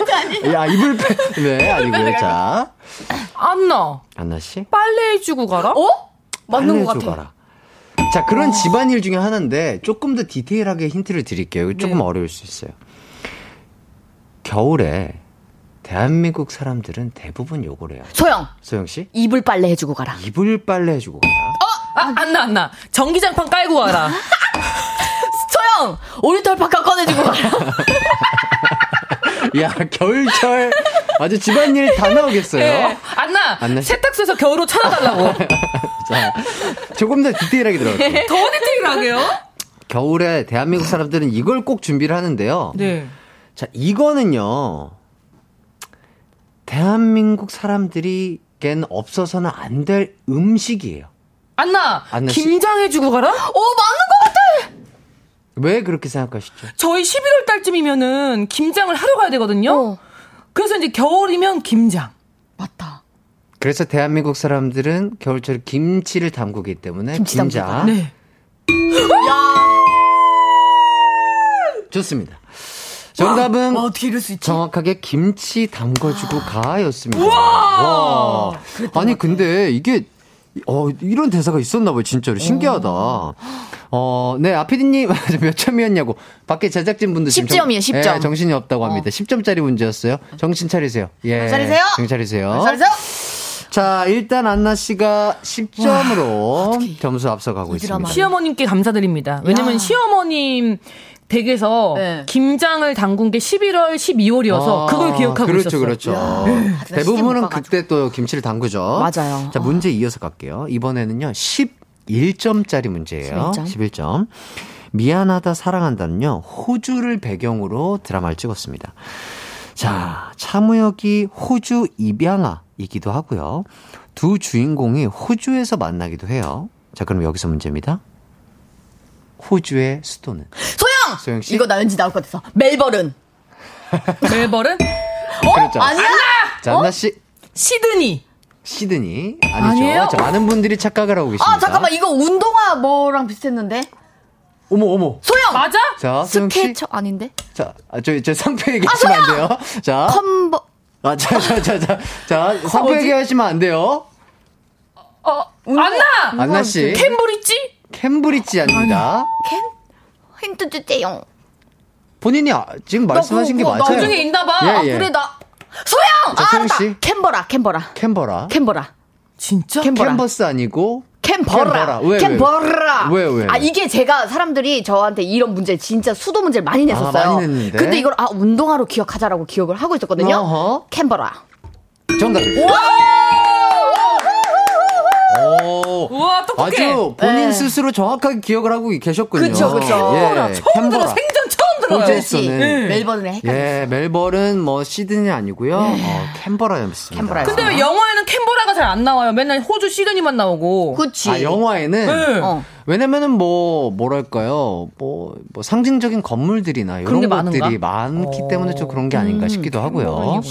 Speaker 1: 야, 이불 패드. 네, 아니고요. 자,
Speaker 7: 안나
Speaker 1: 안나씨.
Speaker 7: 빨래 해주고 가라.
Speaker 8: 어? 맞는 것 같아. 아.
Speaker 1: 알려줘봐라. 자, 그런 집안일 중에 하나인데 조금 더 디테일하게 힌트를 드릴게요. 조금
Speaker 7: 네.
Speaker 1: 어려울 수 있어요. 겨울에 대한민국 사람들은 대부분 요걸 해요.
Speaker 8: 소영!
Speaker 1: 소영 씨,
Speaker 8: 이불 빨래 해주고 가라. 어?
Speaker 1: 이불 빨래 해주고 가라.
Speaker 7: 아, 안나 안나 전기장판 깔고 와라.
Speaker 1: 어?
Speaker 8: 소영! 오리털 바깥 꺼내주고 가라.
Speaker 1: 야, 겨울철 아주 집안일 다 나오겠어요.
Speaker 8: 네.
Speaker 7: 예. 안나,
Speaker 1: 안나.
Speaker 7: 세탁소에서 겨울옷 찾아달라고.
Speaker 1: 자, 조금 더 디테일하게 들어갈게요.
Speaker 7: 더 디테일하게요?
Speaker 1: 겨울에 대한민국 사람들은 이걸 꼭 준비를 하는데요.
Speaker 7: 네.
Speaker 1: 자, 이거는요. 대한민국 사람들이겐 없어서는 안 될 음식이에요.
Speaker 7: 안나,
Speaker 1: 안나 씨.
Speaker 7: 김장 해주고 가라?
Speaker 8: 오, 맞는 것 같아!
Speaker 1: 왜 그렇게 생각하시죠?
Speaker 7: 저희 11월 달쯤이면은 김장을 하러 가야 되거든요? 그래서 이제 겨울이면 김장.
Speaker 8: 맞다.
Speaker 1: 그래서 대한민국 사람들은 겨울철에 김치를 담그기 때문에
Speaker 8: 김치
Speaker 1: 김장.
Speaker 7: 네.
Speaker 1: 좋습니다. 정답은
Speaker 8: 와, 뭐 어떻게 이럴 수 있지? 아.
Speaker 1: 정확하게 김치 담궈주고 가였습니다. 와. 아니 근데 이게 어 이런 대사가 있었나 봐요 진짜로 신기하다.
Speaker 8: 어.
Speaker 1: 어네 아피디님 몇 점이었냐고 밖에 제작진 분들
Speaker 8: 10 점이에요, 10 점. 어.
Speaker 1: 정신이 없다고 합니다. 10점짜리 문제였어요. 정신 차리세요. 예.
Speaker 8: 차리세요.
Speaker 1: 정신 차리세요.
Speaker 8: 잘했어요?
Speaker 1: 자 일단 안나 씨가 10점으로 점수 앞서가고
Speaker 8: 이 드라마.
Speaker 1: 있습니다.
Speaker 7: 시어머님께 감사드립니다. 왜냐면 시어머님 댁에서
Speaker 8: 네.
Speaker 7: 김장을 담근 게 11월, 12월이어서 그걸
Speaker 1: 아,
Speaker 7: 기억하고
Speaker 1: 그렇죠,
Speaker 7: 있었어요.
Speaker 1: 그렇죠.
Speaker 8: 시집 못
Speaker 1: 대부분은
Speaker 8: 가가지고.
Speaker 1: 그때 또 김치를 담그죠.
Speaker 8: 맞아요.
Speaker 1: 자, 문제 이어서 갈게요. 이번에는요, 11점짜리 문제예요.
Speaker 8: 11점.
Speaker 1: 11점. 미안하다, 사랑한다는요, 호주를 배경으로 드라마를 찍었습니다. 자, 차무혁이 호주 입양아이기도 하고요. 두 주인공이 호주에서 만나기도 해요. 자, 그럼 여기서 문제입니다. 호주의 수도는?
Speaker 8: 소영!
Speaker 1: 소영 씨?
Speaker 8: 이거 나 왠지 나올 것 같아서. 멜버른.
Speaker 7: 멜버른?
Speaker 1: 그렇죠.
Speaker 8: 어? 뭐? 아니야?
Speaker 1: 자, 안나씨.
Speaker 7: 시드니.
Speaker 1: 시드니 아니죠.
Speaker 7: 아니에요?
Speaker 1: 자, 많은 분들이 착각을 하고 계십니다.
Speaker 8: 아, 잠깐만. 이거 운동화 뭐랑 비슷했는데?
Speaker 1: 어머 어머.
Speaker 8: 소영!
Speaker 7: 맞아?
Speaker 1: 자, 수영 씨.
Speaker 8: 스케쳐 아닌데?
Speaker 1: 자, 아, 저희 제 상표 얘기하시면 안 돼요. 자.
Speaker 8: 컨버.
Speaker 1: 아, 자, 자, 자, 자. 자, 상표
Speaker 7: 뭐지?
Speaker 1: 얘기하시면 안 돼요.
Speaker 7: 어,
Speaker 8: 음.
Speaker 7: 안나!
Speaker 1: 안나 씨.
Speaker 7: 캠브리지?
Speaker 1: 캠브리지 아닙니다.
Speaker 8: 캔? 힌트 주세요.
Speaker 1: 본인이 아, 지금 말씀하신 게
Speaker 8: 그거
Speaker 1: 맞아요.
Speaker 7: 나중에 있나봐.
Speaker 1: 예, 예.
Speaker 8: 그래, 나. 소영!
Speaker 1: 자,
Speaker 8: 아,
Speaker 1: 소영
Speaker 8: 알았다.
Speaker 1: 씨.
Speaker 8: 캔버라, 캔버라.
Speaker 1: 캔버라.
Speaker 8: 캔버라.
Speaker 7: 진짜?
Speaker 8: 캔버라.
Speaker 1: 캔버스 아니고 캔버라.
Speaker 8: 캔버라.
Speaker 1: 왜, 왜, 왜?
Speaker 8: 캔버라.
Speaker 1: 왜, 왜, 왜?
Speaker 8: 아, 이게 제가 사람들이 저한테 이런 문제 진짜 수도 문제를 많이 냈었어요.
Speaker 1: 아, 많이 냈는데?
Speaker 8: 근데 이걸 아, 운동화로 기억하자라고 기억을 하고 있었거든요.
Speaker 1: 어허.
Speaker 8: 캔버라.
Speaker 1: 정답. 오.
Speaker 7: 우와, 똑똑해.
Speaker 1: 아주 본인
Speaker 8: 네.
Speaker 1: 스스로 정확하게 기억을 하고 계셨군요. 예.
Speaker 8: 그쵸, 그쵸.
Speaker 1: 캔버라.
Speaker 7: 처음 들어, 생전 처음 들어요.
Speaker 1: 어제
Speaker 8: 그렇지.
Speaker 1: 네.
Speaker 8: 멜버른에 헷갈려.
Speaker 1: 예, 멜버른 뭐 시드니 아니고요. 어, 캔버라였습니다. 아,
Speaker 8: 캔버라였어요.
Speaker 7: 근데 왜 영화에는 캔버라가 잘 안 나와요? 맨날 호주 시드니만 나오고.
Speaker 8: 그치.
Speaker 1: 아, 영화에는
Speaker 7: 네.
Speaker 8: 어.
Speaker 1: 왜냐면은 뭐 뭐랄까요? 뭐, 뭐 상징적인 건물들이나
Speaker 7: 그런 게
Speaker 1: 이런
Speaker 7: 많은가?
Speaker 1: 것들이 많기
Speaker 7: 어.
Speaker 1: 때문에 좀 그런 게 아닌가 싶기도 하고요.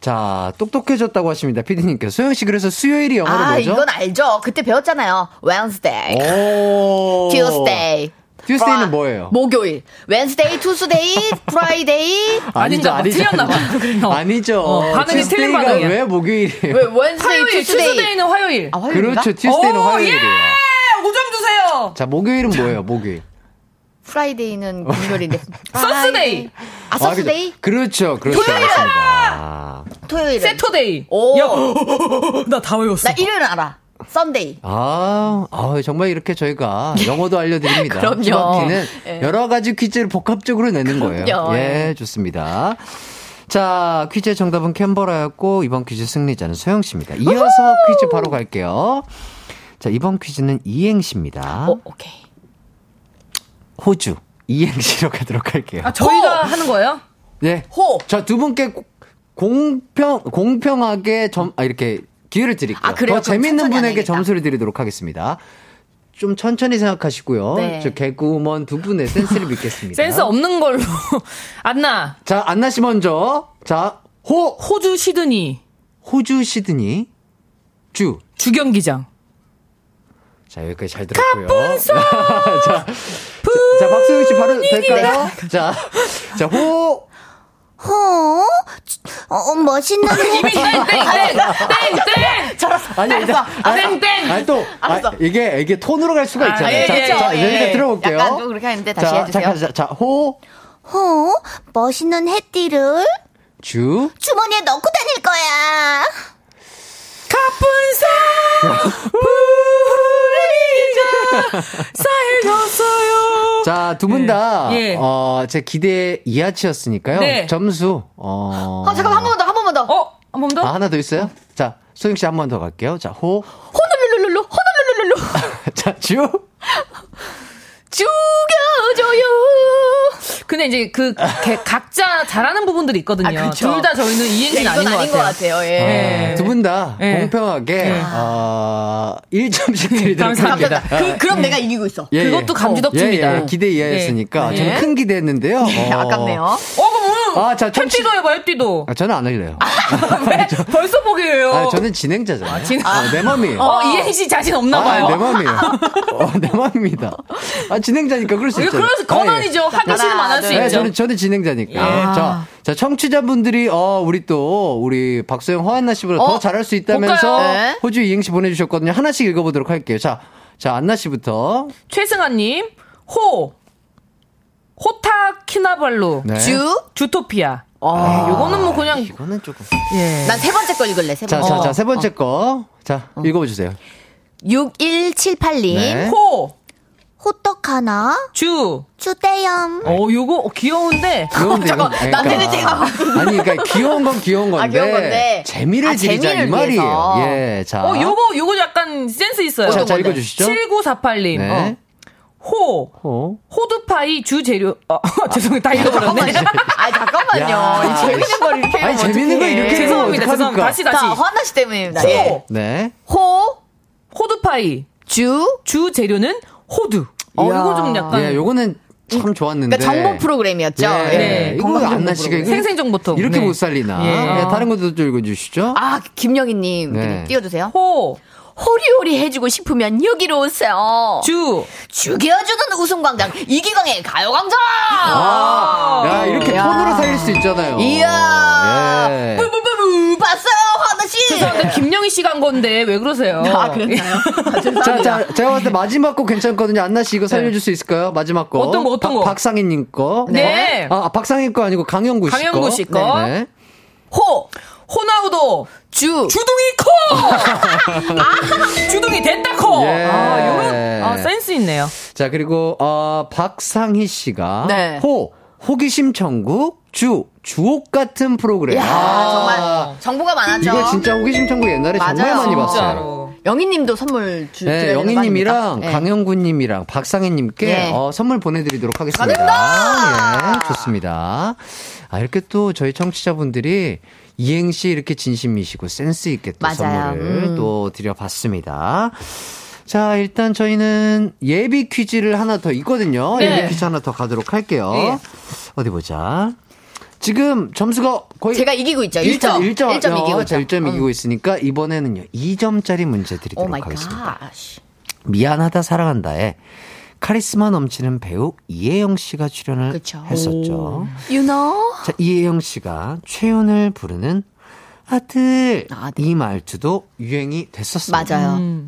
Speaker 1: 자, 똑똑해졌다고 하십니다. 피디님께서 소영 씨 그래서 수요일이 영어로
Speaker 8: 아,
Speaker 1: 뭐죠?
Speaker 8: 이건 알죠. 그때 배웠잖아요. Wednesday,
Speaker 1: 오. 어.
Speaker 8: Tuesday.
Speaker 1: 는
Speaker 8: Fri-
Speaker 1: 뭐예요?
Speaker 8: 목요일. Wednesday, Tuesday, Friday.
Speaker 1: 아니죠,
Speaker 7: 아닌가 봐.
Speaker 1: 아니죠.
Speaker 7: 틀렸나 봐. 그랬나 봐.
Speaker 1: 아니죠.
Speaker 7: 어, 반응이 틀린
Speaker 1: Tuesday가
Speaker 7: 반응이야.
Speaker 1: 왜 목요일이에요?
Speaker 8: 왜 Wednesday,
Speaker 7: 화요일,
Speaker 8: Tuesday.
Speaker 7: 투스데이는 화요일.
Speaker 8: 아, 화요일인가?
Speaker 1: 그렇죠. 튜스데이는
Speaker 7: 오,
Speaker 1: 화요일이에요.
Speaker 7: 예! 5점 주세요.
Speaker 1: 자, 목요일은 뭐예요? 목요일.
Speaker 8: 프라이데이는 금요일인데.
Speaker 7: 서스데이,
Speaker 8: 아, 서스데이?
Speaker 1: 아, 그렇죠. 그렇죠. 그렇죠. 맞습니다. 아,
Speaker 8: 토요일은. 어.
Speaker 7: 세터데이.
Speaker 8: 오.
Speaker 7: 나 다 외웠어.
Speaker 8: 나 일요일은 알아. 썬데이.
Speaker 1: 아, 아, 정말 이렇게 저희가 영어도 알려드립니다.
Speaker 8: 그럼요.
Speaker 1: 추바키는
Speaker 8: 예.
Speaker 1: 여러 가지 퀴즈를 복합적으로 내는 거예요.
Speaker 8: 그럼요.
Speaker 1: 예, 좋습니다. 자, 퀴즈의 정답은 캔버라였고, 이번 퀴즈 승리자는 소영씨입니다. 이어서 퀴즈 바로 갈게요. 자, 이번 퀴즈는 이행시입니다.
Speaker 7: 어,
Speaker 8: 오, 오케이.
Speaker 1: 호주. 이행시로 가도록 할게요.
Speaker 7: 아, 저희가 하는 거예요?
Speaker 1: 예.
Speaker 8: 호.
Speaker 1: 자, 두 분께 고- 공평, 공평하게 점, 아, 이렇게 기회를 드릴게요.
Speaker 8: 아, 그래요?
Speaker 1: 더
Speaker 8: 그럼
Speaker 1: 재밌는
Speaker 8: 천천히 안
Speaker 1: 분에게
Speaker 8: 해야겠다.
Speaker 1: 점수를 드리도록 하겠습니다. 좀 천천히 생각하시고요.
Speaker 8: 네.
Speaker 1: 저 개그우먼 두 분의 센스를 믿겠습니다.
Speaker 7: 센스 없는 걸로. 안나,
Speaker 1: 자, 안나 씨 먼저. 자, 호,
Speaker 7: 호주 시드니,
Speaker 1: 호주 시드니, 주.
Speaker 7: 주경기장.
Speaker 1: 자, 여기까지 잘 들었고요. 자, 자, 박수영 씨 바로
Speaker 8: 네.
Speaker 1: 될까요? 자, 자, 호,
Speaker 5: 호? 어, 멋있는
Speaker 1: 아니, 일단, 아,
Speaker 7: 땡땡!
Speaker 1: 아니, 또, 아, 이게, 이게 톤으로 갈 수가 있잖아요.
Speaker 7: 예,
Speaker 1: 자,
Speaker 7: 예,
Speaker 1: 자,
Speaker 8: 예.
Speaker 1: 여기까지 들어볼게요.
Speaker 8: 약간 좀 그렇게 하는데 다시
Speaker 1: 자,
Speaker 8: 해주세요.
Speaker 1: 자, 자, 자, 호,
Speaker 5: 호? 멋있는 해띠를
Speaker 1: 주,
Speaker 5: 주머니에 넣고 다닐 거야.
Speaker 7: 살렸어요.
Speaker 1: 자, 두 분 다,
Speaker 7: 예. 예.
Speaker 1: 어, 제 기대 이하치였으니까요.
Speaker 7: 네.
Speaker 1: 점수, 어.
Speaker 8: 아, 잠깐만, 한 번 더, 한 번만 더.
Speaker 7: 어, 한 번 더?
Speaker 1: 아, 하나 더 있어요? 자, 소영씨 한 번 더 갈게요. 자, 호,
Speaker 8: 호놀룰룰루, 호놀룰룰루.
Speaker 1: 자, 주,
Speaker 8: 죽여줘요.
Speaker 7: 근데 이제 그 개- 각자 잘하는 부분들이 있거든요.
Speaker 8: 아, 그렇죠.
Speaker 7: 둘 다 저희는 이행진
Speaker 8: 이건
Speaker 7: 아닌 것
Speaker 8: 아닌 것
Speaker 7: 같아요.
Speaker 8: 같아요, 예.
Speaker 7: 예.
Speaker 1: 두 분 다
Speaker 7: 예.
Speaker 1: 공평하게, 어, 1점씩 드리도록
Speaker 7: 감사합니다.
Speaker 1: 합니다.
Speaker 8: 감사합니다. 그, 그럼 내가 이기고 있어.
Speaker 1: 예, 예.
Speaker 7: 그것도 감지덕지입니다.
Speaker 1: 예, 예. 기대 이하였으니까.
Speaker 7: 예.
Speaker 1: 저는 큰 기대했는데요. 어.
Speaker 8: 아깝네요.
Speaker 7: 어, 그럼
Speaker 1: 아, 자, 청취-
Speaker 7: 햇띠도 해봐, 햇띠도.
Speaker 1: 아, 저는 안 할래요.
Speaker 7: 왜? 벌써 포기해요.
Speaker 1: 아, 저는 진행자잖아요. 아, 내 맘이에요.
Speaker 7: 어, 이행씨 자신 없나 봐요.
Speaker 1: 아, 내 맘이에요. 어, 내 맘입니다. 아, 진행자니까 그럴 수 예.
Speaker 7: 이거
Speaker 1: 있죠.
Speaker 7: 그래서 권한이죠. 합의 씨는 안할
Speaker 8: 하나,
Speaker 7: 수
Speaker 1: 아, 네,
Speaker 7: 있죠.
Speaker 1: 저는, 저는 진행자니까. 자, 자, 청취자분들이, 어, 우리 또, 우리 박소영, 허한나 씨보다
Speaker 7: 어,
Speaker 1: 더 잘할 수 있다면서
Speaker 7: 볼까요?
Speaker 8: 네.
Speaker 1: 호주 이행시 보내주셨거든요. 하나씩 읽어보도록 할게요. 자, 자, 안나 씨부터.
Speaker 7: 최승아님, 호, 호타키나발루,
Speaker 1: 네.
Speaker 8: 주.
Speaker 7: 주토피아. 아, 요거는 뭐 그냥,
Speaker 1: 이거는 조금.
Speaker 7: 예.
Speaker 8: 난 세 번째 거 읽을래, 세
Speaker 1: 음. 자,
Speaker 8: 번째.
Speaker 1: 자,
Speaker 8: 어.
Speaker 1: 자, 세 번째 거. 자, 읽어주세요.
Speaker 8: 6178님.
Speaker 1: 네.
Speaker 7: 호,
Speaker 5: 호떡하나?
Speaker 7: 주.
Speaker 5: 주대염.
Speaker 7: 어, 요거 어, 귀여운데.
Speaker 1: 귀여운데 이건-
Speaker 8: 잠깐만, 남편이 제가
Speaker 1: 그러니까. 아니, 그러니까 귀여운 건 귀여운 건데,
Speaker 8: 아, 귀여운 건데.
Speaker 1: 재미를
Speaker 8: 아,
Speaker 1: 드리자 이
Speaker 8: 재미를
Speaker 1: 말이에요.
Speaker 8: 위해서.
Speaker 1: 예, 자,
Speaker 7: 어, 요거, 요거 약간 센스 있어요.
Speaker 1: 자, 자
Speaker 8: 건데?
Speaker 1: 읽어주시죠.
Speaker 7: 7948님. 어,
Speaker 2: 어.
Speaker 1: 네.
Speaker 7: 호,
Speaker 1: 호.
Speaker 7: 호두파이 주재료. 어, 죄송해요. 다
Speaker 8: 잠깐만요.
Speaker 7: 읽어버렸네.
Speaker 8: 아, 잠깐만요.
Speaker 1: 야.
Speaker 8: 이 재밌는 걸 이렇게.
Speaker 1: 아니,
Speaker 8: 하면
Speaker 1: 재밌는 거
Speaker 8: 어떡해.
Speaker 1: 이렇게
Speaker 7: 죄송합니다.
Speaker 1: 어떡합니까?
Speaker 7: 죄송합니다. 다시, 다시.
Speaker 8: 자, 허나 씨 때문입니다. 예.
Speaker 7: 호,
Speaker 1: 네.
Speaker 8: 호,
Speaker 7: 호두파이
Speaker 8: 주.
Speaker 7: 주재료는 호두. 어,
Speaker 8: 이야.
Speaker 7: 요거 좀 약간.
Speaker 1: 예, 요거는 참 좋았는데.
Speaker 8: 그러니까 정보 프로그램이었죠.
Speaker 1: 예,
Speaker 7: 네.
Speaker 1: 이거 안나 씨가 이거
Speaker 7: 생생정보통.
Speaker 1: 이렇게
Speaker 7: 네.
Speaker 1: 못 살리나.
Speaker 7: 예.
Speaker 1: 예, 다른 것도 좀 읽어주시죠.
Speaker 8: 아, 김영희님.
Speaker 1: 네.
Speaker 8: 띄워주세요.
Speaker 7: 호,
Speaker 8: 호리호리 해주고 싶으면 여기로 오세요.
Speaker 7: 주.
Speaker 8: 죽여주는 웃음광장. 이기광의 가요광장!
Speaker 1: 아! 야, 이렇게
Speaker 8: 야.
Speaker 1: 톤으로 살릴 수 있잖아요.
Speaker 8: 이야.
Speaker 1: 예.
Speaker 8: 뿌뿌뿌뿌 봤어요, 허나 씨!
Speaker 7: 근데 김영희 씨가 한 건데 왜 그러세요?
Speaker 8: 아, 그랬나요? 아,
Speaker 1: 자,
Speaker 8: 죄송합니다.
Speaker 1: 자, 제가 봤을 때 마지막 거 괜찮거든요. 안나 씨 이거 살려줄 수 있을까요? 마지막 거.
Speaker 7: 네. 어떤 거, 어떤 거?
Speaker 1: 박상희님 거.
Speaker 7: 네.
Speaker 1: 아, 박상희 거 아니고 강영구 씨 거.
Speaker 7: 강영구 씨 거.
Speaker 1: 네.
Speaker 7: 호, 호나우도
Speaker 8: 주.
Speaker 7: 주둥이 커. 아, 주둥이 됐다 커.
Speaker 1: 예.
Speaker 7: 아, 요런 아, 센스 있네요.
Speaker 1: 자, 그리고, 어, 박상희 씨가.
Speaker 8: 네.
Speaker 1: 호, 호기심 천국, 주, 주옥 같은 프로그램.
Speaker 8: 야,
Speaker 1: 아,
Speaker 8: 정말 정보가 많았죠.
Speaker 1: 이거 진짜 호기심 천국 옛날에 정말
Speaker 8: 맞아요.
Speaker 1: 많이 봤어요.
Speaker 7: 진짜로.
Speaker 8: 영희님도 선물 주.
Speaker 1: 네,
Speaker 8: 드려야 되는 거
Speaker 1: 영희님이랑
Speaker 8: 아닙니까? 네.
Speaker 1: 강영구님이랑 박상희님께
Speaker 8: 예.
Speaker 1: 어, 선물 보내드리도록 하겠습니다.
Speaker 8: 감사합니다.
Speaker 1: 예, 좋습니다. 아, 이렇게 또 저희 청취자분들이 이행시 이렇게 진심이시고 센스있게 또
Speaker 8: 맞아요.
Speaker 1: 선물을
Speaker 8: 음.
Speaker 1: 또 드려봤습니다. 자, 일단 저희는 예비 퀴즈를 하나 더 있거든요.
Speaker 7: 네.
Speaker 1: 예비 퀴즈 하나 더 가도록 할게요.
Speaker 7: 예.
Speaker 1: 어디 보자. 지금 점수가 거의
Speaker 8: 네. 제가 이기고 있죠.
Speaker 1: 1점,
Speaker 8: 1점.
Speaker 1: 1점, 어,
Speaker 8: 1점 이기고 있죠. 어.
Speaker 1: 1점 이기고 있으니까 이번에는요. 2점짜리 문제
Speaker 8: 오
Speaker 1: 드리도록
Speaker 8: 마이 갓.
Speaker 1: 하겠습니다. 미안하다 사랑한다에 카리스마 넘치는 배우 이혜영 씨가 출연을
Speaker 8: 그쵸.
Speaker 1: 했었죠.
Speaker 8: You know?
Speaker 1: 자, 이혜영 씨가 최윤을 부르는 아들,
Speaker 8: 아들. 네.
Speaker 1: 이 말투도 유행이 됐었습니다.
Speaker 8: 맞아요.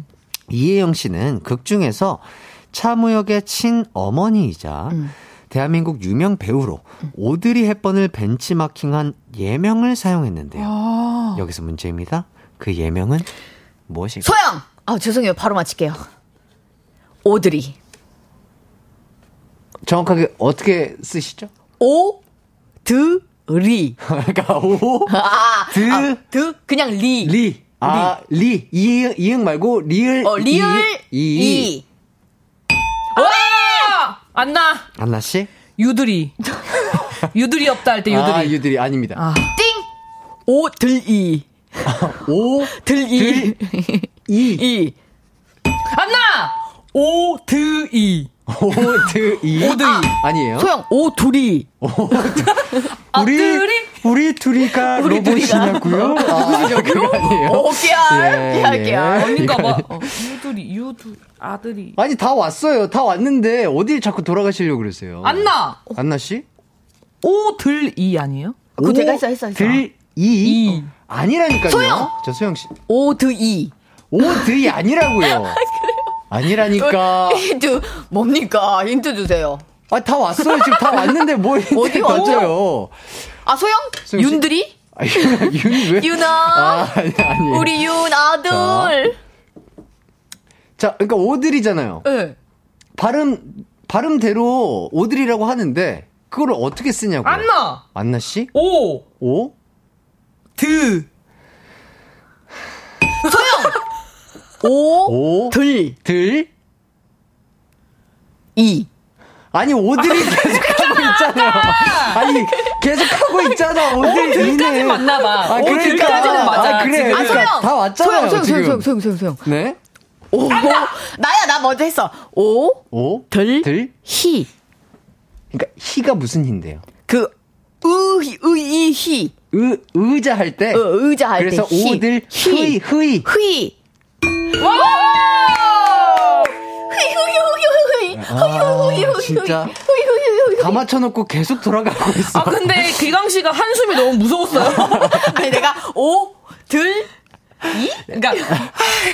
Speaker 1: 이혜영 씨는 극 중에서 차무역의 친어머니이자
Speaker 8: 음.
Speaker 1: 대한민국 유명 배우로 오드리 헵번을 벤치마킹한
Speaker 8: 아.
Speaker 1: 예명을 사용했는데요. 여기서 문제입니다. 그 예명은 무엇일까요?
Speaker 8: 소영! 아, 죄송해요. 바로 맞힐게요. 오드리.
Speaker 1: 정확하게 어떻게 쓰시죠?
Speaker 8: 오, 드, 리.
Speaker 1: 그러니까 오,
Speaker 8: 아,
Speaker 1: 드,
Speaker 8: 아, 드, 그냥 리.
Speaker 1: 리. 아, 리. 이응, 이응 말고 리을.
Speaker 8: 어, 리을,
Speaker 1: 이.
Speaker 8: 이.
Speaker 7: 안나
Speaker 1: 안나 씨?
Speaker 7: 유들이 유들이 없다 할 때 유들이
Speaker 1: 아, 유들이 아닙니다.
Speaker 8: 띵! 오, 들, 이.
Speaker 1: 오,
Speaker 8: 들, 이.
Speaker 1: 이,
Speaker 8: 이.
Speaker 7: 안나 오드이
Speaker 1: 오, 드, 이. 오드, 이. 아니에요.
Speaker 8: 소영, 오, 둘이. 아,
Speaker 1: 우리,
Speaker 7: 둘이?
Speaker 1: 우리 둘이가 로봇이냐고요?
Speaker 8: 어,
Speaker 1: 아, 그거 아니에요.
Speaker 8: 오, 깨알.
Speaker 1: 예,
Speaker 8: 깨알,
Speaker 1: 예.
Speaker 8: 깨알.
Speaker 7: 그러니까 뭐 어, 유들이 유두 아들이
Speaker 1: 아니, 다 왔어요. 다 왔는데, 어딜 자꾸 돌아가시려고 그러세요.
Speaker 7: 안나
Speaker 1: 안나 씨?
Speaker 7: 오들이 아니에요?
Speaker 8: 아, 그거
Speaker 1: 오,
Speaker 8: 제가 했어, 했어, 했어.
Speaker 1: 들, 이.
Speaker 7: 이.
Speaker 1: 아니라니까요.
Speaker 8: 소영!
Speaker 1: 저 소영 씨.
Speaker 8: 오, 드, 이.
Speaker 1: 오, 들이 아니라고요. 아니라니까.
Speaker 8: 힌트, 뭡니까? 힌트 주세요.
Speaker 1: 아, 다 왔어요. 지금 다 왔는데 뭐 뭘
Speaker 8: 어디 왔죠?
Speaker 1: 맞아요.
Speaker 8: 아, 소영?
Speaker 1: 소영 씨.
Speaker 8: 윤들이?
Speaker 1: 아, 윤이 왜?
Speaker 8: 윤아.
Speaker 1: 아, 아니, 아니.
Speaker 8: 우리 윤 아들.
Speaker 1: 자, 그러니까 오들이잖아요.
Speaker 8: 예.
Speaker 1: 발음 발음대로 오들이라고 하는데 그걸 어떻게 쓰냐고.
Speaker 7: 안나
Speaker 1: 안나 씨?
Speaker 7: 오드
Speaker 1: 오?
Speaker 8: 오,
Speaker 1: 오?
Speaker 8: 들,
Speaker 1: 들?
Speaker 8: 이.
Speaker 1: 아니 오들이 계속하고 있잖아요. 아니 계속하고 있잖아. 오들이
Speaker 7: 들까지
Speaker 1: 이네.
Speaker 7: 맞나봐
Speaker 1: 아, 그러니까.
Speaker 7: 오들까지는 맞아
Speaker 1: 아, 그래.
Speaker 7: 지금.
Speaker 8: 아,
Speaker 1: 그러니까
Speaker 8: 소영.
Speaker 1: 다 왔잖아요,
Speaker 8: 소영, 소영, 소영,
Speaker 1: 지금.
Speaker 8: 소영, 소영, 소영, 소영.
Speaker 1: 네?
Speaker 8: 오, 나야, 나 먼저 했어. 오,
Speaker 1: 오?
Speaker 8: 들,
Speaker 1: 들?
Speaker 8: 히.
Speaker 1: 그러니까 희가 무슨 힌데요?
Speaker 8: 그, 으, 히, 으, 이, 히.
Speaker 1: 의 의자 할 때.
Speaker 8: 어, 의자 할 때.
Speaker 1: 그래서
Speaker 8: 히.
Speaker 1: 오들 흐이 흐이.
Speaker 8: 히. 휘. 휘, 휘, 휘, 휘, 휘.
Speaker 1: 아,
Speaker 8: 휘, 휘, 휘, 휘.
Speaker 1: 진짜.
Speaker 8: 휘, 휘, 휘, 휘.
Speaker 1: 다 맞춰놓고 계속 돌아가고 있어.
Speaker 7: 아 근데 기광 씨가 한숨이 너무 무서웠어요.
Speaker 8: 아니, 내가 오, 들,
Speaker 7: 그러니까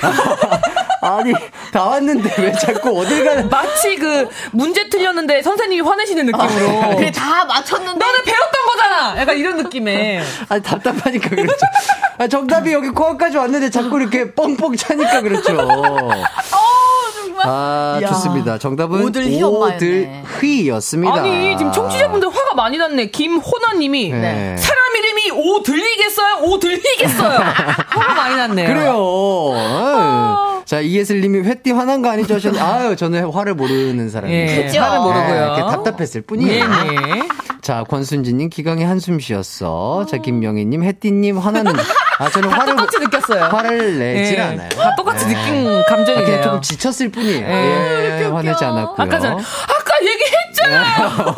Speaker 1: 아니 다 왔는데 왜 자꾸 어딜 가는?
Speaker 7: 마치 그 문제 틀렸는데 선생님이 화내시는
Speaker 1: 아, 예.
Speaker 7: 느낌으로
Speaker 8: 그래, 다 맞췄는데.
Speaker 7: 너는 배웠던 거잖아. 약간 이런 느낌에.
Speaker 1: 아니 답답하니까 그렇죠. 아, 정답이 여기 코앞까지 왔는데 자꾸 이렇게 뻥뻥 차니까 그렇죠. 아
Speaker 8: 야.
Speaker 1: 좋습니다. 정답은
Speaker 8: 오들 휘 엄마였네.
Speaker 1: 오들 휘였습니다.
Speaker 7: 아니 지금 청취자분들 화가 많이 났네. 김호나님이
Speaker 1: 네.
Speaker 7: 사람 이름이 오 들리겠어요? 오 들리겠어요? 화가 많이 났네요.
Speaker 1: 그래요. 아유. 자 이예슬님이 회띠 화난 거 아니죠? 하셨는데, 아유 저는 화를 모르는 사람이에요.
Speaker 7: 예,
Speaker 8: 그죠?
Speaker 7: 화를
Speaker 1: 네,
Speaker 7: 모르고요.
Speaker 1: 이렇게 답답했을
Speaker 7: 예,
Speaker 1: 뿐이에요.
Speaker 7: 예.
Speaker 1: 자, 권순진님, 기강의 한숨 쉬었어. 자, 김명희님, 혜띠님, 화나는. 아, 저는 화를,
Speaker 7: 똑같이 느꼈어요.
Speaker 1: 화를 내질
Speaker 7: 예.
Speaker 1: 않아요.
Speaker 7: 다 똑같이 느낀
Speaker 1: 아, 그냥
Speaker 7: 감정이에요.
Speaker 1: 조금 지쳤을 뿐이에요. 예, 화내지 않았고요.
Speaker 7: 아까 전 아까 얘기했잖아요.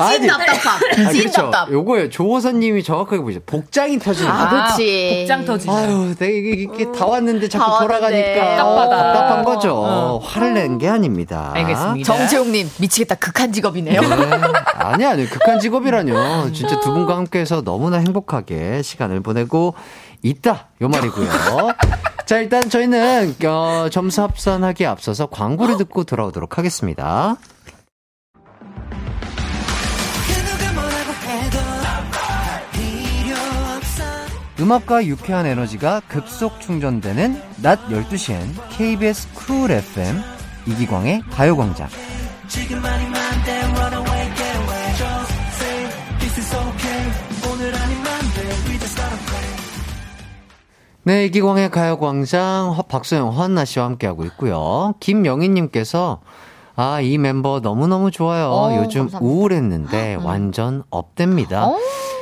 Speaker 8: 찐
Speaker 1: 아니,
Speaker 8: 답답함.
Speaker 1: 아,
Speaker 8: 찐
Speaker 1: 그렇죠.
Speaker 8: 답답.
Speaker 1: 요거예요. 조호선님이 정확하게 보죠. 복장이 터지는 거.
Speaker 8: 아, 그치.
Speaker 7: 복장 터지.
Speaker 1: 아유, 되게 이게 다 왔는데 자꾸
Speaker 8: 다 왔는데.
Speaker 1: 돌아가니까
Speaker 7: 답답하다.
Speaker 1: 답답한 거죠. 화를 낸 게 아닙니다.
Speaker 7: 알겠습니다.
Speaker 8: 정채용님, 미치겠다. 극한
Speaker 1: 예.
Speaker 8: 직업이네요.
Speaker 1: 아니 아니 극한 직업이라뇨. 진짜 두 분과 함께해서 너무나 행복하게 시간을 보내고 있다 요 말이고요. 자 일단 저희는 어, 점수 합산하기에 앞서서 광고를 듣고 돌아오도록 하겠습니다.
Speaker 6: 그 누가 뭐라고 해도 필요 없어
Speaker 1: 음악과 유쾌한 에너지가 급속 충전되는 낮 12시엔 KBS 쿨 FM 이기광의 가요광장
Speaker 6: 지금 아니면 돼 runaway get away Just say this is okay 오늘 아니면 돼 we just gotta play
Speaker 1: 네, 이기광의 가요광장 허- 박소영, 허한나 씨와 함께하고 있고요. 김영희님께서 아, 이 멤버 너무너무 좋아요.
Speaker 8: 어,
Speaker 1: 요즘
Speaker 8: 감사합니다.
Speaker 1: 우울했는데
Speaker 7: 아, 음.
Speaker 1: 완전 업됩니다.
Speaker 8: 어.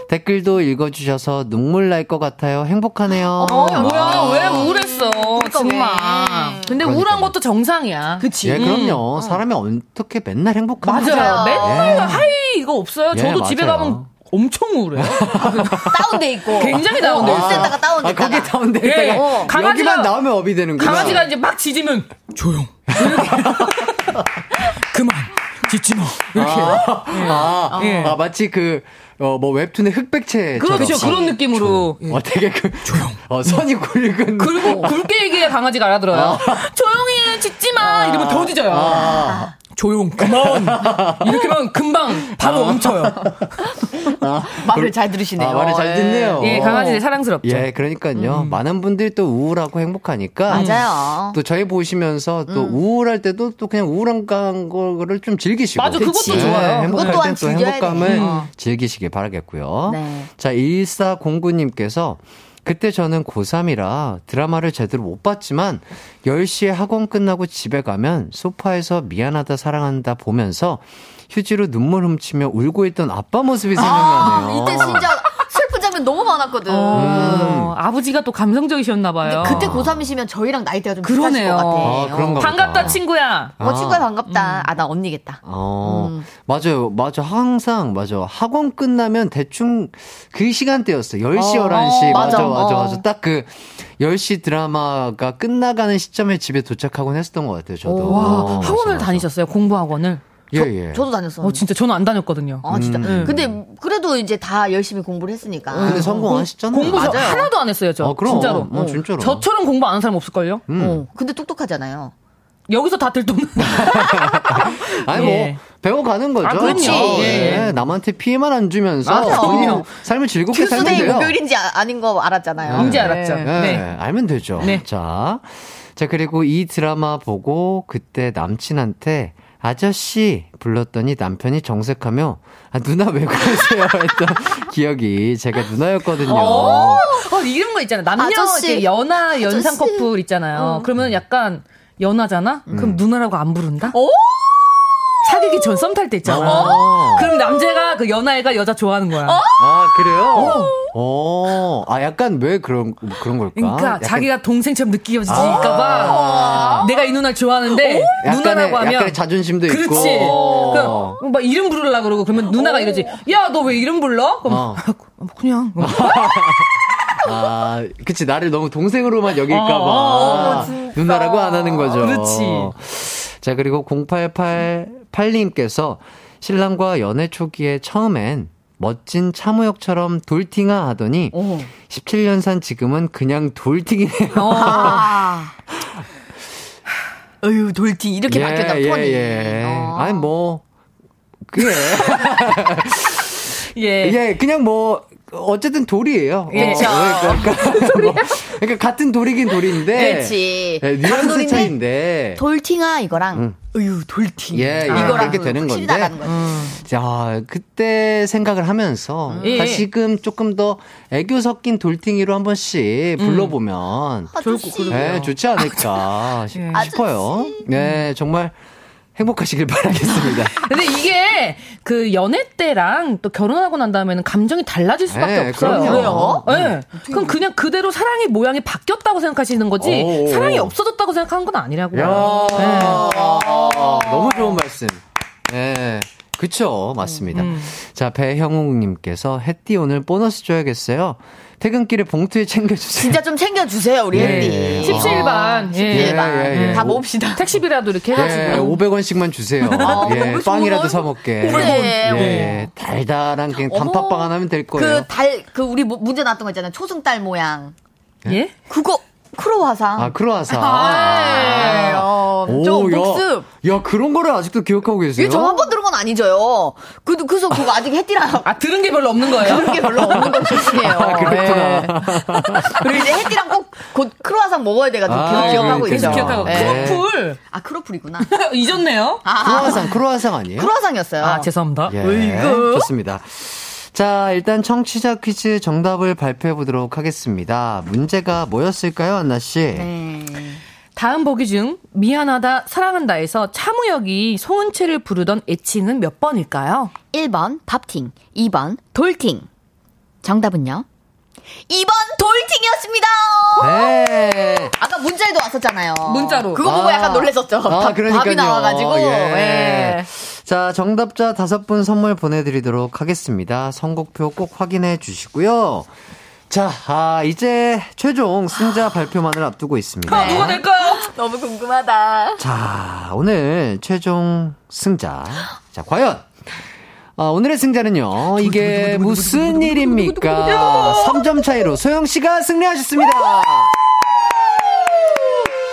Speaker 1: 댓글도 읽어주셔서 눈물 날 것 같아요. 행복하네요.
Speaker 7: 어, 뭐야
Speaker 1: 아.
Speaker 7: 왜 우울했어 정말
Speaker 8: 왜.
Speaker 7: 근데 우울한 것도 정상이야
Speaker 8: 그치.
Speaker 1: 예, 그러니까 그럼요. 사람이 어떻게 맨날 행복한지.
Speaker 7: 음. 어. 맞아요 맨날
Speaker 1: 예.
Speaker 7: 하이 이거 없어요
Speaker 1: 예,
Speaker 7: 저도 집에
Speaker 1: 맞아요.
Speaker 7: 가면 엄청 우울해요
Speaker 8: 다운돼 있고.
Speaker 1: 예.
Speaker 7: 굉장히 다운돼
Speaker 8: 올
Speaker 7: 있어요.
Speaker 8: 때다가
Speaker 1: 아,
Speaker 8: 다운됐다가.
Speaker 1: 거기 다운돼
Speaker 7: 예.
Speaker 1: 있다가
Speaker 7: 어.
Speaker 1: 여기만
Speaker 7: 강아지가-
Speaker 1: 나오면 업이 되는구나.
Speaker 7: 강아지가 이제 막 짖으면 조용 그만 짖지 마 이렇게
Speaker 1: 아, 아,
Speaker 7: 예.
Speaker 1: 아, 마치 그, 어, 뭐, 웹툰의 흑백체처럼.
Speaker 7: 그렇죠 그런 느낌으로 예.
Speaker 1: 어, 되게 그,
Speaker 7: 조용. 그
Speaker 1: 어, 선이 굵은.
Speaker 7: 그리고 굵게 얘기해 강아지가 알아들어요 조용히 해 짖지 마 이러면 더 짖어요
Speaker 1: 아,
Speaker 7: 조용 그만 이렇게 하면 금방 바로 멈춰요.
Speaker 8: 말을 잘 들으시네요.
Speaker 1: 아, 말을 잘 듣네요.
Speaker 7: 예, 강아지들 음. 사랑스럽죠.
Speaker 1: 예, 그러니까요. 많은 분들이 또 우울하고 행복하니까.
Speaker 8: 맞아요.
Speaker 1: 또 저희 보시면서 또
Speaker 8: 음.
Speaker 1: 우울할 때도 또 그냥 우울한 거를 좀 즐기시고.
Speaker 7: 맞아, 그것도
Speaker 1: 네,
Speaker 7: 좋아요.
Speaker 1: 행복할
Speaker 8: 그것
Speaker 1: 땐
Speaker 8: 또한
Speaker 1: 또
Speaker 8: 즐겨야
Speaker 1: 행복감을
Speaker 8: 돼요. 어.
Speaker 1: 즐기시길 바라겠고요.
Speaker 8: 네.
Speaker 1: 자, 1409님께서 그때 저는 고3이라 드라마를 제대로 못 봤지만 10시에 학원 끝나고 집에 가면 소파에서 미안하다 사랑한다 보면서 휴지로 눈물 훔치며 울고 있던 아빠 모습이 생각나네요.
Speaker 8: 이때 진짜 슬픈 장면 너무 많았거든.
Speaker 7: 어, 아버지가 또 감성적이셨나 봐요.
Speaker 8: 그때 고3이시면 저희랑 나이대가 좀 비슷하실 것
Speaker 7: 그러네요.
Speaker 8: 같아.
Speaker 1: 아, 그런가
Speaker 7: 반갑다
Speaker 1: 보다.
Speaker 7: 친구야.
Speaker 8: 어, 친구야
Speaker 1: 아.
Speaker 8: 반갑다. 아, 나 언니겠다.
Speaker 1: 어,
Speaker 7: 음.
Speaker 1: 맞아요. 맞아. 항상, 맞아. 학원 끝나면 대충 그 시간대였어. 10시,
Speaker 8: 어,
Speaker 1: 11시.
Speaker 8: 어,
Speaker 1: 맞아,
Speaker 8: 맞아,
Speaker 1: 맞아,
Speaker 8: 어.
Speaker 1: 맞아. 딱 그 10시 드라마가 끝나가는 시점에 집에 도착하곤 했었던 것 같아요, 저도.
Speaker 7: 와
Speaker 1: 어, 맞아,
Speaker 7: 학원을
Speaker 1: 맞아.
Speaker 7: 다니셨어요 공부 학원을.
Speaker 1: 예, 예.
Speaker 8: 저도 다녔어.
Speaker 7: 어 진짜 저는 안 다녔거든요.
Speaker 8: 아, 진짜.
Speaker 1: 음. 아,
Speaker 8: 근데 그래도 이제 다 열심히 공부를 했으니까. 어,
Speaker 1: 근데 성공하셨잖아요.
Speaker 7: 음. 공부 저
Speaker 8: 맞아요.
Speaker 7: 하나도 안 했어요 저.
Speaker 1: 어, 그럼.
Speaker 7: 진짜로.
Speaker 1: 어, 진짜로.
Speaker 7: 저처럼 공부 안 하는 사람 없을걸요?
Speaker 1: 음.
Speaker 8: 어, 근데 똑똑하잖아요.
Speaker 7: 여기서 다 들통나.
Speaker 1: 아니, 뭐.
Speaker 7: 예.
Speaker 1: 배워가는 거죠.
Speaker 7: 아, 그렇지.
Speaker 1: 어,
Speaker 7: 예,
Speaker 1: 예. 남한테 피해만 안 주면서
Speaker 7: 맞아.
Speaker 1: 본인
Speaker 7: 그럼요. 그
Speaker 1: 삶을 즐겁게 살면
Speaker 8: 큐스데이
Speaker 1: 돼요.
Speaker 8: 목요일인지 아, 닌거 알았잖아요.
Speaker 7: 이제 알았죠.
Speaker 1: 예,
Speaker 7: 네.
Speaker 1: 알면 되죠.
Speaker 7: 네.
Speaker 1: 자, 자 그리고 이 드라마 보고 그때 남친한테 아저씨 불렀더니 남편이 정색하며 아, 누나 왜 그러세요 했던 기억이 제가 누나였거든요. 아,
Speaker 7: 어, 어, 이런 거 있잖아. 남녀,
Speaker 8: 아저씨.
Speaker 7: 이렇게 연하, 연상
Speaker 8: 아저씨. 어.
Speaker 7: 커플 있잖아요. 그러면 약간 연하잖아?
Speaker 1: 음.
Speaker 7: 그럼 누나라고 안 부른다? 사귀기 전 썸 탈 때 있잖아.
Speaker 1: 어.
Speaker 7: 그럼 남자가 그 연하애가 여자 좋아하는 거야.
Speaker 8: 어?
Speaker 1: 아 그래요? 어, 아 약간 왜 그런 그런 걸까?
Speaker 7: 그러니까
Speaker 1: 아, 약간 아.
Speaker 7: 자기가 동생처럼 느껴질까봐 내가 이 누나를
Speaker 8: 어?
Speaker 7: 좋아하는데
Speaker 1: 약간의-
Speaker 7: 누나라고 하면
Speaker 1: 약간의 자존심도 있고.
Speaker 7: 그렇지.
Speaker 1: 어.
Speaker 7: 그막 이름 부르려고 그러고 그러면
Speaker 8: 어.
Speaker 7: 누나가 이러지. 야, 너 왜 이름 불러? 그럼
Speaker 1: 어.
Speaker 7: 그냥.
Speaker 1: 아, 그치, 나를 너무 동생으로만 여길까봐.
Speaker 7: 어,
Speaker 1: 누나라고 안 하는 거죠.
Speaker 7: 그렇지.
Speaker 1: 자, 그리고 0888님께서 신랑과 연애 초기에 처음엔 멋진 차무역처럼 돌팅아 하더니
Speaker 8: 어.
Speaker 1: 17년 산 지금은 그냥 돌팅이네요.
Speaker 8: 아. 어휴, 돌티. 이렇게 바뀌었다, 톤이. 어.
Speaker 1: 예, 아니, 뭐, 그래.
Speaker 7: 예.
Speaker 1: 예, 그냥 뭐, 어쨌든 돌이에요.
Speaker 7: 예.
Speaker 1: 어, 그러니까, 그러니까, 뭐, 그러니까 같은 돌이긴 돌인데.
Speaker 8: 네. 그렇지.
Speaker 1: 예,
Speaker 8: 다른
Speaker 1: 뉘앙스
Speaker 8: 돌인데
Speaker 1: 차이인데.
Speaker 8: 돌팅아, 이거랑. 어휴, 돌팅.
Speaker 1: 예, 예.
Speaker 8: 이거랑
Speaker 1: 음. 그렇게 되는
Speaker 8: 확실히
Speaker 1: 건데.
Speaker 8: 나가는 거지. 음.
Speaker 1: 자, 그때 생각을 하면서
Speaker 7: 예.
Speaker 1: 다시금 조금 더 애교 섞인 돌팅이로 한 번씩 불러보면
Speaker 8: 음. 아저씨. 아, 그렇죠.
Speaker 1: 예, 좋지 않을까 싶- 싶어요. 네, 정말 행복하시길 바라겠습니다.
Speaker 7: 근데 이게 그 연애 때랑 또 결혼하고 난 다음에는 감정이 달라질 수밖에
Speaker 1: 네,
Speaker 7: 없어요.
Speaker 1: 그럼요. 음. 그래요?
Speaker 7: 네. 그럼 그냥 그대로 사랑의 모양이 바뀌었다고 생각하시는 거지
Speaker 1: 오.
Speaker 7: 사랑이 없어졌다고 생각하는 건 아니라고요.
Speaker 1: 야 아,
Speaker 7: 네.
Speaker 1: 너무 좋은 말씀. 예. 그쵸, 맞습니다.
Speaker 8: 음.
Speaker 1: 자, 배형욱님께서 햇띠 오늘 보너스 줘야겠어요. 퇴근길에 봉투에 챙겨주세요.
Speaker 8: 진짜 좀 챙겨주세요, 우리
Speaker 1: 예,
Speaker 8: 앤디.
Speaker 1: 예.
Speaker 7: 17반. 예.
Speaker 1: 예,
Speaker 8: 17반.
Speaker 1: 예, 예.
Speaker 8: 다 모읍시다.
Speaker 7: 택시비라도 이렇게
Speaker 1: 예,
Speaker 7: 해가지고.
Speaker 1: 500원씩만
Speaker 8: 아,
Speaker 1: 주세요. 예, 빵이라도 사 먹게.
Speaker 8: 그래.
Speaker 1: 예, 달달한 그냥 단팥빵 하나 하면 될 거예요.
Speaker 8: 네. 그 달, 그 우리 뭐- 문제 났던 거 있잖아요. 초승달 모양.
Speaker 7: 예?
Speaker 8: 그거, 크로와상.
Speaker 1: 아, 크로아사.
Speaker 8: 네, 어, 저
Speaker 1: 오,
Speaker 8: 복습.
Speaker 1: 야, 야, 그런 거를 아직도 기억하고 계세요?
Speaker 8: 이거 저한 번 들은 건 아니죠요. 그, 그래서 그거 아직 해띠랑
Speaker 7: 아, 들은 게 별로 없는 거예요?
Speaker 8: 그런 게 별로 없는 건 조심해요.
Speaker 1: 아, 그렇구나.
Speaker 8: 네. 그리고 이제 해띠랑 꼭 곧 크로와상 먹어야 돼가지고
Speaker 1: 아,
Speaker 8: 기억, 기억하고
Speaker 1: 그렇구나.
Speaker 8: 있죠.
Speaker 7: 계속 기억하고.
Speaker 1: 네.
Speaker 7: 예. 크로플!
Speaker 8: 아, 크로플이구나.
Speaker 7: 잊었네요?
Speaker 8: 아, 아,
Speaker 1: 크로아상, 크로아상 아니에요?
Speaker 8: 크로와상이었어요.
Speaker 7: 아, 죄송합니다.
Speaker 1: 예, 좋습니다. 자, 일단 청취자 퀴즈 정답을 발표해 보도록 하겠습니다. 문제가 뭐였을까요, 안나 씨?
Speaker 8: 네.
Speaker 7: 다음 보기 중 미안하다 사랑한다에서 차무혁이 송은채를 부르던 애칭은 몇 번일까요?
Speaker 8: 1번 밥팅, 2번 돌팅. 정답은요? 2번 돌팅이었습니다.
Speaker 1: 네.
Speaker 8: 아까 문자에도 왔었잖아요.
Speaker 7: 문자로.
Speaker 8: 그거 보고
Speaker 1: 아.
Speaker 8: 약간 놀랬었죠.
Speaker 1: 아,
Speaker 8: 밥,
Speaker 1: 그러니까요.
Speaker 8: 밥이 나와가지고.
Speaker 1: 예.
Speaker 8: 예.
Speaker 1: 자, 정답자 다섯 분 선물 보내드리도록 하겠습니다. 선곡표 꼭 확인해 주시고요. 자, 아, 이제 최종 승자 발표만을 앞두고 있습니다.
Speaker 7: 누가 될까요?
Speaker 8: 너무 궁금하다.
Speaker 1: 자, 오늘 최종 승자. 자, 과연! 아, 오늘의 승자는요, 이게 무슨 일입니까? 3점 차이로 소영씨가 승리하셨습니다!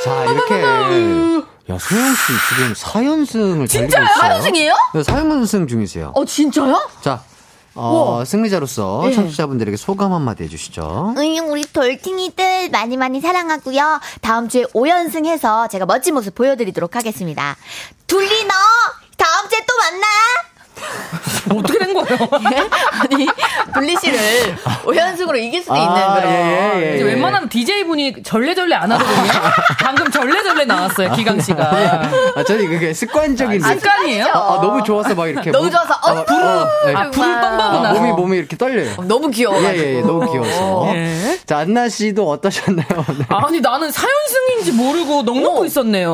Speaker 1: 자, 이렇게. 야, 야, 소영 씨 지금 4연승을 달리고
Speaker 8: 진짜요?
Speaker 1: 있어요.
Speaker 8: 사연승이에요?
Speaker 1: 4연승 중이세요.
Speaker 8: 어, 진짜요?
Speaker 1: 자, 어, 승리자로서
Speaker 8: 예.
Speaker 1: 청취자분들에게 소감 한마디 해주시죠.
Speaker 8: 응, 우리 돌팅이들 많이 많이 사랑하고요. 다음 주에 5연승 해서 제가 멋진 모습 보여드리도록 하겠습니다. 둘리 너 다음 주에 또 만나. 뭐
Speaker 7: 어떻게 된 거예요?
Speaker 8: 아니 둘리 씨를 5연승으로 이길 수도
Speaker 1: 아,
Speaker 8: 있는 그런.
Speaker 1: 예, 예, 예.
Speaker 7: 이제 웬만하면 DJ 분이 절레절레 안 하거든요. 방금 절레절레 나왔어요, 기강 씨가.
Speaker 1: 아, 저는 그게 습관적인 느낌.
Speaker 7: 습관이에요?
Speaker 1: 아, 너무 좋아서 막 이렇게.
Speaker 8: 너무
Speaker 1: 몸-
Speaker 8: 좋아서
Speaker 1: 아,
Speaker 8: 어, 부르- 어,
Speaker 1: 네.
Speaker 7: 아, 불을
Speaker 1: 아,
Speaker 7: 뻥뻥구나.
Speaker 1: 몸이 몸이 이렇게 떨려요.
Speaker 8: 너무 어. 귀여워.
Speaker 1: 예, 예, 예, 너무 귀여워서.
Speaker 7: 예.
Speaker 1: 자, 안나 씨도 어떠셨나요? 오늘?
Speaker 7: 아니, 나는 사연승인지 모르고 넉넉고
Speaker 8: 오.
Speaker 7: 있었네요.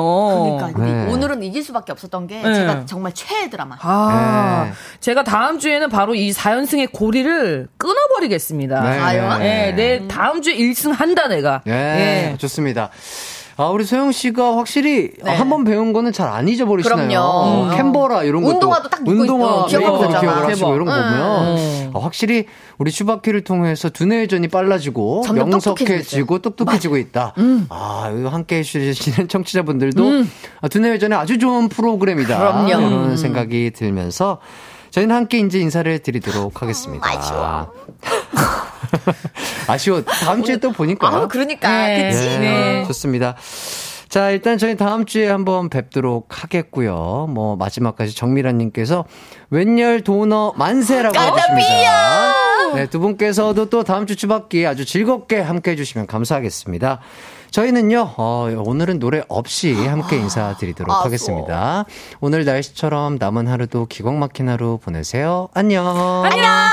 Speaker 8: 그러니까 근데
Speaker 1: 네.
Speaker 8: 오늘은 이길 수밖에 없었던 게
Speaker 7: 네.
Speaker 8: 제가 정말 최애 드라마.
Speaker 7: 아,
Speaker 1: 네.
Speaker 7: 제가 다음 주에는 바로 이 4연승의 고리를 끊어버리겠습니다.
Speaker 1: 네.
Speaker 8: 가요?
Speaker 7: 예, 내 다음 주에 1승 한다, 내가.
Speaker 1: 예,
Speaker 7: 예.
Speaker 1: 좋습니다. 아, 우리 소영 씨가 확실히 한 번 배운 거는 잘 안 잊어버리시나요?
Speaker 8: 네. 그럼요.
Speaker 1: 어, 캔버라 이런 것도
Speaker 8: 운동화도 딱 입고
Speaker 1: 운동화
Speaker 8: 있어. 기억하고
Speaker 1: 메이크업으로
Speaker 8: 있잖아.
Speaker 1: 기억을 하시고
Speaker 7: 대박.
Speaker 1: 이런 거면 아, 확실히 우리 슈바퀴를 통해서 두뇌 회전이 빨라지고
Speaker 8: 점점 음.
Speaker 1: 명석해지고 똑똑해지고 있다. 아, 이거 함께 해주시는 청취자분들도 아, 두뇌 회전에 아주 좋은 프로그램이다.
Speaker 8: 그럼요. 음.
Speaker 1: 이런 생각이 들면서 저희는 함께 이제 인사를
Speaker 8: 아,
Speaker 1: 드리도록 하겠습니다. 아쉬워. 아쉬워. 다음 주에 또 보니까요.
Speaker 8: 아, 그러니까
Speaker 7: 네.
Speaker 8: 그치.
Speaker 1: 예, 좋습니다. 자, 일단 저희 다음 주에 한번 뵙도록 하겠고요. 뭐 마지막까지 정미란 님께서 웬열 도너 만세라고 하십니다. 네, 두 분께서도 또 다음 주 추박기 아주 즐겁게 함께 해 주시면 감사하겠습니다. 저희는요, 어, 오늘은 노래 없이 함께 인사드리도록
Speaker 8: 아소.
Speaker 1: 뭐. 하겠습니다. 오늘 날씨처럼 남은 하루도 기광 막힌 하루 보내세요. 안녕! 안녕!